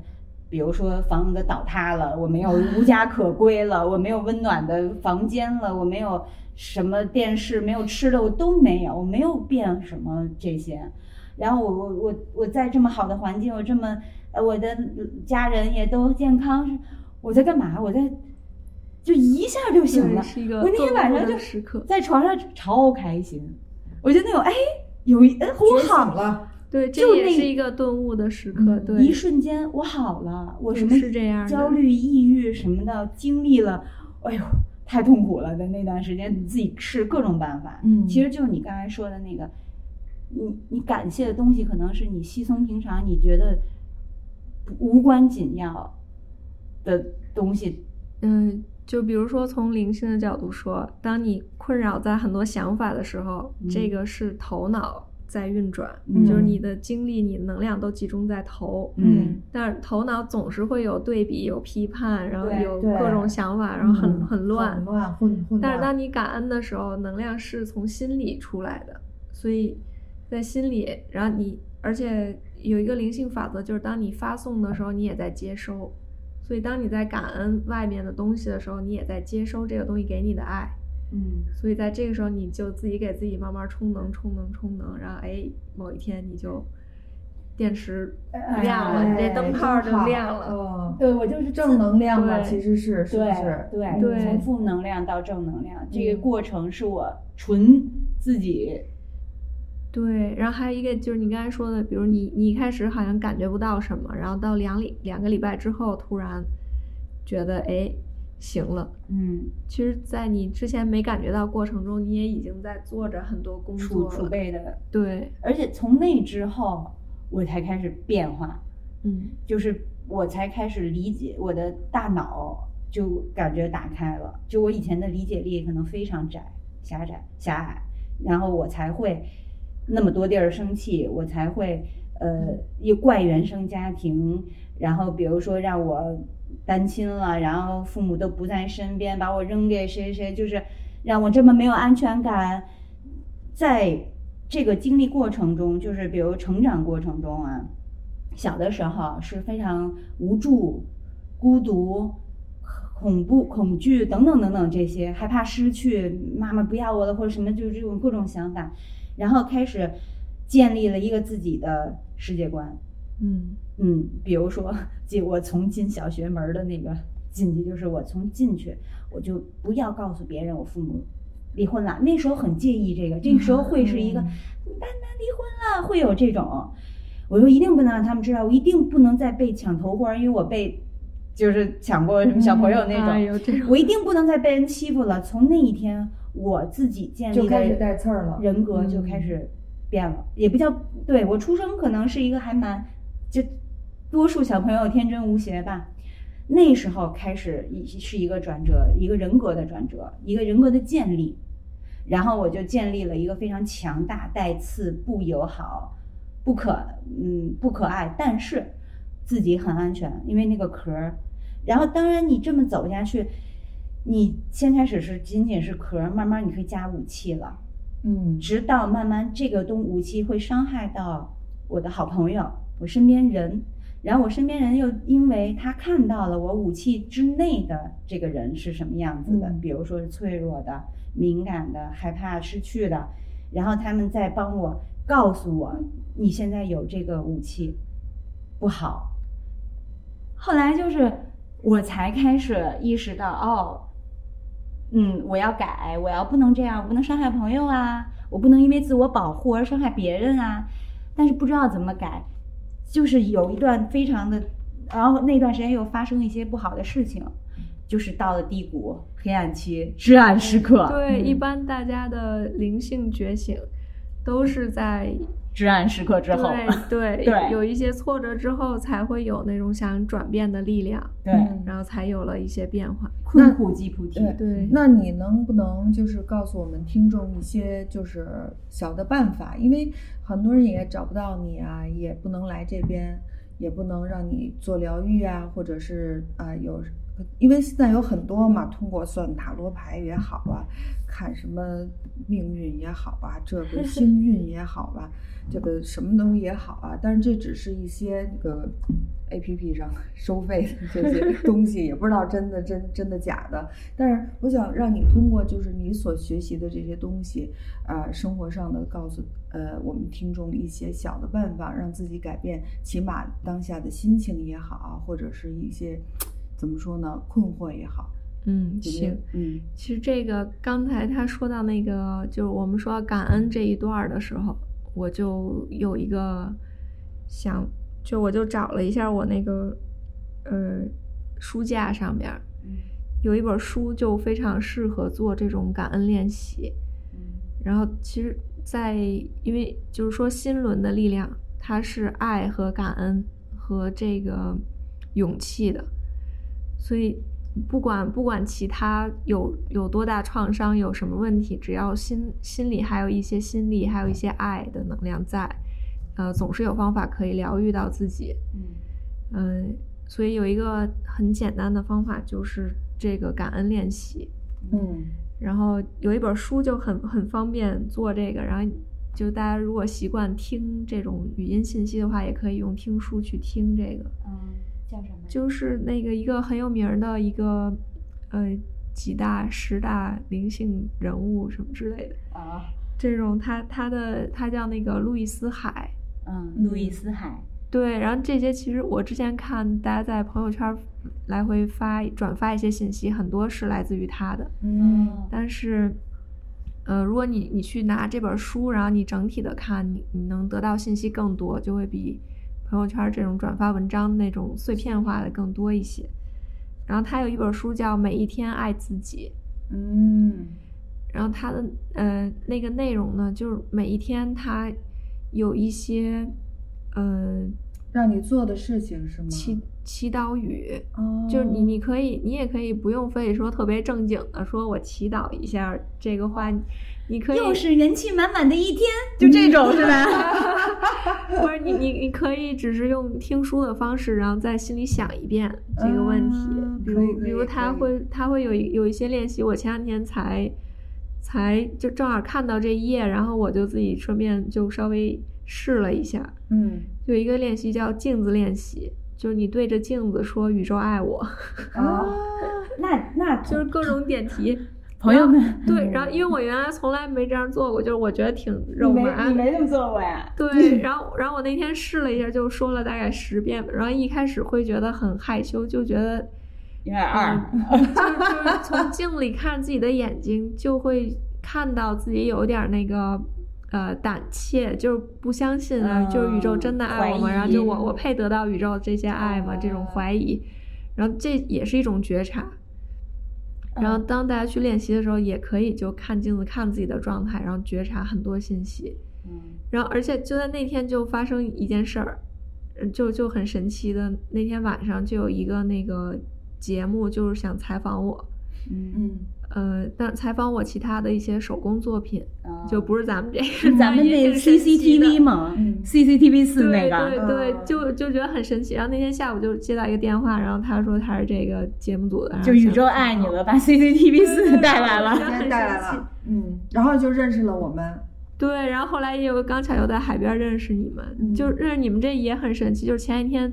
[SPEAKER 2] 比如说房子倒塌了，我没有无家 可归了，我没有温暖的房间了，我没有什么电视，没有吃的，我都没有，我没有变什么这些。然后我我我我在这么好的环境，我这么呃我的家人也都健康，我在干嘛？我在就一下就醒
[SPEAKER 5] 对
[SPEAKER 2] 了，
[SPEAKER 5] 是一个
[SPEAKER 2] 我那天
[SPEAKER 5] 顿
[SPEAKER 2] 晚
[SPEAKER 5] 悟
[SPEAKER 2] 上
[SPEAKER 5] 的
[SPEAKER 2] 就
[SPEAKER 5] 时刻，
[SPEAKER 2] 在床上超开心，我觉得那种哎有一哎我好
[SPEAKER 1] 好，了，
[SPEAKER 5] 对，这
[SPEAKER 2] 就
[SPEAKER 5] 也
[SPEAKER 2] 那
[SPEAKER 5] 是一个顿悟的时刻，
[SPEAKER 1] 嗯
[SPEAKER 5] 对
[SPEAKER 2] 一，瞬间我好了，我什么
[SPEAKER 5] 对是这样的
[SPEAKER 2] 焦虑、抑郁什么的经历了，哎呦，太痛苦了的那段时间，
[SPEAKER 5] 嗯
[SPEAKER 2] 自己试各种办法，
[SPEAKER 1] 嗯
[SPEAKER 2] 其实就是你刚才说的那个，你你感谢的东西可能是你稀松平常，你觉得不无关紧要的东西，
[SPEAKER 5] 嗯，就比如说从灵性的角度说，当你困扰在很多想法的时候，
[SPEAKER 2] 嗯
[SPEAKER 5] 这个是头脑在运转，
[SPEAKER 2] 嗯
[SPEAKER 5] 就是你的精力、你的能量都集中在头。
[SPEAKER 1] 嗯
[SPEAKER 5] 但是头脑总是会有对比、有批判，然后
[SPEAKER 2] 对
[SPEAKER 5] 有
[SPEAKER 1] 对
[SPEAKER 5] 各种想法，然后很、
[SPEAKER 1] 嗯
[SPEAKER 5] 很乱。
[SPEAKER 1] 混乱混混乱。
[SPEAKER 5] 但是当你感恩的时候，能量是从心里出来的，所以在心里，然后你而且有一个灵性法则，就是当你发送的时候，你也在接收。所以当你在感恩外面的东西的时候，你也在接收这个东西给你的爱。
[SPEAKER 2] 嗯，
[SPEAKER 5] 所以在这个时候，你就自己给自己慢慢充能、充能、充能，然后哎，某一天你就电池亮了，
[SPEAKER 1] 哎
[SPEAKER 5] 你这灯泡就
[SPEAKER 1] 真好
[SPEAKER 5] 亮了。
[SPEAKER 1] 嗯，
[SPEAKER 2] 对我就是
[SPEAKER 1] 正能量嘛，
[SPEAKER 5] 对
[SPEAKER 1] 其实是是不
[SPEAKER 2] 对
[SPEAKER 1] 是？
[SPEAKER 2] 对
[SPEAKER 5] 对
[SPEAKER 2] 嗯从负能量到正能量，这个
[SPEAKER 1] 嗯
[SPEAKER 2] 过程是我纯自己，
[SPEAKER 5] 对，然后还有一个就是你刚才说的，比如你你一开始好像感觉不到什么，然后到两礼两个礼拜之后，突然觉得哎行了。
[SPEAKER 2] 嗯，
[SPEAKER 5] 其实，在你之前没感觉到过程中，你也已经在做着很多工
[SPEAKER 2] 储
[SPEAKER 5] 作
[SPEAKER 2] 储
[SPEAKER 5] 了。
[SPEAKER 2] 备的，
[SPEAKER 5] 对，
[SPEAKER 2] 而且从那之后我才开始变化，
[SPEAKER 5] 嗯
[SPEAKER 2] 就是我才开始理解我的大脑就感觉打开了，就我以前的理解力可能非常窄、狭窄、狭隘，然后我才会那么多地儿生气，我才会呃又怪原生家庭，然后比如说让我单亲了，然后父母都不在身边，把我扔给谁谁，就是让我这么没有安全感，在这个经历过程中，就是比如成长过程中啊，小的时候是非常无助、孤独、恐怖、恐惧等等等等这些，害怕失去妈妈不要我了或者什么，就是这种各种想法，然后开始建立了一个自己的世界观。
[SPEAKER 5] 嗯
[SPEAKER 2] 嗯，比如说，进我从进小学门儿的那个进去，就是我从进去，我就不要告诉别人我父母离婚了。那时候很介意这个，这个时候会是一
[SPEAKER 1] 嗯
[SPEAKER 2] 个，你爸妈离婚了，会有这种。我说一定不能让他们知道，我一定不能再被抢头花儿，因为我被就是抢过什么嗯小朋友
[SPEAKER 1] 嗯
[SPEAKER 2] 那
[SPEAKER 5] 哎
[SPEAKER 2] 种，
[SPEAKER 5] 呦，这种
[SPEAKER 2] 我一定不能再被人欺负了。从那一天，我自己建立
[SPEAKER 1] 就
[SPEAKER 2] 的
[SPEAKER 1] 开始带刺儿了
[SPEAKER 2] 人格就开始变了，也不叫对我出生可能是一个还蛮就多数小朋友天真无邪吧。那时候开始一是一个转折，一个人格的转折，一个人格的建立，然后我就建立了一个非常强大、带刺、不友好、不可嗯不可爱，但是自己很安全，因为那个壳儿。然后当然你这么走下去，你先开始是仅仅是壳儿，慢慢你可以加武器了，
[SPEAKER 1] 嗯
[SPEAKER 2] 直到慢慢这个东武器会伤害到我的好朋友，我身边人。然后我身边人又因为他看到了我武器之内的这个人是什么样子的，
[SPEAKER 1] 嗯
[SPEAKER 2] 比如说是脆弱的、敏感的、害怕失去的，然后他们再帮我告诉我
[SPEAKER 1] 嗯
[SPEAKER 2] 你现在有这个武器不好。后来就是我才开始意识到，哦，嗯，我要改，我要不能这样，我不能伤害朋友啊，我不能因为自我保护而伤害别人啊。但是不知道怎么改，就是有一段非常的，然后那段时间又发生一些不好的事情，就是到了低谷、黑暗期、至暗时刻。
[SPEAKER 5] 对，
[SPEAKER 2] 嗯
[SPEAKER 5] 一般大家的灵性觉醒都是在
[SPEAKER 2] 至暗时刻之后，
[SPEAKER 5] 对对
[SPEAKER 2] 对
[SPEAKER 5] 有一些挫折之后才会有那种想转变的力量，
[SPEAKER 2] 对，
[SPEAKER 1] 嗯
[SPEAKER 5] 然后才有了一些变化。
[SPEAKER 2] 困苦即菩提。
[SPEAKER 1] 对
[SPEAKER 5] 对，
[SPEAKER 1] 那你能不能就是告诉我们听众一些就是小的办法？因为很多人也找不到你啊，也不能来这边，也不能让你做疗愈啊，或者是啊、呃有，因为现在有很多嘛，通过算塔罗牌也好啊，看什么命运也好啊，这个星运也好啊，这个什么东西也好啊，但是这只是一些那个 A P P 上收费的这些东西，也不知道真的真真的假的。但是我想让你通过就是你所学习的这些东西，呃，生活上的告诉呃我们听众一些小的办法，让自己改变，起码当下的心情也好啊，或者是一些怎么说呢，困惑也好，有没
[SPEAKER 5] 嗯，
[SPEAKER 1] 有
[SPEAKER 5] 行。
[SPEAKER 1] 嗯
[SPEAKER 5] 其实这个刚才他说到那个，就是我们说感恩这一段儿的时候，我就有一个想，就我就找了一下我那个呃书架上边儿
[SPEAKER 2] 嗯
[SPEAKER 5] 有一本书就非常适合做这种感恩练习。然后其实在，因为就是说心轮的力量，它是爱和感恩和这个勇气的，所以不管不管其他有有多大创伤，有什么问题，只要心心里还有一些心力，还有一些爱的能量在，呃，总是有方法可以疗愈到自己。
[SPEAKER 2] 嗯
[SPEAKER 5] 嗯，所以有一个很简单的方法就是这个感恩练习。
[SPEAKER 1] 嗯
[SPEAKER 5] 然后有一本书就很很方便做这个，然后就大家如果习惯听这种语音信息的话，也可以用听书去听这个。
[SPEAKER 2] 嗯，叫什么？
[SPEAKER 5] 就是那个一个很有名儿的一个呃几大十大灵性人物什么之类的
[SPEAKER 2] 啊，
[SPEAKER 5] 这种，他他的他叫那个路易斯海。
[SPEAKER 2] 嗯，路易斯海。
[SPEAKER 5] 对，然后这些其实我之前看大家在朋友圈儿来回发转发一些信息，很多是来自于他的。
[SPEAKER 1] 嗯
[SPEAKER 5] 但是，呃，如果你你去拿这本书，然后你整体的看，你你能得到信息更多，就会比朋友圈这种转发文章那种碎片化的更多一些。然后他有一本书叫《每一天爱自己》，
[SPEAKER 1] 嗯
[SPEAKER 5] 然后它的呃那个内容呢，就是每一天它有一些呃
[SPEAKER 1] 让你做的事情是吗？
[SPEAKER 5] 祈祈祷语，
[SPEAKER 1] 哦，
[SPEAKER 5] 就是你，你可以，你也可以不用非得说特别正经的，说我祈祷一下儿这个话，你你可以
[SPEAKER 2] 又是元气满满的一天，就这种是吧？
[SPEAKER 5] 不是你你你可以只是用听书的方式，然后在心里想一遍这个问题。
[SPEAKER 1] 嗯
[SPEAKER 5] 比
[SPEAKER 1] 可以
[SPEAKER 5] 如
[SPEAKER 1] 可
[SPEAKER 5] 比
[SPEAKER 1] 以
[SPEAKER 5] 如他
[SPEAKER 1] 可以
[SPEAKER 5] 会他会有一有一些练习，我前两天才才就正好看到这一页，然后我就自己顺便就稍微试了一下。
[SPEAKER 1] 嗯
[SPEAKER 5] 有一个练习叫镜子练习，就是你对着镜子说“宇宙爱我
[SPEAKER 2] 啊，那那”，
[SPEAKER 5] 就是各种点题。
[SPEAKER 2] 朋友们，嗯
[SPEAKER 5] 对，然后因为我原来从来没这样做过，就是我觉得挺
[SPEAKER 2] 你
[SPEAKER 5] 肉
[SPEAKER 2] 没
[SPEAKER 5] 麻
[SPEAKER 2] 你
[SPEAKER 5] 的。
[SPEAKER 2] 没这么做过呀？
[SPEAKER 5] 对，然后然后我那天试了一下，就说了大概十遍，然后一开始会觉得很害羞，就觉得
[SPEAKER 2] 有点二。
[SPEAKER 5] 就 是就是从镜里看自己的眼睛，就会看到自己有点儿那个呃胆怯，就是不相信啊，就是宇宙真的爱我
[SPEAKER 2] 嗯
[SPEAKER 5] 吗？
[SPEAKER 2] 怀疑哦
[SPEAKER 5] 然后就我我配得到宇宙这些爱吗？这种怀疑。然后这也是一种觉察。然后
[SPEAKER 2] 嗯
[SPEAKER 5] 当大家去练习的时候，也可以就看镜子，看自己的状态，然后觉察很多信息。
[SPEAKER 1] 嗯
[SPEAKER 5] 然后而且就在那天就发生一件事儿，呃就就很神奇的，那天晚上就有一个那个节目，就是想采访我，
[SPEAKER 2] 嗯，
[SPEAKER 1] 嗯，
[SPEAKER 5] 呃，但采访我其他的一些手工作品，就不是咱们这
[SPEAKER 2] 哦是
[SPEAKER 5] 个，
[SPEAKER 2] 咱们那
[SPEAKER 5] 也是神奇的
[SPEAKER 2] CCTV 嘛
[SPEAKER 1] 嗯
[SPEAKER 2] ，CCTV 四那
[SPEAKER 5] 对
[SPEAKER 2] 个，
[SPEAKER 5] 对
[SPEAKER 1] 嗯
[SPEAKER 5] 对，就就觉得很神奇。然后那天下午就接到一个电话，然后他说他是这个节目组的，然后
[SPEAKER 2] 就宇
[SPEAKER 5] 想哦
[SPEAKER 2] 宙爱你了，把 CCTV 四带来了。
[SPEAKER 5] 很
[SPEAKER 1] 今
[SPEAKER 5] 神
[SPEAKER 1] 天带来
[SPEAKER 5] 奇
[SPEAKER 1] 了，嗯，然后就认识了我们，
[SPEAKER 5] 对，然后后来也有个刚巧又在海边认识你们，
[SPEAKER 1] 嗯
[SPEAKER 5] 就认识你们这也很神奇。就是前一天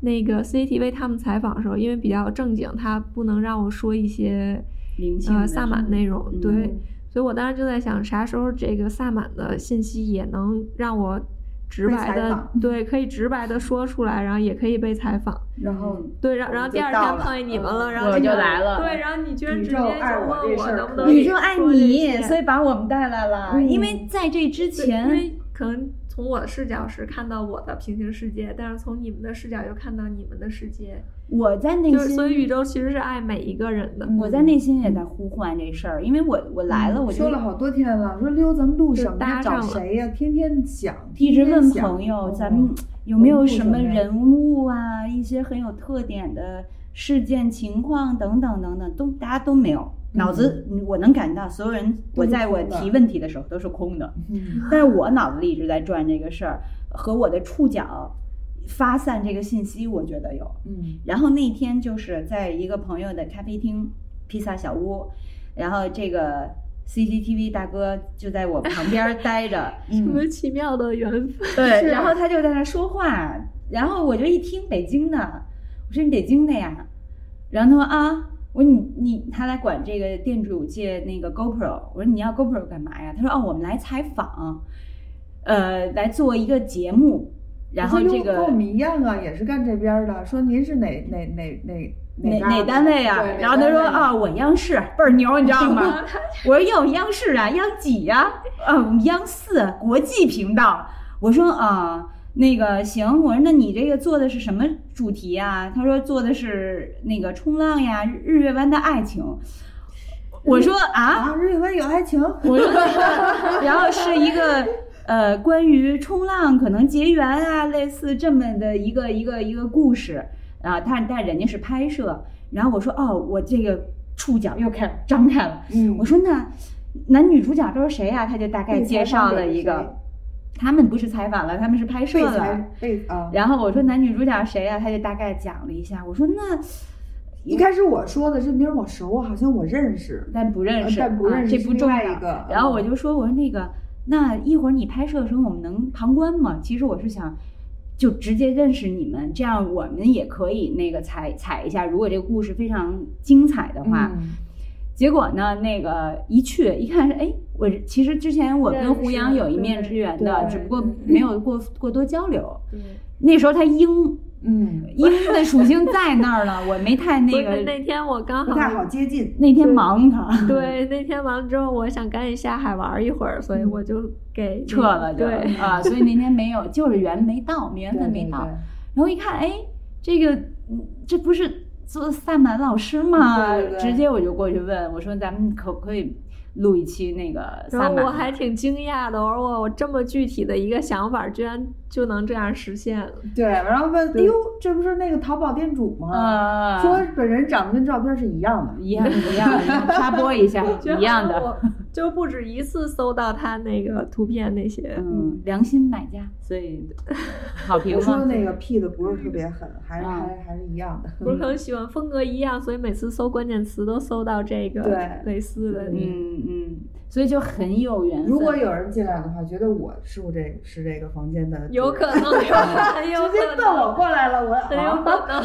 [SPEAKER 5] 那个 CCTV 他们采访的时候，因为比较正经，他不能让我说一些
[SPEAKER 2] 灵性的
[SPEAKER 5] 呃萨满
[SPEAKER 2] 是吗
[SPEAKER 5] 内容，对，
[SPEAKER 2] 嗯
[SPEAKER 5] 所以我当时就在想，啥时候这个萨满的信息也能让我直
[SPEAKER 1] 被
[SPEAKER 5] 白
[SPEAKER 1] 采
[SPEAKER 5] 的
[SPEAKER 1] 访
[SPEAKER 5] 对，可以直白的说出来，然后也可以被采访。
[SPEAKER 1] 然后
[SPEAKER 5] 对，然
[SPEAKER 1] 我
[SPEAKER 5] 然后
[SPEAKER 1] 就
[SPEAKER 5] 第二
[SPEAKER 1] 到
[SPEAKER 5] 天
[SPEAKER 1] 了
[SPEAKER 5] 碰见你们
[SPEAKER 1] 嗯
[SPEAKER 5] 了，然后
[SPEAKER 2] 我
[SPEAKER 5] 你
[SPEAKER 2] 就
[SPEAKER 5] 们
[SPEAKER 2] 来了
[SPEAKER 5] 对，然后你居然
[SPEAKER 1] 宇
[SPEAKER 5] 直接
[SPEAKER 1] 宙
[SPEAKER 5] 就
[SPEAKER 1] 爱我这
[SPEAKER 5] 问我
[SPEAKER 1] 事儿
[SPEAKER 5] 能不
[SPEAKER 1] 可
[SPEAKER 5] 能
[SPEAKER 1] 以
[SPEAKER 2] 宇宙爱
[SPEAKER 5] 说这
[SPEAKER 2] 你，
[SPEAKER 5] 些
[SPEAKER 2] 所以把我们带来了。
[SPEAKER 1] 嗯
[SPEAKER 2] 因为在这之
[SPEAKER 5] 对因
[SPEAKER 2] 前，
[SPEAKER 5] 为可能从我的视角是看到我的平行世界，但是从你们的视角又看到你们的世界，
[SPEAKER 2] 我在内
[SPEAKER 5] 就是
[SPEAKER 2] 心，嗯
[SPEAKER 5] 所以宇宙其实是爱每一个人的。
[SPEAKER 2] 我在内心也在呼唤这事儿，因为我我来了，我
[SPEAKER 1] 嗯
[SPEAKER 2] 就
[SPEAKER 1] 说了好多天了，说溜咱们路
[SPEAKER 5] 就
[SPEAKER 1] 上
[SPEAKER 5] 搭
[SPEAKER 1] 找
[SPEAKER 5] 上了
[SPEAKER 1] 谁呀？天天想，
[SPEAKER 2] 一直
[SPEAKER 1] 天天
[SPEAKER 2] 问
[SPEAKER 1] 想
[SPEAKER 2] 朋友，
[SPEAKER 1] 嗯
[SPEAKER 2] 咱们有没有什么
[SPEAKER 1] 人物
[SPEAKER 2] 人物啊，一些很有特点的事件、情况等等等等，都大家都没有。脑子，我能感到所有人，
[SPEAKER 1] 嗯都
[SPEAKER 2] 我
[SPEAKER 1] 是
[SPEAKER 2] 在我
[SPEAKER 1] 空的
[SPEAKER 2] 提问题的时候都是 空的，
[SPEAKER 1] 嗯
[SPEAKER 2] 但是我脑子里一直在转这个事儿，和我的触角发散这个信息，我觉得有。
[SPEAKER 1] 嗯
[SPEAKER 2] 然后那天就是在一个朋友的咖啡厅，披萨小屋，然后这个 CCTV 大哥就在我旁边儿待着，
[SPEAKER 5] 什
[SPEAKER 1] 嗯
[SPEAKER 5] 么奇妙的缘分？
[SPEAKER 2] 对，
[SPEAKER 1] 是
[SPEAKER 2] 然后他就在那说话，然后我就一听北京的，我说你北京的呀，然后他说啊，我说你你他来管这个店主借那个 GoPro，我说你要 GoPro 干嘛呀？他说哦，我们来采访，呃，来做一个节目，然后
[SPEAKER 1] 我说
[SPEAKER 2] 这
[SPEAKER 1] 哟
[SPEAKER 2] 个
[SPEAKER 1] 跟我们一样啊，也是干这边儿的。说您是哪哪哪哪
[SPEAKER 2] 哪
[SPEAKER 1] 哪
[SPEAKER 2] 哪单位啊？然后他说啊、我央视倍儿牛，你知道 吗？我说哟，央视啊，央几呀、啊？我们央四国际频道。我说啊，那个行，我说那你这个做的是什么主题啊？他说做的是那个冲浪呀，日日月湾的爱情。我说啊，
[SPEAKER 1] 啊，日月湾有爱情，嗯
[SPEAKER 2] 我说， 然后是一个呃，关于冲浪可能结缘啊，类似这么的一个一个一个故事啊。但但人家是拍摄，然后我说哦，我这个触角又开始张开了。
[SPEAKER 1] 嗯
[SPEAKER 2] 我说那男女主角都是谁呀、他就大概介绍了一
[SPEAKER 1] 被采访
[SPEAKER 2] 个，他们不是采访了，他们是拍摄
[SPEAKER 1] 被
[SPEAKER 2] 了
[SPEAKER 1] 才。被啊。
[SPEAKER 2] 然后我说男女主角谁啊呀、他就大概讲了一下。我说那
[SPEAKER 1] 一开始我说的这名儿我熟，啊好像我认识。
[SPEAKER 2] 但不认识，
[SPEAKER 1] 呃但不认识
[SPEAKER 2] 啊、这
[SPEAKER 1] 是
[SPEAKER 2] 不
[SPEAKER 1] 另
[SPEAKER 2] 重要
[SPEAKER 1] 外一个
[SPEAKER 2] 然后
[SPEAKER 1] 嗯
[SPEAKER 2] 我就说，我说那个，那一会儿你拍摄的时候，我们能旁观吗？其实我是想。就直接认识你们，这样我们也可以那个踩踩一下。如果这个故事非常精彩的话，
[SPEAKER 1] 嗯
[SPEAKER 2] 结果呢，那个一去一看是，哎，我其实之前我跟
[SPEAKER 5] 认
[SPEAKER 2] 胡
[SPEAKER 5] 识
[SPEAKER 2] 杨有一面
[SPEAKER 5] 对
[SPEAKER 2] 之缘的，
[SPEAKER 1] 对嗯
[SPEAKER 2] 只不过
[SPEAKER 5] 对
[SPEAKER 2] 没有过过多交流。
[SPEAKER 5] 对，
[SPEAKER 2] 那时候他鹰
[SPEAKER 1] 嗯，
[SPEAKER 2] 鹰的属性在那儿了，我没太
[SPEAKER 5] 不
[SPEAKER 2] 那
[SPEAKER 5] 是那
[SPEAKER 2] 个。
[SPEAKER 5] 天我刚
[SPEAKER 1] 不
[SPEAKER 5] 好
[SPEAKER 1] 太好接近。
[SPEAKER 2] 那天忙他，
[SPEAKER 5] 对那天完了之后，我想赶紧下海玩一会儿，所以我就给那
[SPEAKER 2] 嗯
[SPEAKER 1] 嗯
[SPEAKER 2] 撤了就
[SPEAKER 5] 对，
[SPEAKER 2] 啊，所以那天没有，就是缘没到，缘分
[SPEAKER 1] 对
[SPEAKER 2] 没到。
[SPEAKER 1] 对
[SPEAKER 2] 然后一看，哎，这个嗯这不是做萨满老师吗？
[SPEAKER 1] 对对对
[SPEAKER 2] 直接我就过去问我说：“咱们可不可以录一期那个
[SPEAKER 5] 然
[SPEAKER 2] 萨
[SPEAKER 5] 后
[SPEAKER 2] 满？”
[SPEAKER 5] 我还挺惊讶的，我说我我这么具体的一个想法，居然就能这样实现了。
[SPEAKER 1] 对，然后问，哎
[SPEAKER 5] 对
[SPEAKER 1] 呦，这不是那个淘宝店主吗？
[SPEAKER 2] 啊，
[SPEAKER 1] 说本人长得跟照片是一样的。
[SPEAKER 2] 一样的一样的，插播 一下
[SPEAKER 5] 就
[SPEAKER 2] 一样
[SPEAKER 5] 好像
[SPEAKER 2] 的，
[SPEAKER 5] 我就不止一次搜到他那个图片那些。
[SPEAKER 2] 嗯，良心买家，所以好评
[SPEAKER 1] 我说
[SPEAKER 2] 吗
[SPEAKER 1] 的？那个 P 的不是特别狠，还是
[SPEAKER 2] 啊
[SPEAKER 1] 还还是一样的。
[SPEAKER 5] 不是很喜欢风格一样，所以每次搜关键词都搜到这个
[SPEAKER 1] 对
[SPEAKER 5] 类似的。
[SPEAKER 2] 嗯嗯，所以就很有缘分。
[SPEAKER 1] 如果有人进来的话，觉得我是不是这是这个房间的主人，
[SPEAKER 5] 有可能， 有很有
[SPEAKER 1] 直接
[SPEAKER 5] 可
[SPEAKER 1] 奔我
[SPEAKER 5] 能，
[SPEAKER 1] 过来了，我
[SPEAKER 5] 很有
[SPEAKER 1] 啊
[SPEAKER 5] 可能。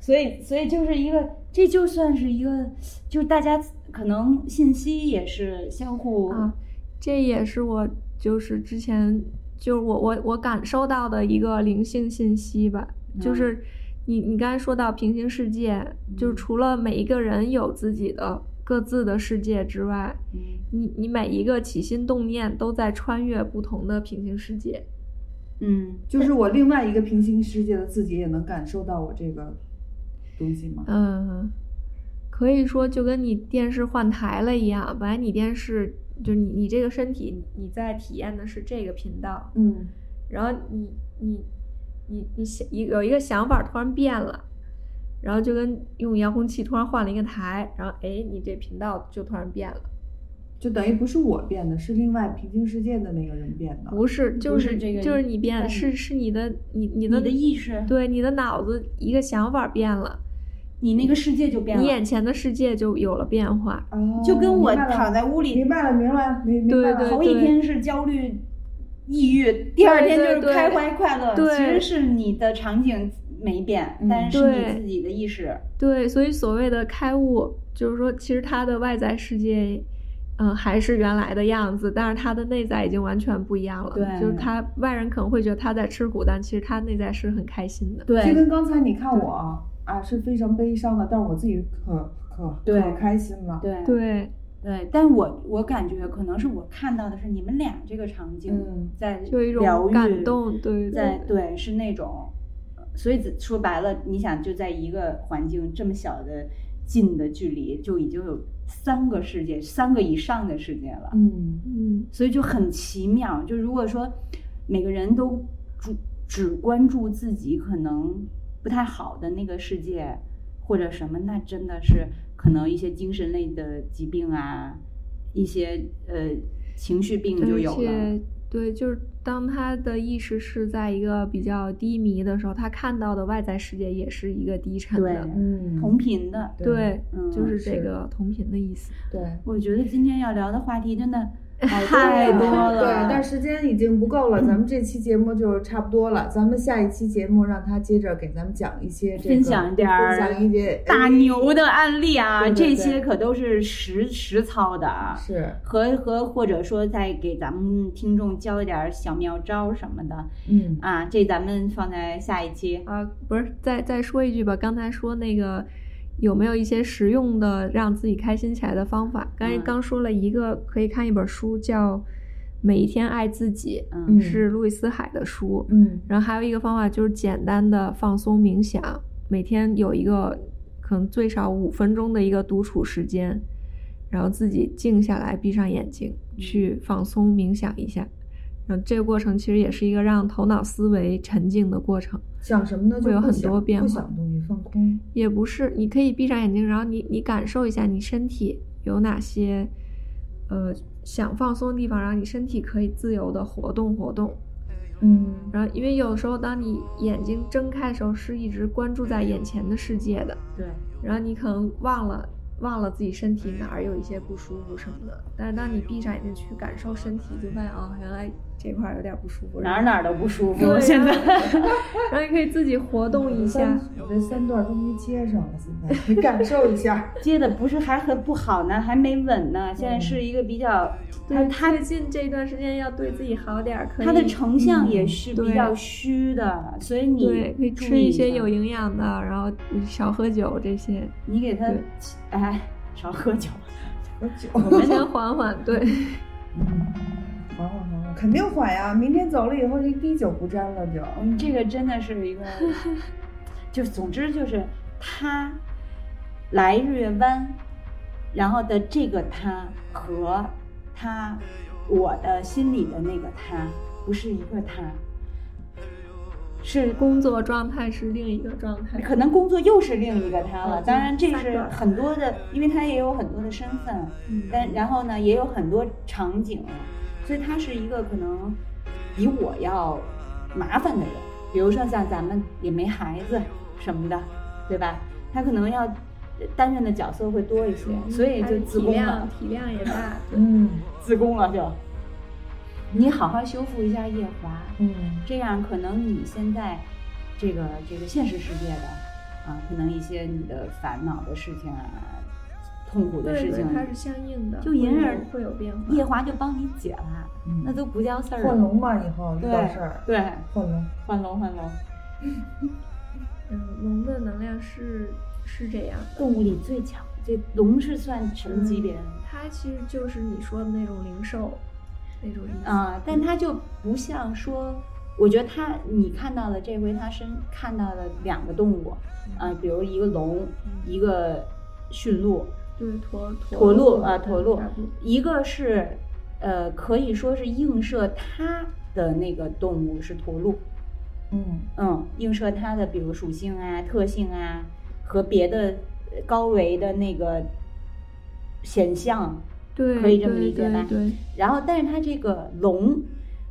[SPEAKER 2] 所以，所以就是一个，这就算是一个，就是大家可能信息也是相互，
[SPEAKER 5] 啊这也是我就是之前就是我我我感受到的一个灵性信息吧，就是你你刚才说到平行世界，就是除了每一个人有自己的各自的世界之外，
[SPEAKER 2] 嗯
[SPEAKER 5] 你你每一个起心动念都在穿越不同的平行世界。
[SPEAKER 2] 嗯，
[SPEAKER 1] 就是我另外一个平行世界的自己也能感受到我这个东西吗？
[SPEAKER 5] 嗯，可以说就跟你电视换台了一样，本来你电视就你你这个身体你在体验的是这个频道，
[SPEAKER 1] 嗯，
[SPEAKER 5] 然后你你你你想一有一个想法突然变了，然后就跟用遥控器突然换了一个台，然后哎你这频道就突然变了，
[SPEAKER 1] 就等于不是我变的，是另外平行世界的那个人变的。哦
[SPEAKER 5] 不是
[SPEAKER 2] 不
[SPEAKER 5] 就是
[SPEAKER 2] 这个
[SPEAKER 5] 就是你变了，
[SPEAKER 2] 但
[SPEAKER 5] 是是你的你你
[SPEAKER 2] 你
[SPEAKER 5] 的
[SPEAKER 2] 的意识，
[SPEAKER 5] 对你的脑子一个想法变了，
[SPEAKER 2] 你那个世界就变了，
[SPEAKER 5] 你眼前的世界就有了变化。
[SPEAKER 1] 哦，
[SPEAKER 2] 就跟我
[SPEAKER 1] 明白了
[SPEAKER 2] 躺在屋里
[SPEAKER 1] 明白了，明白了，明明白
[SPEAKER 5] 对
[SPEAKER 1] 了。
[SPEAKER 5] 对
[SPEAKER 2] 头一天是焦虑、抑郁，第二天就是开怀快乐。
[SPEAKER 5] 对对
[SPEAKER 2] 其实是你的场景没变，
[SPEAKER 1] 嗯
[SPEAKER 2] 但是
[SPEAKER 5] 对
[SPEAKER 2] 你自己的意识。
[SPEAKER 5] 对，所以所谓的开悟，就是说，其实他的外在世界，嗯、还是原来的样子，但是他的内在已经完全不一样了。
[SPEAKER 2] 对
[SPEAKER 5] 就是他外人可能会觉得他在吃苦，但其实他内在是很开心的。
[SPEAKER 1] 就
[SPEAKER 2] 对
[SPEAKER 1] 跟刚才你看我啊啊是非常悲伤的，但是我自己可可
[SPEAKER 2] 对
[SPEAKER 1] 可开心了。
[SPEAKER 2] 对
[SPEAKER 5] 对，
[SPEAKER 2] 对，但我我感觉可能是我看到的是你们俩这个场景
[SPEAKER 1] 嗯
[SPEAKER 2] 在
[SPEAKER 5] 就有一
[SPEAKER 2] 疗
[SPEAKER 5] 种
[SPEAKER 2] 愈
[SPEAKER 5] 感动。对
[SPEAKER 2] 在
[SPEAKER 5] 对
[SPEAKER 2] 对是那种，所以只说白了，你想就在一个环境这么小的近的距离，就已经有三个世界，三个以上的世界了。
[SPEAKER 1] 嗯
[SPEAKER 5] 嗯，
[SPEAKER 2] 所以就很奇妙。就如果说每个人都只只关注自己可能不太好的那个世界或者什么，那真的是可能一些精神类的疾病啊，一些呃情绪病就
[SPEAKER 5] 而
[SPEAKER 2] 有了
[SPEAKER 5] 且。对，就是当他的意识是在一个比较低迷的时候，他看到的外在世界也是一个低沉
[SPEAKER 2] 对
[SPEAKER 5] 的。
[SPEAKER 1] 嗯
[SPEAKER 2] 同频的，
[SPEAKER 5] 对，
[SPEAKER 2] 嗯
[SPEAKER 5] 就是
[SPEAKER 1] 是
[SPEAKER 5] 这个同频的意思。
[SPEAKER 1] 对。
[SPEAKER 2] 我觉得今天要聊的话题 真的
[SPEAKER 1] 太
[SPEAKER 2] 太多了。
[SPEAKER 1] 对，但时间已经不够了，咱们这期节目就差不多了。咱们下一期节目让他接着给咱们讲一些这个
[SPEAKER 2] 分享一点儿
[SPEAKER 1] 分享一哎些
[SPEAKER 2] 大
[SPEAKER 5] 嗯
[SPEAKER 2] 牛的案例啊，
[SPEAKER 1] 对对对
[SPEAKER 2] 这些可都是实实操的啊。
[SPEAKER 1] 是，
[SPEAKER 2] 和和或者说再给咱们听众教一点儿小妙招什么的
[SPEAKER 1] 嗯
[SPEAKER 2] 啊，这咱们放在下一期。
[SPEAKER 5] 啊，不是，再再说一句吧，刚才说那个有没有一些实用的让自己开心起来的方法？刚才
[SPEAKER 2] 嗯
[SPEAKER 5] 刚说了一个，可以看一本书叫《每一天爱自己
[SPEAKER 2] 嗯》，
[SPEAKER 5] 是路易斯海的书。
[SPEAKER 1] 嗯
[SPEAKER 5] 然后还有一个方法就是简单的放松冥想，每天有一个可能最少五分钟的一个独处时间，然后自己静下来，闭上眼睛
[SPEAKER 2] 嗯
[SPEAKER 5] 去放松冥想一下。嗯，这个过程其实也是一个让头脑思维沉静的过程。
[SPEAKER 1] 想什么呢？就
[SPEAKER 5] 会有
[SPEAKER 1] 不
[SPEAKER 5] 很
[SPEAKER 1] 想
[SPEAKER 5] 多变
[SPEAKER 1] 不
[SPEAKER 5] 化
[SPEAKER 1] 想东西放空。
[SPEAKER 5] 也不是，你可以闭上眼睛，然后你你感受一下你身体有哪些，呃，想放松的地方，然后你身体可以自由的活动活动。
[SPEAKER 1] 嗯
[SPEAKER 5] 然后，因为有时候当你眼睛睁开的时候，是一直关注在眼前的世界的，
[SPEAKER 2] 对，
[SPEAKER 5] 然后你可能忘了忘了自己身体哪儿有一些不舒服什么的。但是当你闭上眼睛去感受身体，就发现哦，原来这块儿有点不舒服，
[SPEAKER 2] 哪
[SPEAKER 5] 然
[SPEAKER 2] 儿
[SPEAKER 5] 后
[SPEAKER 2] 哪儿都不舒服。
[SPEAKER 5] 对
[SPEAKER 2] 现在
[SPEAKER 5] 然后你可以自己活动一下
[SPEAKER 1] 三。，我这三段终于接上了，现在你感受一 下。
[SPEAKER 2] 接的不是还很不好呢，还没稳呢。现在是一个比较，
[SPEAKER 5] 对，最近这段时间要对自己好点儿，可以嗯
[SPEAKER 2] 它的成像也是
[SPEAKER 5] 对
[SPEAKER 2] 比较虚的，所以你，
[SPEAKER 5] 对可以
[SPEAKER 2] 注
[SPEAKER 5] 吃
[SPEAKER 2] 意
[SPEAKER 5] 一
[SPEAKER 2] 一
[SPEAKER 5] 些
[SPEAKER 2] 下
[SPEAKER 5] 有营养的，然后少喝酒这些，
[SPEAKER 2] 你给它
[SPEAKER 5] 对
[SPEAKER 2] 哎少喝酒。
[SPEAKER 1] 我酒
[SPEAKER 5] 我们先缓缓。对，
[SPEAKER 1] 缓缓缓缓，肯定缓呀！明天走了以后就滴酒不沾了，就。
[SPEAKER 2] 嗯，这个真的是一个，就总之就是他来日月湾，然后的这个他和他我的心里的那个他不是一个他，是
[SPEAKER 5] 工作状态是另一个状态。
[SPEAKER 2] 可能工作又是另一个他了。
[SPEAKER 5] 嗯
[SPEAKER 2] 当然，这
[SPEAKER 5] 三
[SPEAKER 2] 是
[SPEAKER 5] 个
[SPEAKER 2] 很多的，因为他也有很多的身份，
[SPEAKER 5] 嗯
[SPEAKER 2] 但然后呢，也有很多场景，啊所以他是一个可能比我要麻烦的人。比如说像咱们也没孩子什么的，对吧？他可能要担任的角色会多一些，所以
[SPEAKER 5] 他
[SPEAKER 2] 就
[SPEAKER 5] 的
[SPEAKER 2] 自
[SPEAKER 5] 体
[SPEAKER 2] 宫
[SPEAKER 5] 量
[SPEAKER 2] 了，
[SPEAKER 5] 体量也大。
[SPEAKER 1] 嗯
[SPEAKER 2] 自宫了就。你好好修复一下夜华，
[SPEAKER 1] 嗯
[SPEAKER 2] 这样可能你现在这个这个现实世界的啊，可能一些你的烦恼的事情啊，痛苦的
[SPEAKER 5] 对
[SPEAKER 2] 事
[SPEAKER 5] 对
[SPEAKER 2] 情，，
[SPEAKER 5] 它是相应的，
[SPEAKER 2] 就
[SPEAKER 5] 会
[SPEAKER 2] 隐
[SPEAKER 5] 有
[SPEAKER 2] 忍
[SPEAKER 5] 会有变化。
[SPEAKER 2] 夜华就帮你解了，
[SPEAKER 1] 嗯
[SPEAKER 2] 那都不叫事儿
[SPEAKER 1] 换
[SPEAKER 2] 了。
[SPEAKER 1] 龙嘛，以后遇
[SPEAKER 2] 对
[SPEAKER 1] 到事儿
[SPEAKER 2] 对，
[SPEAKER 1] 换龙。
[SPEAKER 2] 换龙换龙，
[SPEAKER 5] 嗯，龙的能量是是这样的，
[SPEAKER 2] 动物里最强，这龙是算什么级别的？
[SPEAKER 5] 它其实
[SPEAKER 2] 呃
[SPEAKER 5] 就是你说的那种零售那种意思。
[SPEAKER 2] 啊，但它就不像说我觉得他你看到了这回他身看到了两个动物，啊、比如一个龙，一个驯鹿，
[SPEAKER 5] 对驼
[SPEAKER 2] 驼鹿啊，
[SPEAKER 5] 对
[SPEAKER 2] 驼鹿
[SPEAKER 5] 大鹿，
[SPEAKER 2] 一个是呃，可以说是映射它的那个动物是驼鹿，
[SPEAKER 4] 嗯
[SPEAKER 2] 嗯，映射它的比如属性啊、特性啊和别的呃高维的那个显象，
[SPEAKER 5] 对，
[SPEAKER 2] 可以这么
[SPEAKER 5] 对
[SPEAKER 2] 理解
[SPEAKER 5] 对
[SPEAKER 2] 吧
[SPEAKER 5] 对，
[SPEAKER 2] 然后，但是它这个龙，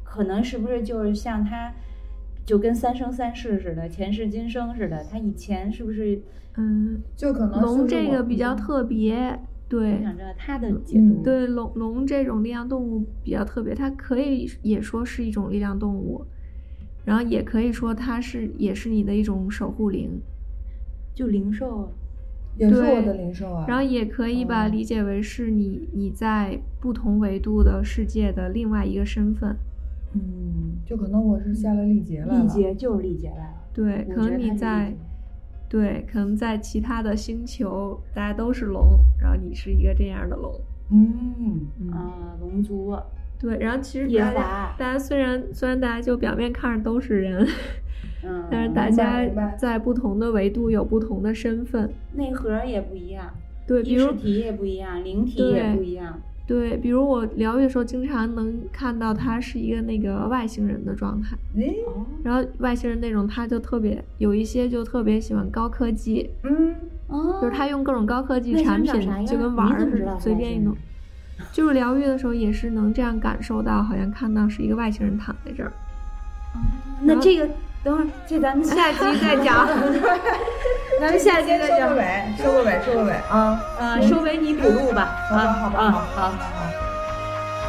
[SPEAKER 2] 可能是不是就是像它，就跟三生三世似的，前世今生似的，它以前是不是？
[SPEAKER 5] 嗯，
[SPEAKER 4] 就可能就
[SPEAKER 5] 龙
[SPEAKER 4] 是
[SPEAKER 5] 这
[SPEAKER 4] 我嗯
[SPEAKER 5] 个比较
[SPEAKER 2] 嗯
[SPEAKER 5] 特别，
[SPEAKER 2] 我
[SPEAKER 5] 对嗯
[SPEAKER 2] 想知道它的解读。
[SPEAKER 5] 对，龙龙这种力量动物比较特别，它可以也说是一种力量动物，然后也可以说它是也是你的一种守护灵，
[SPEAKER 2] 就零售，
[SPEAKER 4] 也是
[SPEAKER 5] 对
[SPEAKER 4] 我的零售啊。
[SPEAKER 5] 然后也可以把
[SPEAKER 4] 哦
[SPEAKER 5] 理解为是你你在不同维度的世界的另外一个身份，
[SPEAKER 4] 嗯，就可能我是下了历劫来了。
[SPEAKER 2] 历劫就是历劫来了。
[SPEAKER 5] 对，
[SPEAKER 2] 我
[SPEAKER 5] 可
[SPEAKER 2] 觉得
[SPEAKER 5] 能
[SPEAKER 2] 它
[SPEAKER 5] 你
[SPEAKER 2] 是
[SPEAKER 5] 在
[SPEAKER 2] 历劫。
[SPEAKER 5] 对，可能在其他的星球，大家都是龙，然后你是一个这样的龙。
[SPEAKER 4] 嗯嗯
[SPEAKER 2] 啊、龙族
[SPEAKER 5] 对，然后其实
[SPEAKER 2] 夜
[SPEAKER 5] 大
[SPEAKER 2] 华
[SPEAKER 5] 家大家虽然虽然大家就表面看着都是人，
[SPEAKER 2] 嗯
[SPEAKER 5] 但是大
[SPEAKER 4] 明白
[SPEAKER 5] 家
[SPEAKER 4] 明白
[SPEAKER 5] 在不同的维度有不同的身份。
[SPEAKER 2] 内核也不一样，
[SPEAKER 5] 对，比
[SPEAKER 2] 意
[SPEAKER 5] 如
[SPEAKER 2] 识体也不一样，灵体也
[SPEAKER 5] 对
[SPEAKER 2] 不一样。
[SPEAKER 5] 对，比如我疗愈的时候，经常能看到他是一个那个外星人的状态，
[SPEAKER 4] 哎
[SPEAKER 2] 哦，
[SPEAKER 5] 然后外星人那种他就特别有一些就特别喜欢高科技，
[SPEAKER 4] 嗯，
[SPEAKER 2] 哦，
[SPEAKER 5] 就是他用各种高科技
[SPEAKER 2] 外星
[SPEAKER 5] 产
[SPEAKER 2] 人长啥
[SPEAKER 5] 品就
[SPEAKER 2] 样
[SPEAKER 5] 跟
[SPEAKER 2] 你
[SPEAKER 5] 玩
[SPEAKER 2] 怎
[SPEAKER 5] 儿
[SPEAKER 2] 么
[SPEAKER 5] 似
[SPEAKER 2] 知道
[SPEAKER 5] 的，
[SPEAKER 2] 是
[SPEAKER 5] 随
[SPEAKER 2] 外
[SPEAKER 5] 便一
[SPEAKER 2] 星
[SPEAKER 5] 弄
[SPEAKER 2] 人。
[SPEAKER 5] 就是疗愈的时候也是能这样感受到，好像看到是一个外星人躺在这儿。
[SPEAKER 2] 那这个等会儿，这咱们下集再 讲。
[SPEAKER 4] 咱们下期再收个尾，收个尾，收个尾啊！
[SPEAKER 2] 呃，收为你补录吧。
[SPEAKER 4] 好吧，好吧，
[SPEAKER 2] 啊
[SPEAKER 4] 好，
[SPEAKER 2] 好。
[SPEAKER 4] 好。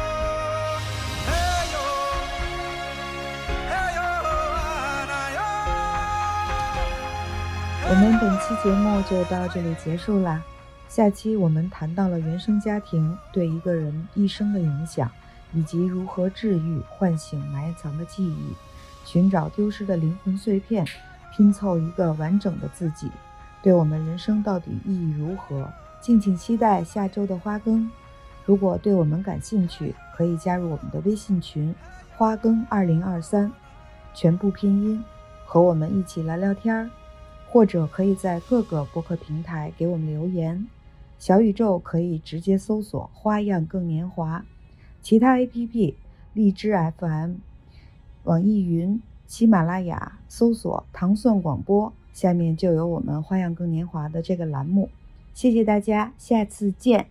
[SPEAKER 1] 我们本期节目就到这里结束啦。下期我们谈到了原生家庭对一个人一生的影响，以及如何治愈、唤醒埋藏的记忆，寻找丢失的灵魂碎片，拼凑一个完整的自己，对我们人生到底意义如何？敬请期待下周的花更。如果对我们感兴趣，可以加入我们的微信群“花更二零二三”，全部拼音，和我们一起聊聊天儿。或者可以在各个播客平台给我们留言。小宇宙可以直接搜索“花样更年华”，其他 APP 荔枝 FM、网易云、喜马拉雅搜索“糖蒜广播”，下面就有我们“花样更年华”的这个栏目。谢谢大家，下次见。